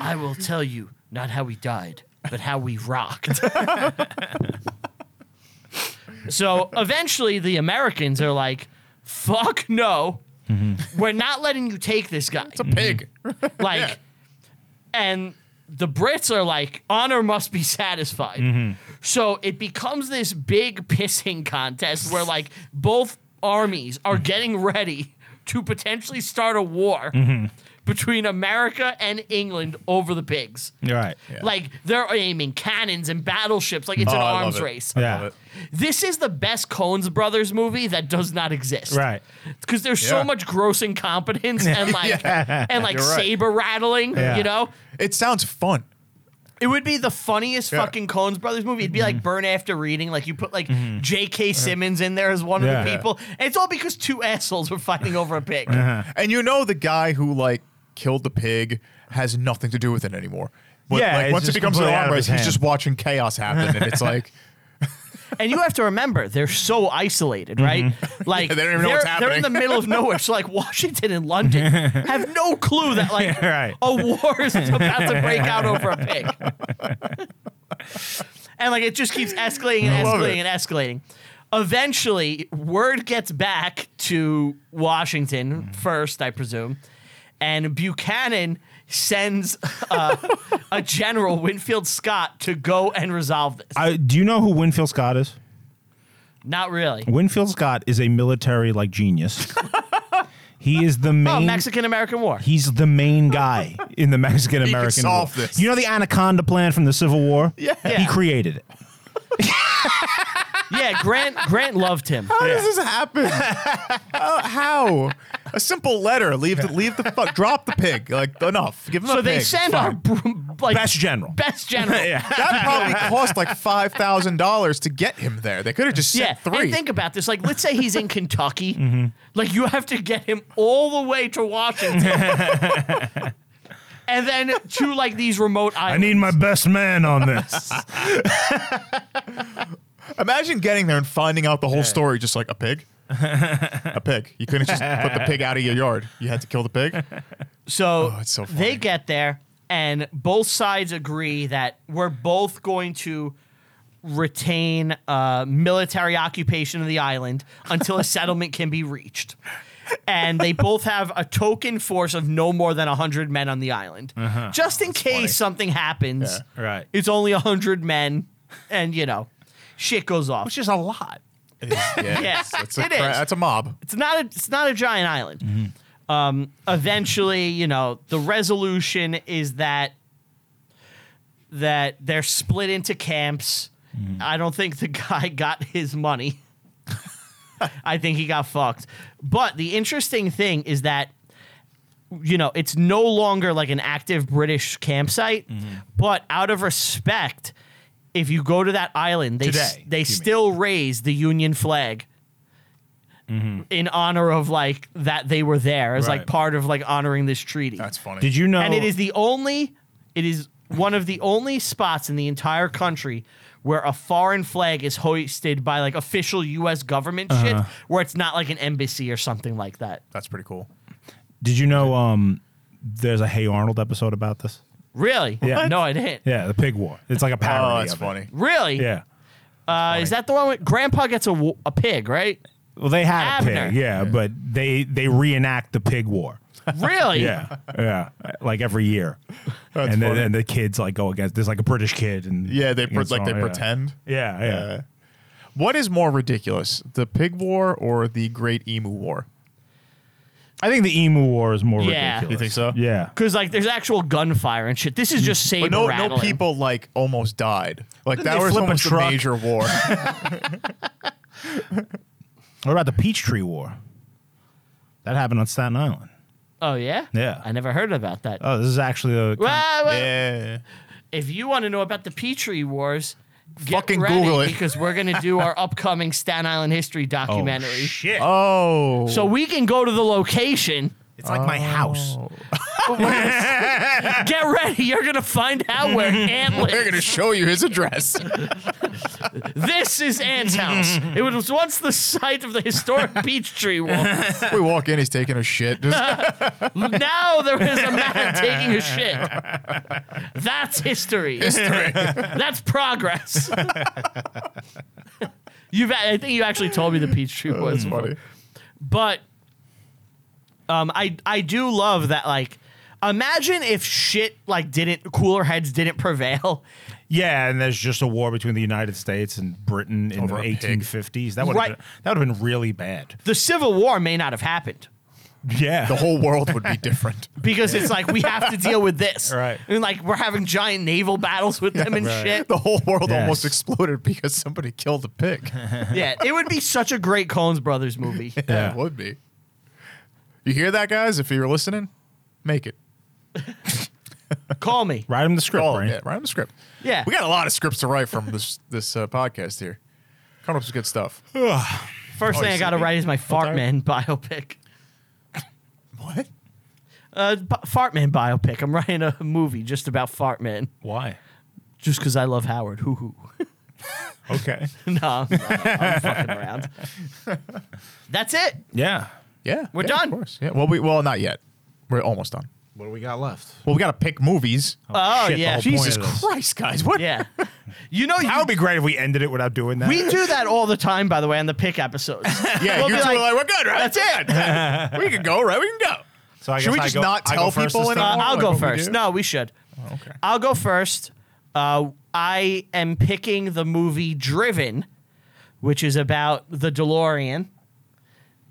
S1: I will tell you not how we died, but how we rocked. so eventually the Americans are like, fuck no.
S2: Mm-hmm.
S1: We're not letting you take this guy.
S2: It's a pig.
S4: Mm-hmm.
S1: Like, and the Brits are like, honor must be satisfied.
S2: Mm-hmm.
S1: So it becomes this big pissing contest where, like, both armies
S2: Mm-hmm.
S1: are getting ready to potentially start a war
S2: Mm-hmm.
S1: between America and England over the pigs.
S4: You're right.
S1: Like, they're aiming cannons and battleships. Like, it's
S2: Oh,
S1: an
S2: I love
S1: arms
S2: it.
S1: race.
S4: Yeah.
S2: Love it.
S1: This is the best Coens Brothers movie that does not exist.
S4: Right.
S1: Because there's
S2: Yeah.
S1: so much gross incompetence and like and like
S2: You're right.
S1: saber rattling,
S4: Yeah.
S1: you know?
S2: It sounds fun.
S1: It would be the funniest
S2: Yeah. Mm-hmm.
S1: fucking Coens Brothers movie. It'd be like Burn After Reading. Like you put like J.K. Simmons in there as one of
S4: Yeah.
S1: the people. And it's all because two assholes were fighting over a pig.
S2: And you know the guy who like killed the pig has nothing to do with it anymore. But,
S4: Yeah,
S2: like
S4: it's
S2: once it
S4: just
S2: becomes an
S4: completely out
S2: arm
S4: of his
S2: race, he's
S4: hand.
S2: just watching chaos happen, and it's like
S1: And you have to remember, they're so isolated, right? Like
S2: Mm-hmm. Yeah, they don't even know what's
S1: they're- They're in
S2: happening.
S1: the middle of nowhere. So like Washington and London have no clue that like
S4: Right.
S1: a war is about to break out over a pig. and like it just keeps escalating and
S2: love
S1: escalating
S2: it.
S1: and escalating. Eventually, word gets back to
S2: Mm-hmm.
S1: Washington first, I presume, and Buchanan sends uh, a general, Winfield Scott, to go and resolve this.
S4: I, do you know who Winfield Scott is?
S1: Not really.
S4: Winfield Scott is a military like genius. he is the
S1: Oh,
S4: main.
S1: Mexican American War.
S4: He's the main guy in the Mexican
S2: He
S4: American
S2: can solve
S4: War.
S2: this.
S4: You know the Anaconda Plan from the Civil War? Yeah. He created it.
S1: Yeah, Grant Grant loved him.
S2: How does this happen? how, how? A simple letter. Leave the leave the fuck. Drop the pig. Like enough. Give him
S1: So
S2: a
S1: they
S2: pig.
S1: send our br- like
S4: Best general.
S1: best general. yeah.
S2: that probably cost like five thousand dollars to get him there. They could have just sent three.
S1: And think about this. Like, let's say he's in Kentucky. Like, you have to get him all the way to Washington. and then to, like, these remote
S4: I
S1: islands.
S4: need my best man on this.
S2: Imagine getting there and finding out the whole story, just like a pig. a pig. You couldn't just put the pig out of your yard. You had to kill the pig.
S1: So,
S2: it's Oh, so
S1: they
S2: funny.
S1: get there, and both sides agree that we're both going to retain uh, military occupation of the island until a settlement can be reached. And they both have a token force of no more than 100 men on the island.
S2: Uh-huh. Oh,
S1: Just in case something happens,
S4: Right.
S1: it's only 100 men, and you know, shit goes off.
S4: Which is a lot.
S2: It is, yeah,
S1: Yes,
S2: it's a
S1: it
S2: cra-
S1: is.
S2: That's a mob.
S1: it's not a it's not a giant island. Um, eventually, you know, the resolution is that that they're split into camps.
S4: Mm-hmm.
S1: I don't think the guy got his money. I think he got fucked. But the interesting thing is that you know, it's no longer like an active British campsite,
S4: Mm-hmm.
S1: but out of respect, if you go to that island, they s-
S4: Today,
S1: they
S4: you mean.
S1: still raise the Union flag in honor of like that they were there as like
S4: Right.
S1: part of like honoring this treaty.
S2: That's funny.
S4: Did you know?
S1: and it is the only it is one of the only spots in the entire country where a foreign flag is hoisted by like official US government shit where it's not like an embassy or something like that.
S2: That's pretty cool.
S4: Did you know? Um, there's a Hey Arnold episode about this.
S1: Really?
S4: Yeah.
S1: No, I didn't.
S4: Yeah, the pig war. It's like a parody.
S2: Oh, that's
S4: of it.
S2: funny.
S1: Really?
S4: Yeah.
S1: Uh, is that the one where Grandpa gets a, wo- a pig, right?
S4: Well, they had a
S1: Abner.
S4: pig. Yeah, but they they reenact the pig war.
S1: Really?
S3: Yeah, yeah, like every year, and then
S2: funny.
S3: and the kids like go against. There's like a British kid, and
S2: Yeah, they pre-
S3: against
S2: like they
S3: all- yeah.
S2: pretend.
S3: Yeah, yeah.
S2: Uh, what is more ridiculous, the pig war or the Great Emu War?
S3: I think the emu war is more
S1: Yeah.
S3: ridiculous.
S2: You think so?
S3: Yeah.
S1: Because like there's actual gunfire and shit. This is just saber
S2: But no, no
S1: rattling.
S2: people like almost died. Like
S3: Didn't
S2: that
S3: they
S2: was
S3: flip a
S2: almost a,
S3: truck?
S2: major war.
S3: What about the Peachtree War? That happened on Staten Island.
S1: Oh yeah.
S3: Yeah.
S1: I never heard about that.
S3: Oh, this is actually a.
S1: Well, well,
S2: yeah.
S1: If you want to know about the Petrie Wars, get
S2: Fucking
S1: ready
S2: Google it.
S1: because we're gonna do our upcoming Staten Island history documentary.
S3: shit!
S2: Oh.
S1: so we can go to the location.
S3: it's like my
S2: Oh.
S3: house.
S1: Get ready. You're gonna find out where Ant
S2: they're
S1: lives.
S2: gonna show you his address.
S1: This is Ant's house. It was once the site of the historic Peachtree War.
S2: we walk in, he's taking a shit. Just-
S1: Now there is a man taking a shit. That's history. History. That's progress. You've, I think you actually told me the Peachtree Wars.
S2: that's funny.
S1: but um, I I do love that. Like, imagine if shit like didn't cooler heads didn't prevail.
S3: Yeah, and there's just a war between the United States and Britain in
S2: Over a
S3: the
S2: pig.
S3: 1850s. That would
S1: Right.
S3: have been, that would have been really bad.
S1: The Civil War may not have happened
S3: Yeah.
S2: The whole world would be different.
S1: because it's like we have to deal with this,
S3: Right.
S1: And like we're having giant naval battles with them and shit.
S2: The whole world
S3: Yes.
S2: almost exploded because somebody killed a pig.
S1: Yeah, it would be such a great Coens Brothers movie.
S3: Yeah.
S2: It would be. You hear that, guys? If you're listening, make it.
S1: Call me.
S3: Write him the script,
S2: Oh,
S3: right?
S2: yeah, write 'em a script.
S1: Yeah.
S2: We got a lot of scripts to write from this this uh, podcast here. Coming up with some good stuff.
S1: First
S2: Oh,
S1: thing I
S2: you
S1: got to
S2: see me?
S1: write is my Fart
S2: tired.
S1: Man biopic.
S2: What?
S1: Uh, b- Fart Man biopic. I'm writing a movie just about Fart Man,
S3: Why?
S1: just because I love Howard. Hoo hoo.
S3: Okay.
S1: no, I'm, I'm fucking around. That's it.
S3: yeah.
S2: Yeah,
S1: We're
S2: yeah,
S1: done.
S2: Of course. Yeah. Well, we well not yet. We're almost done.
S3: What do we got left?
S2: Well, we got to pick movies.
S1: Oh,
S3: shit, the
S1: yeah.
S3: whole
S2: Jesus
S3: point of this.
S2: Christ, guys! What?
S1: Yeah. You know,
S3: That
S1: you,
S3: would be great if we ended it without doing that.
S1: we do that all the time, by the way, on the pick episodes.
S2: Yeah,
S1: We'll
S2: you
S1: be
S2: two
S1: like,
S2: are like, we're good, right? That's it. we can go, right? We can go.
S3: so I
S2: Should we
S3: I
S2: just
S3: go-
S2: not
S3: I go
S2: tell
S3: first
S2: people
S3: this
S2: in
S3: time?
S1: Uh, I'll
S2: Like
S1: go
S2: what we
S1: first.
S2: do? Oh,
S1: No, we should.
S2: okay.
S1: I'll go first. Uh, I am picking the movie Driven, which is about the DeLorean,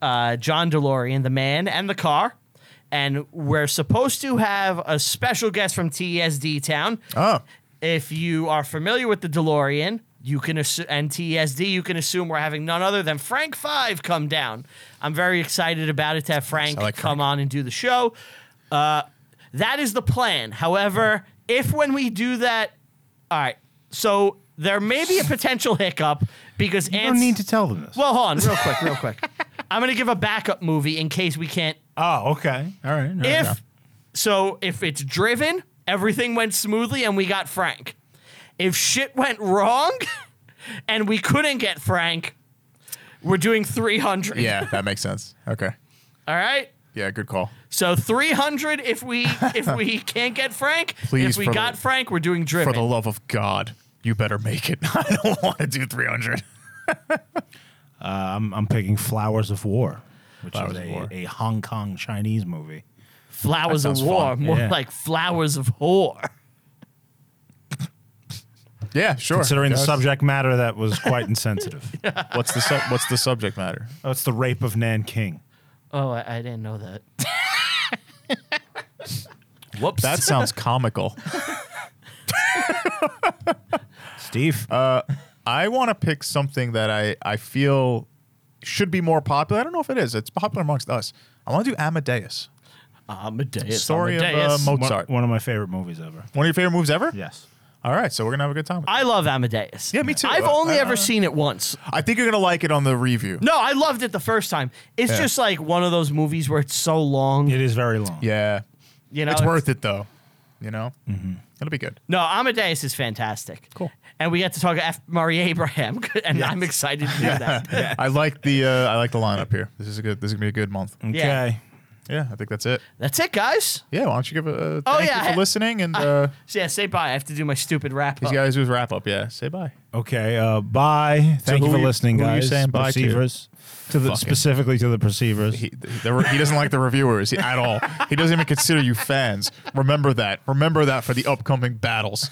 S1: uh, John DeLorean, the man and the car. And we're supposed to have a special guest from TSD Town.
S2: Oh,
S1: If you are familiar with the DeLorean, you can assu- and TSD, you can assume we're having none other than Frank Five come down. I'm very excited about it to have Frank
S2: I like
S1: come
S2: Frank.
S1: on and do the show. Uh, that is the plan. However, if when we do that, all right, so there may be a potential hiccup because
S3: You don't need to tell them this.
S1: Well, hold on, real quick, real quick. I'm gonna give a backup movie in case we can't
S3: oh, okay. All right. all right, yeah.
S1: if so if it's driven everything went smoothly and we got frank if shit went wrong and we couldn't get frank we're doing 300
S2: yeah, that makes sense. Okay.
S1: all right
S2: Yeah, good call.
S1: so 300 if we if we can't get frank
S2: Please,
S1: if we
S2: for the-
S1: got frank we're doing
S2: For
S1: driven
S2: the love of God, you better make it. I don't want to do 300.
S3: I'm, I'm picking Flowers of War, which
S2: Flowers
S3: is
S2: of
S3: a,
S2: War.
S3: a Hong Kong Chinese movie.
S1: flowers of
S2: sounds
S1: war
S2: fun.
S1: more
S3: Yeah.
S1: like flowers of whore
S2: Yeah, sure.
S3: Considering the
S2: Yes.
S3: subject matter, that was quite insensitive.
S2: What's the sub- what's the subject matter?
S3: Oh, it's the rape of Nanking.
S1: oh i, I didn't know that whoops
S2: That sounds comical.
S3: Steve,
S2: I want to pick something that I, I feel should be more popular. I don't know if it is. It's popular amongst us. I want to do Amadeus.
S1: amadeus
S2: Story of, uh,
S1: amadeus.
S2: Mo-
S3: one,
S2: Mozart.
S3: one of my favorite movies ever.
S2: One of your favorite moves ever?
S3: Yes.
S2: All right, so we're gonna have a good time. With it.
S1: I love Amadeus.
S2: Yeah, me too.
S1: I've
S2: Uh,
S1: only
S2: I-
S1: ever
S2: I-
S1: seen it once.
S2: I think you're gonna like it on the review.
S1: No, I loved it the first time. It's
S2: Yeah.
S1: just like one of those movies where it's so long.
S3: It is very long.
S2: Yeah,
S1: you know,
S2: it's worth it though. You know, mm-hmm. it'll be good.
S1: No, Amadeus is fantastic.
S2: Cool.
S1: And we got to talk F. Murray Abraham, and I'm excited to do that.
S2: I like the uh, I like the lineup here. This is a good. This is gonna be a good month.
S3: Okay.
S1: Yeah.
S2: Yeah, I think that's it.
S1: That's it, guys.
S2: Yeah, why don't you give a uh,
S1: Oh,
S2: thank
S1: yeah. uh.
S2: you for listening and uh,
S1: So yeah, say bye. I have to do my stupid wrap.
S2: these
S1: up.
S2: guys do wrap up. Yeah, say bye.
S4: Okay. Uh, bye. Thank
S2: who
S4: you for
S2: you-
S4: listening,
S2: who you
S4: guys.
S2: saying bye to?
S4: perceivers. To the,
S2: Fucking-
S4: specifically to the perceivers.
S2: He, the, he doesn't like the reviewers he- at all. He doesn't even consider you fans. Remember that. Remember that for the upcoming battles.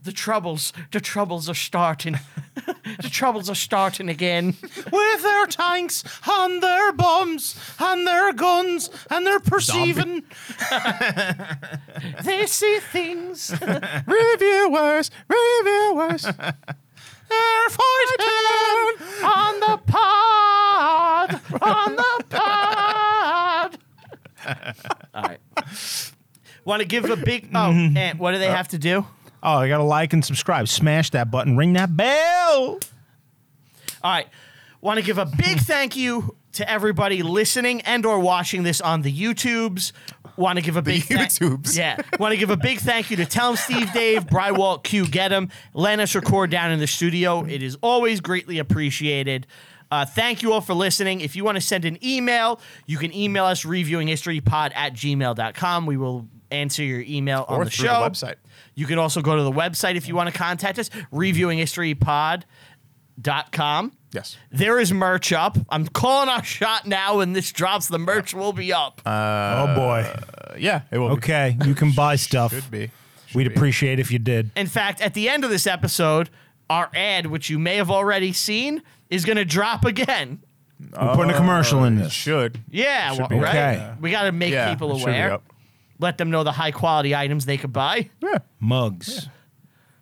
S1: The troubles, the troubles are starting. the troubles are starting again.
S4: With their tanks and their bombs and their guns and their perceiving.
S1: They see things.
S2: reviewers, reviewers.
S4: They're fighting on the pod. On the pod.
S1: All right. Want to give a big? Oh, and what do they have to do?
S4: Oh, you gotta like and subscribe. Smash that button. Ring that bell.
S1: All right. Want to give a big thank you to everybody listening and or watching this on the YouTubes. Want to give a big tha-
S2: YouTubes.
S1: yeah. Want to give a big thank you to Tell 'em Steve, Dave, Brywalt, Q, Get 'em. Let us record down in the studio. It is always greatly appreciated. Uh, thank you all for listening. If you want to send an email, you can email us reviewinghistorypod at gmail.com. We will answer your email on
S2: Or
S1: the
S2: through
S1: show.
S2: the website.
S1: You can also go to the website if you want to contact us, reviewinghistorypod.com.
S2: Yes.
S1: There is merch up. I'm calling our shot now. When this drops, the merch will be up.
S4: oh boy.
S2: Uh, yeah, it will be.
S4: Okay, you can buy stuff.
S2: Should be.
S4: We'd appreciate if you did.
S1: In fact, at the end of this episode, our ad, which you may have already seen, is going to drop again.
S4: We're putting a
S2: Uh,
S4: commercial in this.
S2: Should.
S1: Yeah, well,
S2: be
S1: right?
S4: okay.
S1: We got to make
S2: Yeah,
S1: people
S2: it should be
S1: aware.
S2: up.
S1: Let them know the high quality items they could buy.
S2: Yeah.
S4: Mugs,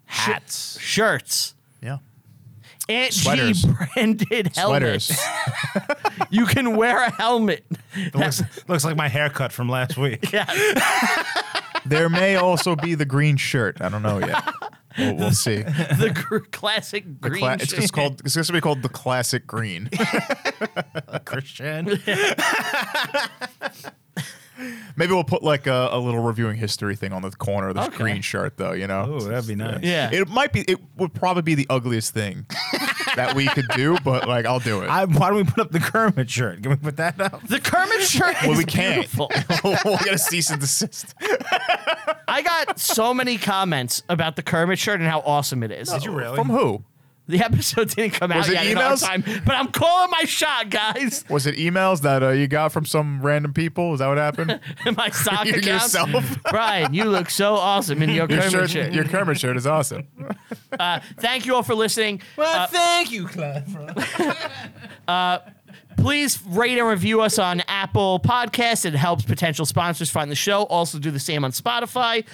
S4: hats,
S1: Shirts.
S2: Yeah.
S1: Aunt
S2: Sweaters.
S1: G branded helmet.
S2: Sweaters.
S1: You can wear a helmet.
S4: looks, looks like my haircut from last week.
S1: Yeah.
S2: there may also be the green shirt. I don't know yet. We'll, we'll see.
S1: The gr- classic green
S2: Cla- it's
S1: shirt.
S2: just called. It's just gonna be called the classic green.
S4: Christian.
S2: Maybe we'll put like a, a little reviewing history thing on the corner of this
S1: Okay.
S2: green shirt, though. You know.
S4: Oh, that'd be nice.
S1: Yeah.
S2: It might be. It would probably be the ugliest thing that we could do, but like I'll do it.
S4: I, why don't we put up the Kermit shirt? Can we put that up?
S1: The Kermit shirt
S2: well,
S1: is
S2: we can't.
S1: beautiful.
S2: we'll get a cease and desist.
S1: I got so many comments about the Kermit shirt and how awesome it is.
S4: really?
S2: From who?
S1: The episode didn't come out
S2: Was it
S1: yet in our
S2: emails?
S1: time, but I'm calling my shot, guys.
S2: Was it emails that uh, you got from some random people? Is that what happened?
S1: my sock
S2: You
S1: account.
S2: yourself?
S1: Brian, you look so awesome in your
S2: Your
S1: Kermit
S2: shirt,
S1: shirt.
S2: your Kermit shirt is awesome.
S1: Uh, thank you all for listening.
S4: Well,
S1: Uh,
S4: thank you, Clive.
S1: please rate and review us on Apple Podcasts. It helps potential sponsors find the show. Also, do the same on Spotify.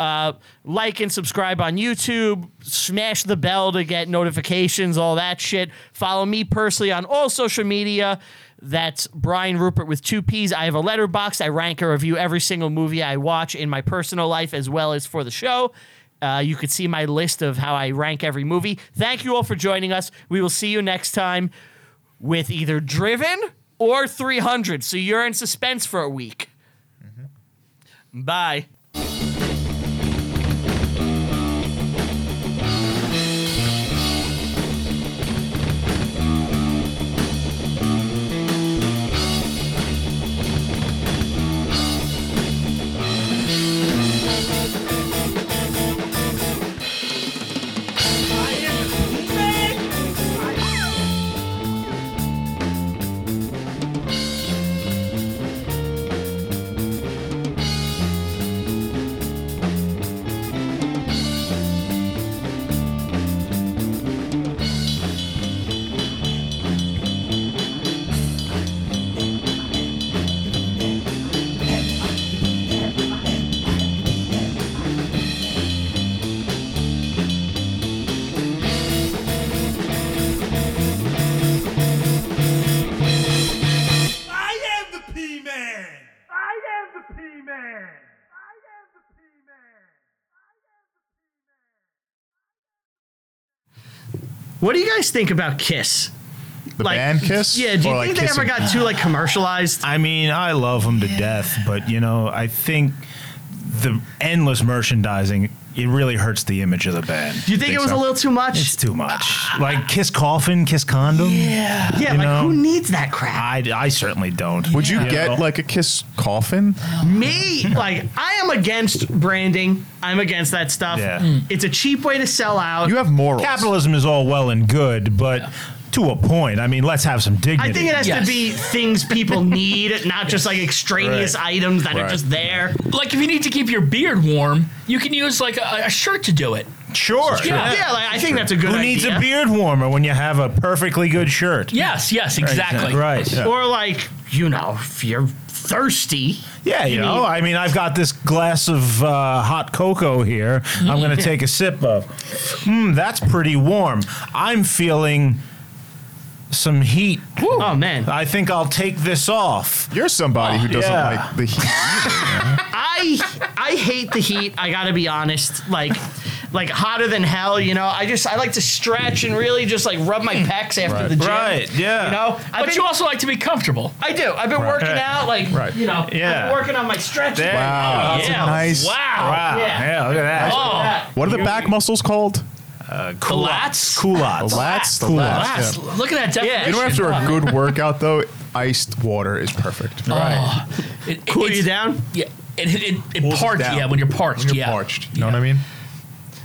S1: Uh, like and subscribe on YouTube. Smash the bell to get notifications, all that shit. Follow me personally on all social media. That's Brian Rupert with two P's. I have a letterbox. I rank and review every single movie I watch in my personal life as well as for the show. Uh, you could see my list of how I rank every movie. Thank you all for joining us. We will see you next time with either Driven or 300. So you're in suspense for a week. Bye.
S5: I am the P-Man! I am the P-Man! I am the P-Man! I am the P-Man!
S1: What do you guys think about Kiss?
S2: The band Kiss?
S1: Yeah, do you
S2: Or, like,
S1: think they ever
S2: kissing?
S1: got too like commercialized?
S4: I mean, I love them to death, but you know, I think
S3: the endless merchandising, it really hurts the image of the band.
S1: Do you think, it was
S2: so?
S1: a little too much?
S3: It's too much. Like Kiss Coffin, Kiss Condom. Yeah.
S1: yeah,
S3: you
S1: like
S3: know?
S1: who needs that crap?
S3: I, I certainly don't.
S2: Would you
S3: Yeah.
S2: get like a kiss coffin?
S1: Me, like I am against branding. I'm against that stuff.
S3: Yeah. Mm.
S1: It's a cheap way to sell out.
S2: You have morals.
S3: Capitalism is all well and good, but to a point. I mean, let's have some dignity.
S1: I think it has to
S6: Yes.
S1: be things people need, not just like extraneous items that are
S2: Right.
S1: just there.
S6: Like if you need to keep your beard warm, you can use like a, a shirt to do it.
S3: sure.
S6: Yeah.
S1: Yeah, like I think that's a good
S3: Who
S1: idea.
S3: needs a beard warmer when you have a perfectly good shirt?
S6: Yes, yes, exactly.
S3: Right. Yeah.
S1: Or like, you know, if you're thirsty,
S3: you know, I mean, I've got this glass of uh, hot cocoa here. I'm
S1: Mm-hmm.
S3: going to take a sip of. Hmm, that's pretty warm. I'm feeling some heat.
S1: oh man,
S3: I think I'll take this off.
S2: You're somebody who doesn't
S3: yeah.
S2: like the heat.
S1: I I hate the heat. I gotta be honest. Like like hotter than hell. You know, I just I like to stretch and really just like rub my pecs after the gym.
S3: Hmm. Right, yeah.
S1: You know, I've
S6: But
S1: been,
S6: you also like to be comfortable.
S1: I do. I've been working out. Like
S2: Right.
S1: you know,
S3: Yeah.
S1: I've been working on my stretching.
S3: There.
S2: Wow, that's a
S1: Yeah.
S2: nice.
S6: Wow.
S3: Wow.
S1: Yeah. Oh,
S3: Yeah, look at that.
S1: Yeah.
S2: What are the back muscles called?
S6: The lats.
S3: Culottes.
S2: Lats. The
S3: Cool.
S2: lats.
S6: Lats.
S2: yeah.
S6: Look at that definition.
S2: You know, after a good workout though, iced water is perfect.
S6: Oh, it, it-
S1: Cool
S6: it's-
S1: you down?
S6: Yeah, it, it, it, it
S2: Cools it
S6: parched.
S2: down.
S6: Yeah, when you're parched.
S2: When you're
S6: yeah.
S2: parched. You know what I mean?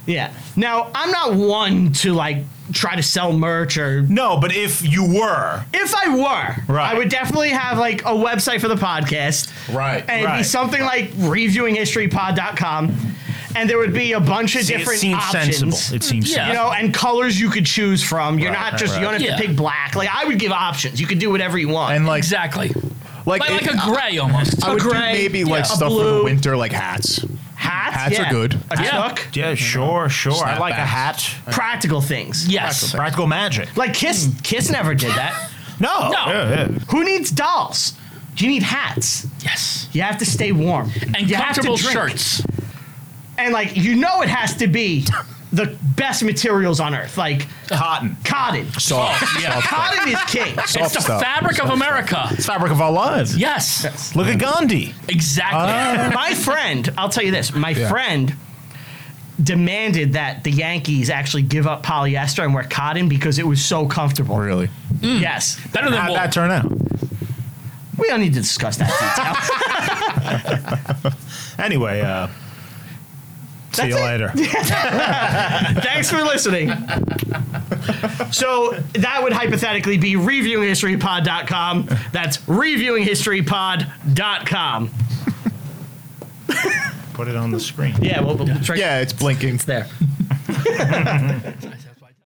S1: Yeah. Now I'm not one to like try to sell merch or
S3: No, but if you were,
S1: if I were,
S3: Right.
S1: I would definitely have like a website for the podcast.
S2: Right.
S1: And it'd be
S3: Right.
S1: something like reviewinghistorypod.com. And there would be a bunch of
S3: See,
S1: different
S3: it seems
S1: options.
S3: sensible. It seems
S6: Yeah.
S1: You know, and colors you could choose from. You're not just, you don't have
S6: Yeah.
S1: to pick black. Like, I would give options. You could do whatever you want.
S2: And like,
S6: Exactly.
S2: like,
S6: Like, like
S2: it-
S6: a gray almost.
S2: I would do
S1: gray,
S2: maybe
S1: yeah,
S2: like
S1: a
S2: stuff for the
S1: blue.
S2: winter, like hats.
S1: hats
S2: hats are
S1: yeah.
S2: good.
S1: A
S6: Yeah.
S1: tuck.
S3: Yeah, sure, sure. I like a hat.
S1: Practical things.
S6: yes.
S3: Practical magic.
S1: Like, Kiss Kiss never did that.
S3: No.
S6: No.
S3: Yeah, yeah.
S1: Who needs dolls? You need hats.
S6: Yes.
S1: You have to stay warm.
S6: And
S1: you have to
S6: comfortable
S1: drink.
S6: shirts.
S1: And, like, you know it has to be the best materials on earth. Like,
S3: Cotton.
S1: cotton.
S2: Soft. soft stuff.
S1: Cotton is king.
S6: It's the
S2: stuff.
S6: fabric of America.
S3: Fabric of our lives.
S6: Yes.
S3: Look at Gandhi.
S6: Exactly.
S2: Ah.
S1: my friend, I'll tell you this, my
S2: Yeah.
S1: friend demanded that the Yankees actually give up polyester and wear cotton because it was so comfortable.
S2: Really?
S1: Yes.
S6: Better than
S3: How'd
S6: wool.
S3: that turn out?
S1: We don't need to discuss that detail.
S3: Anyway, uh, see you
S1: That's it.
S3: later.
S1: Thanks for listening. So that would hypothetically be reviewinghistorypod.com. That's reviewinghistorypod.com.
S3: Put it on the screen.
S1: Yeah, well, we'll try
S2: Yeah, it's blinking.
S1: there.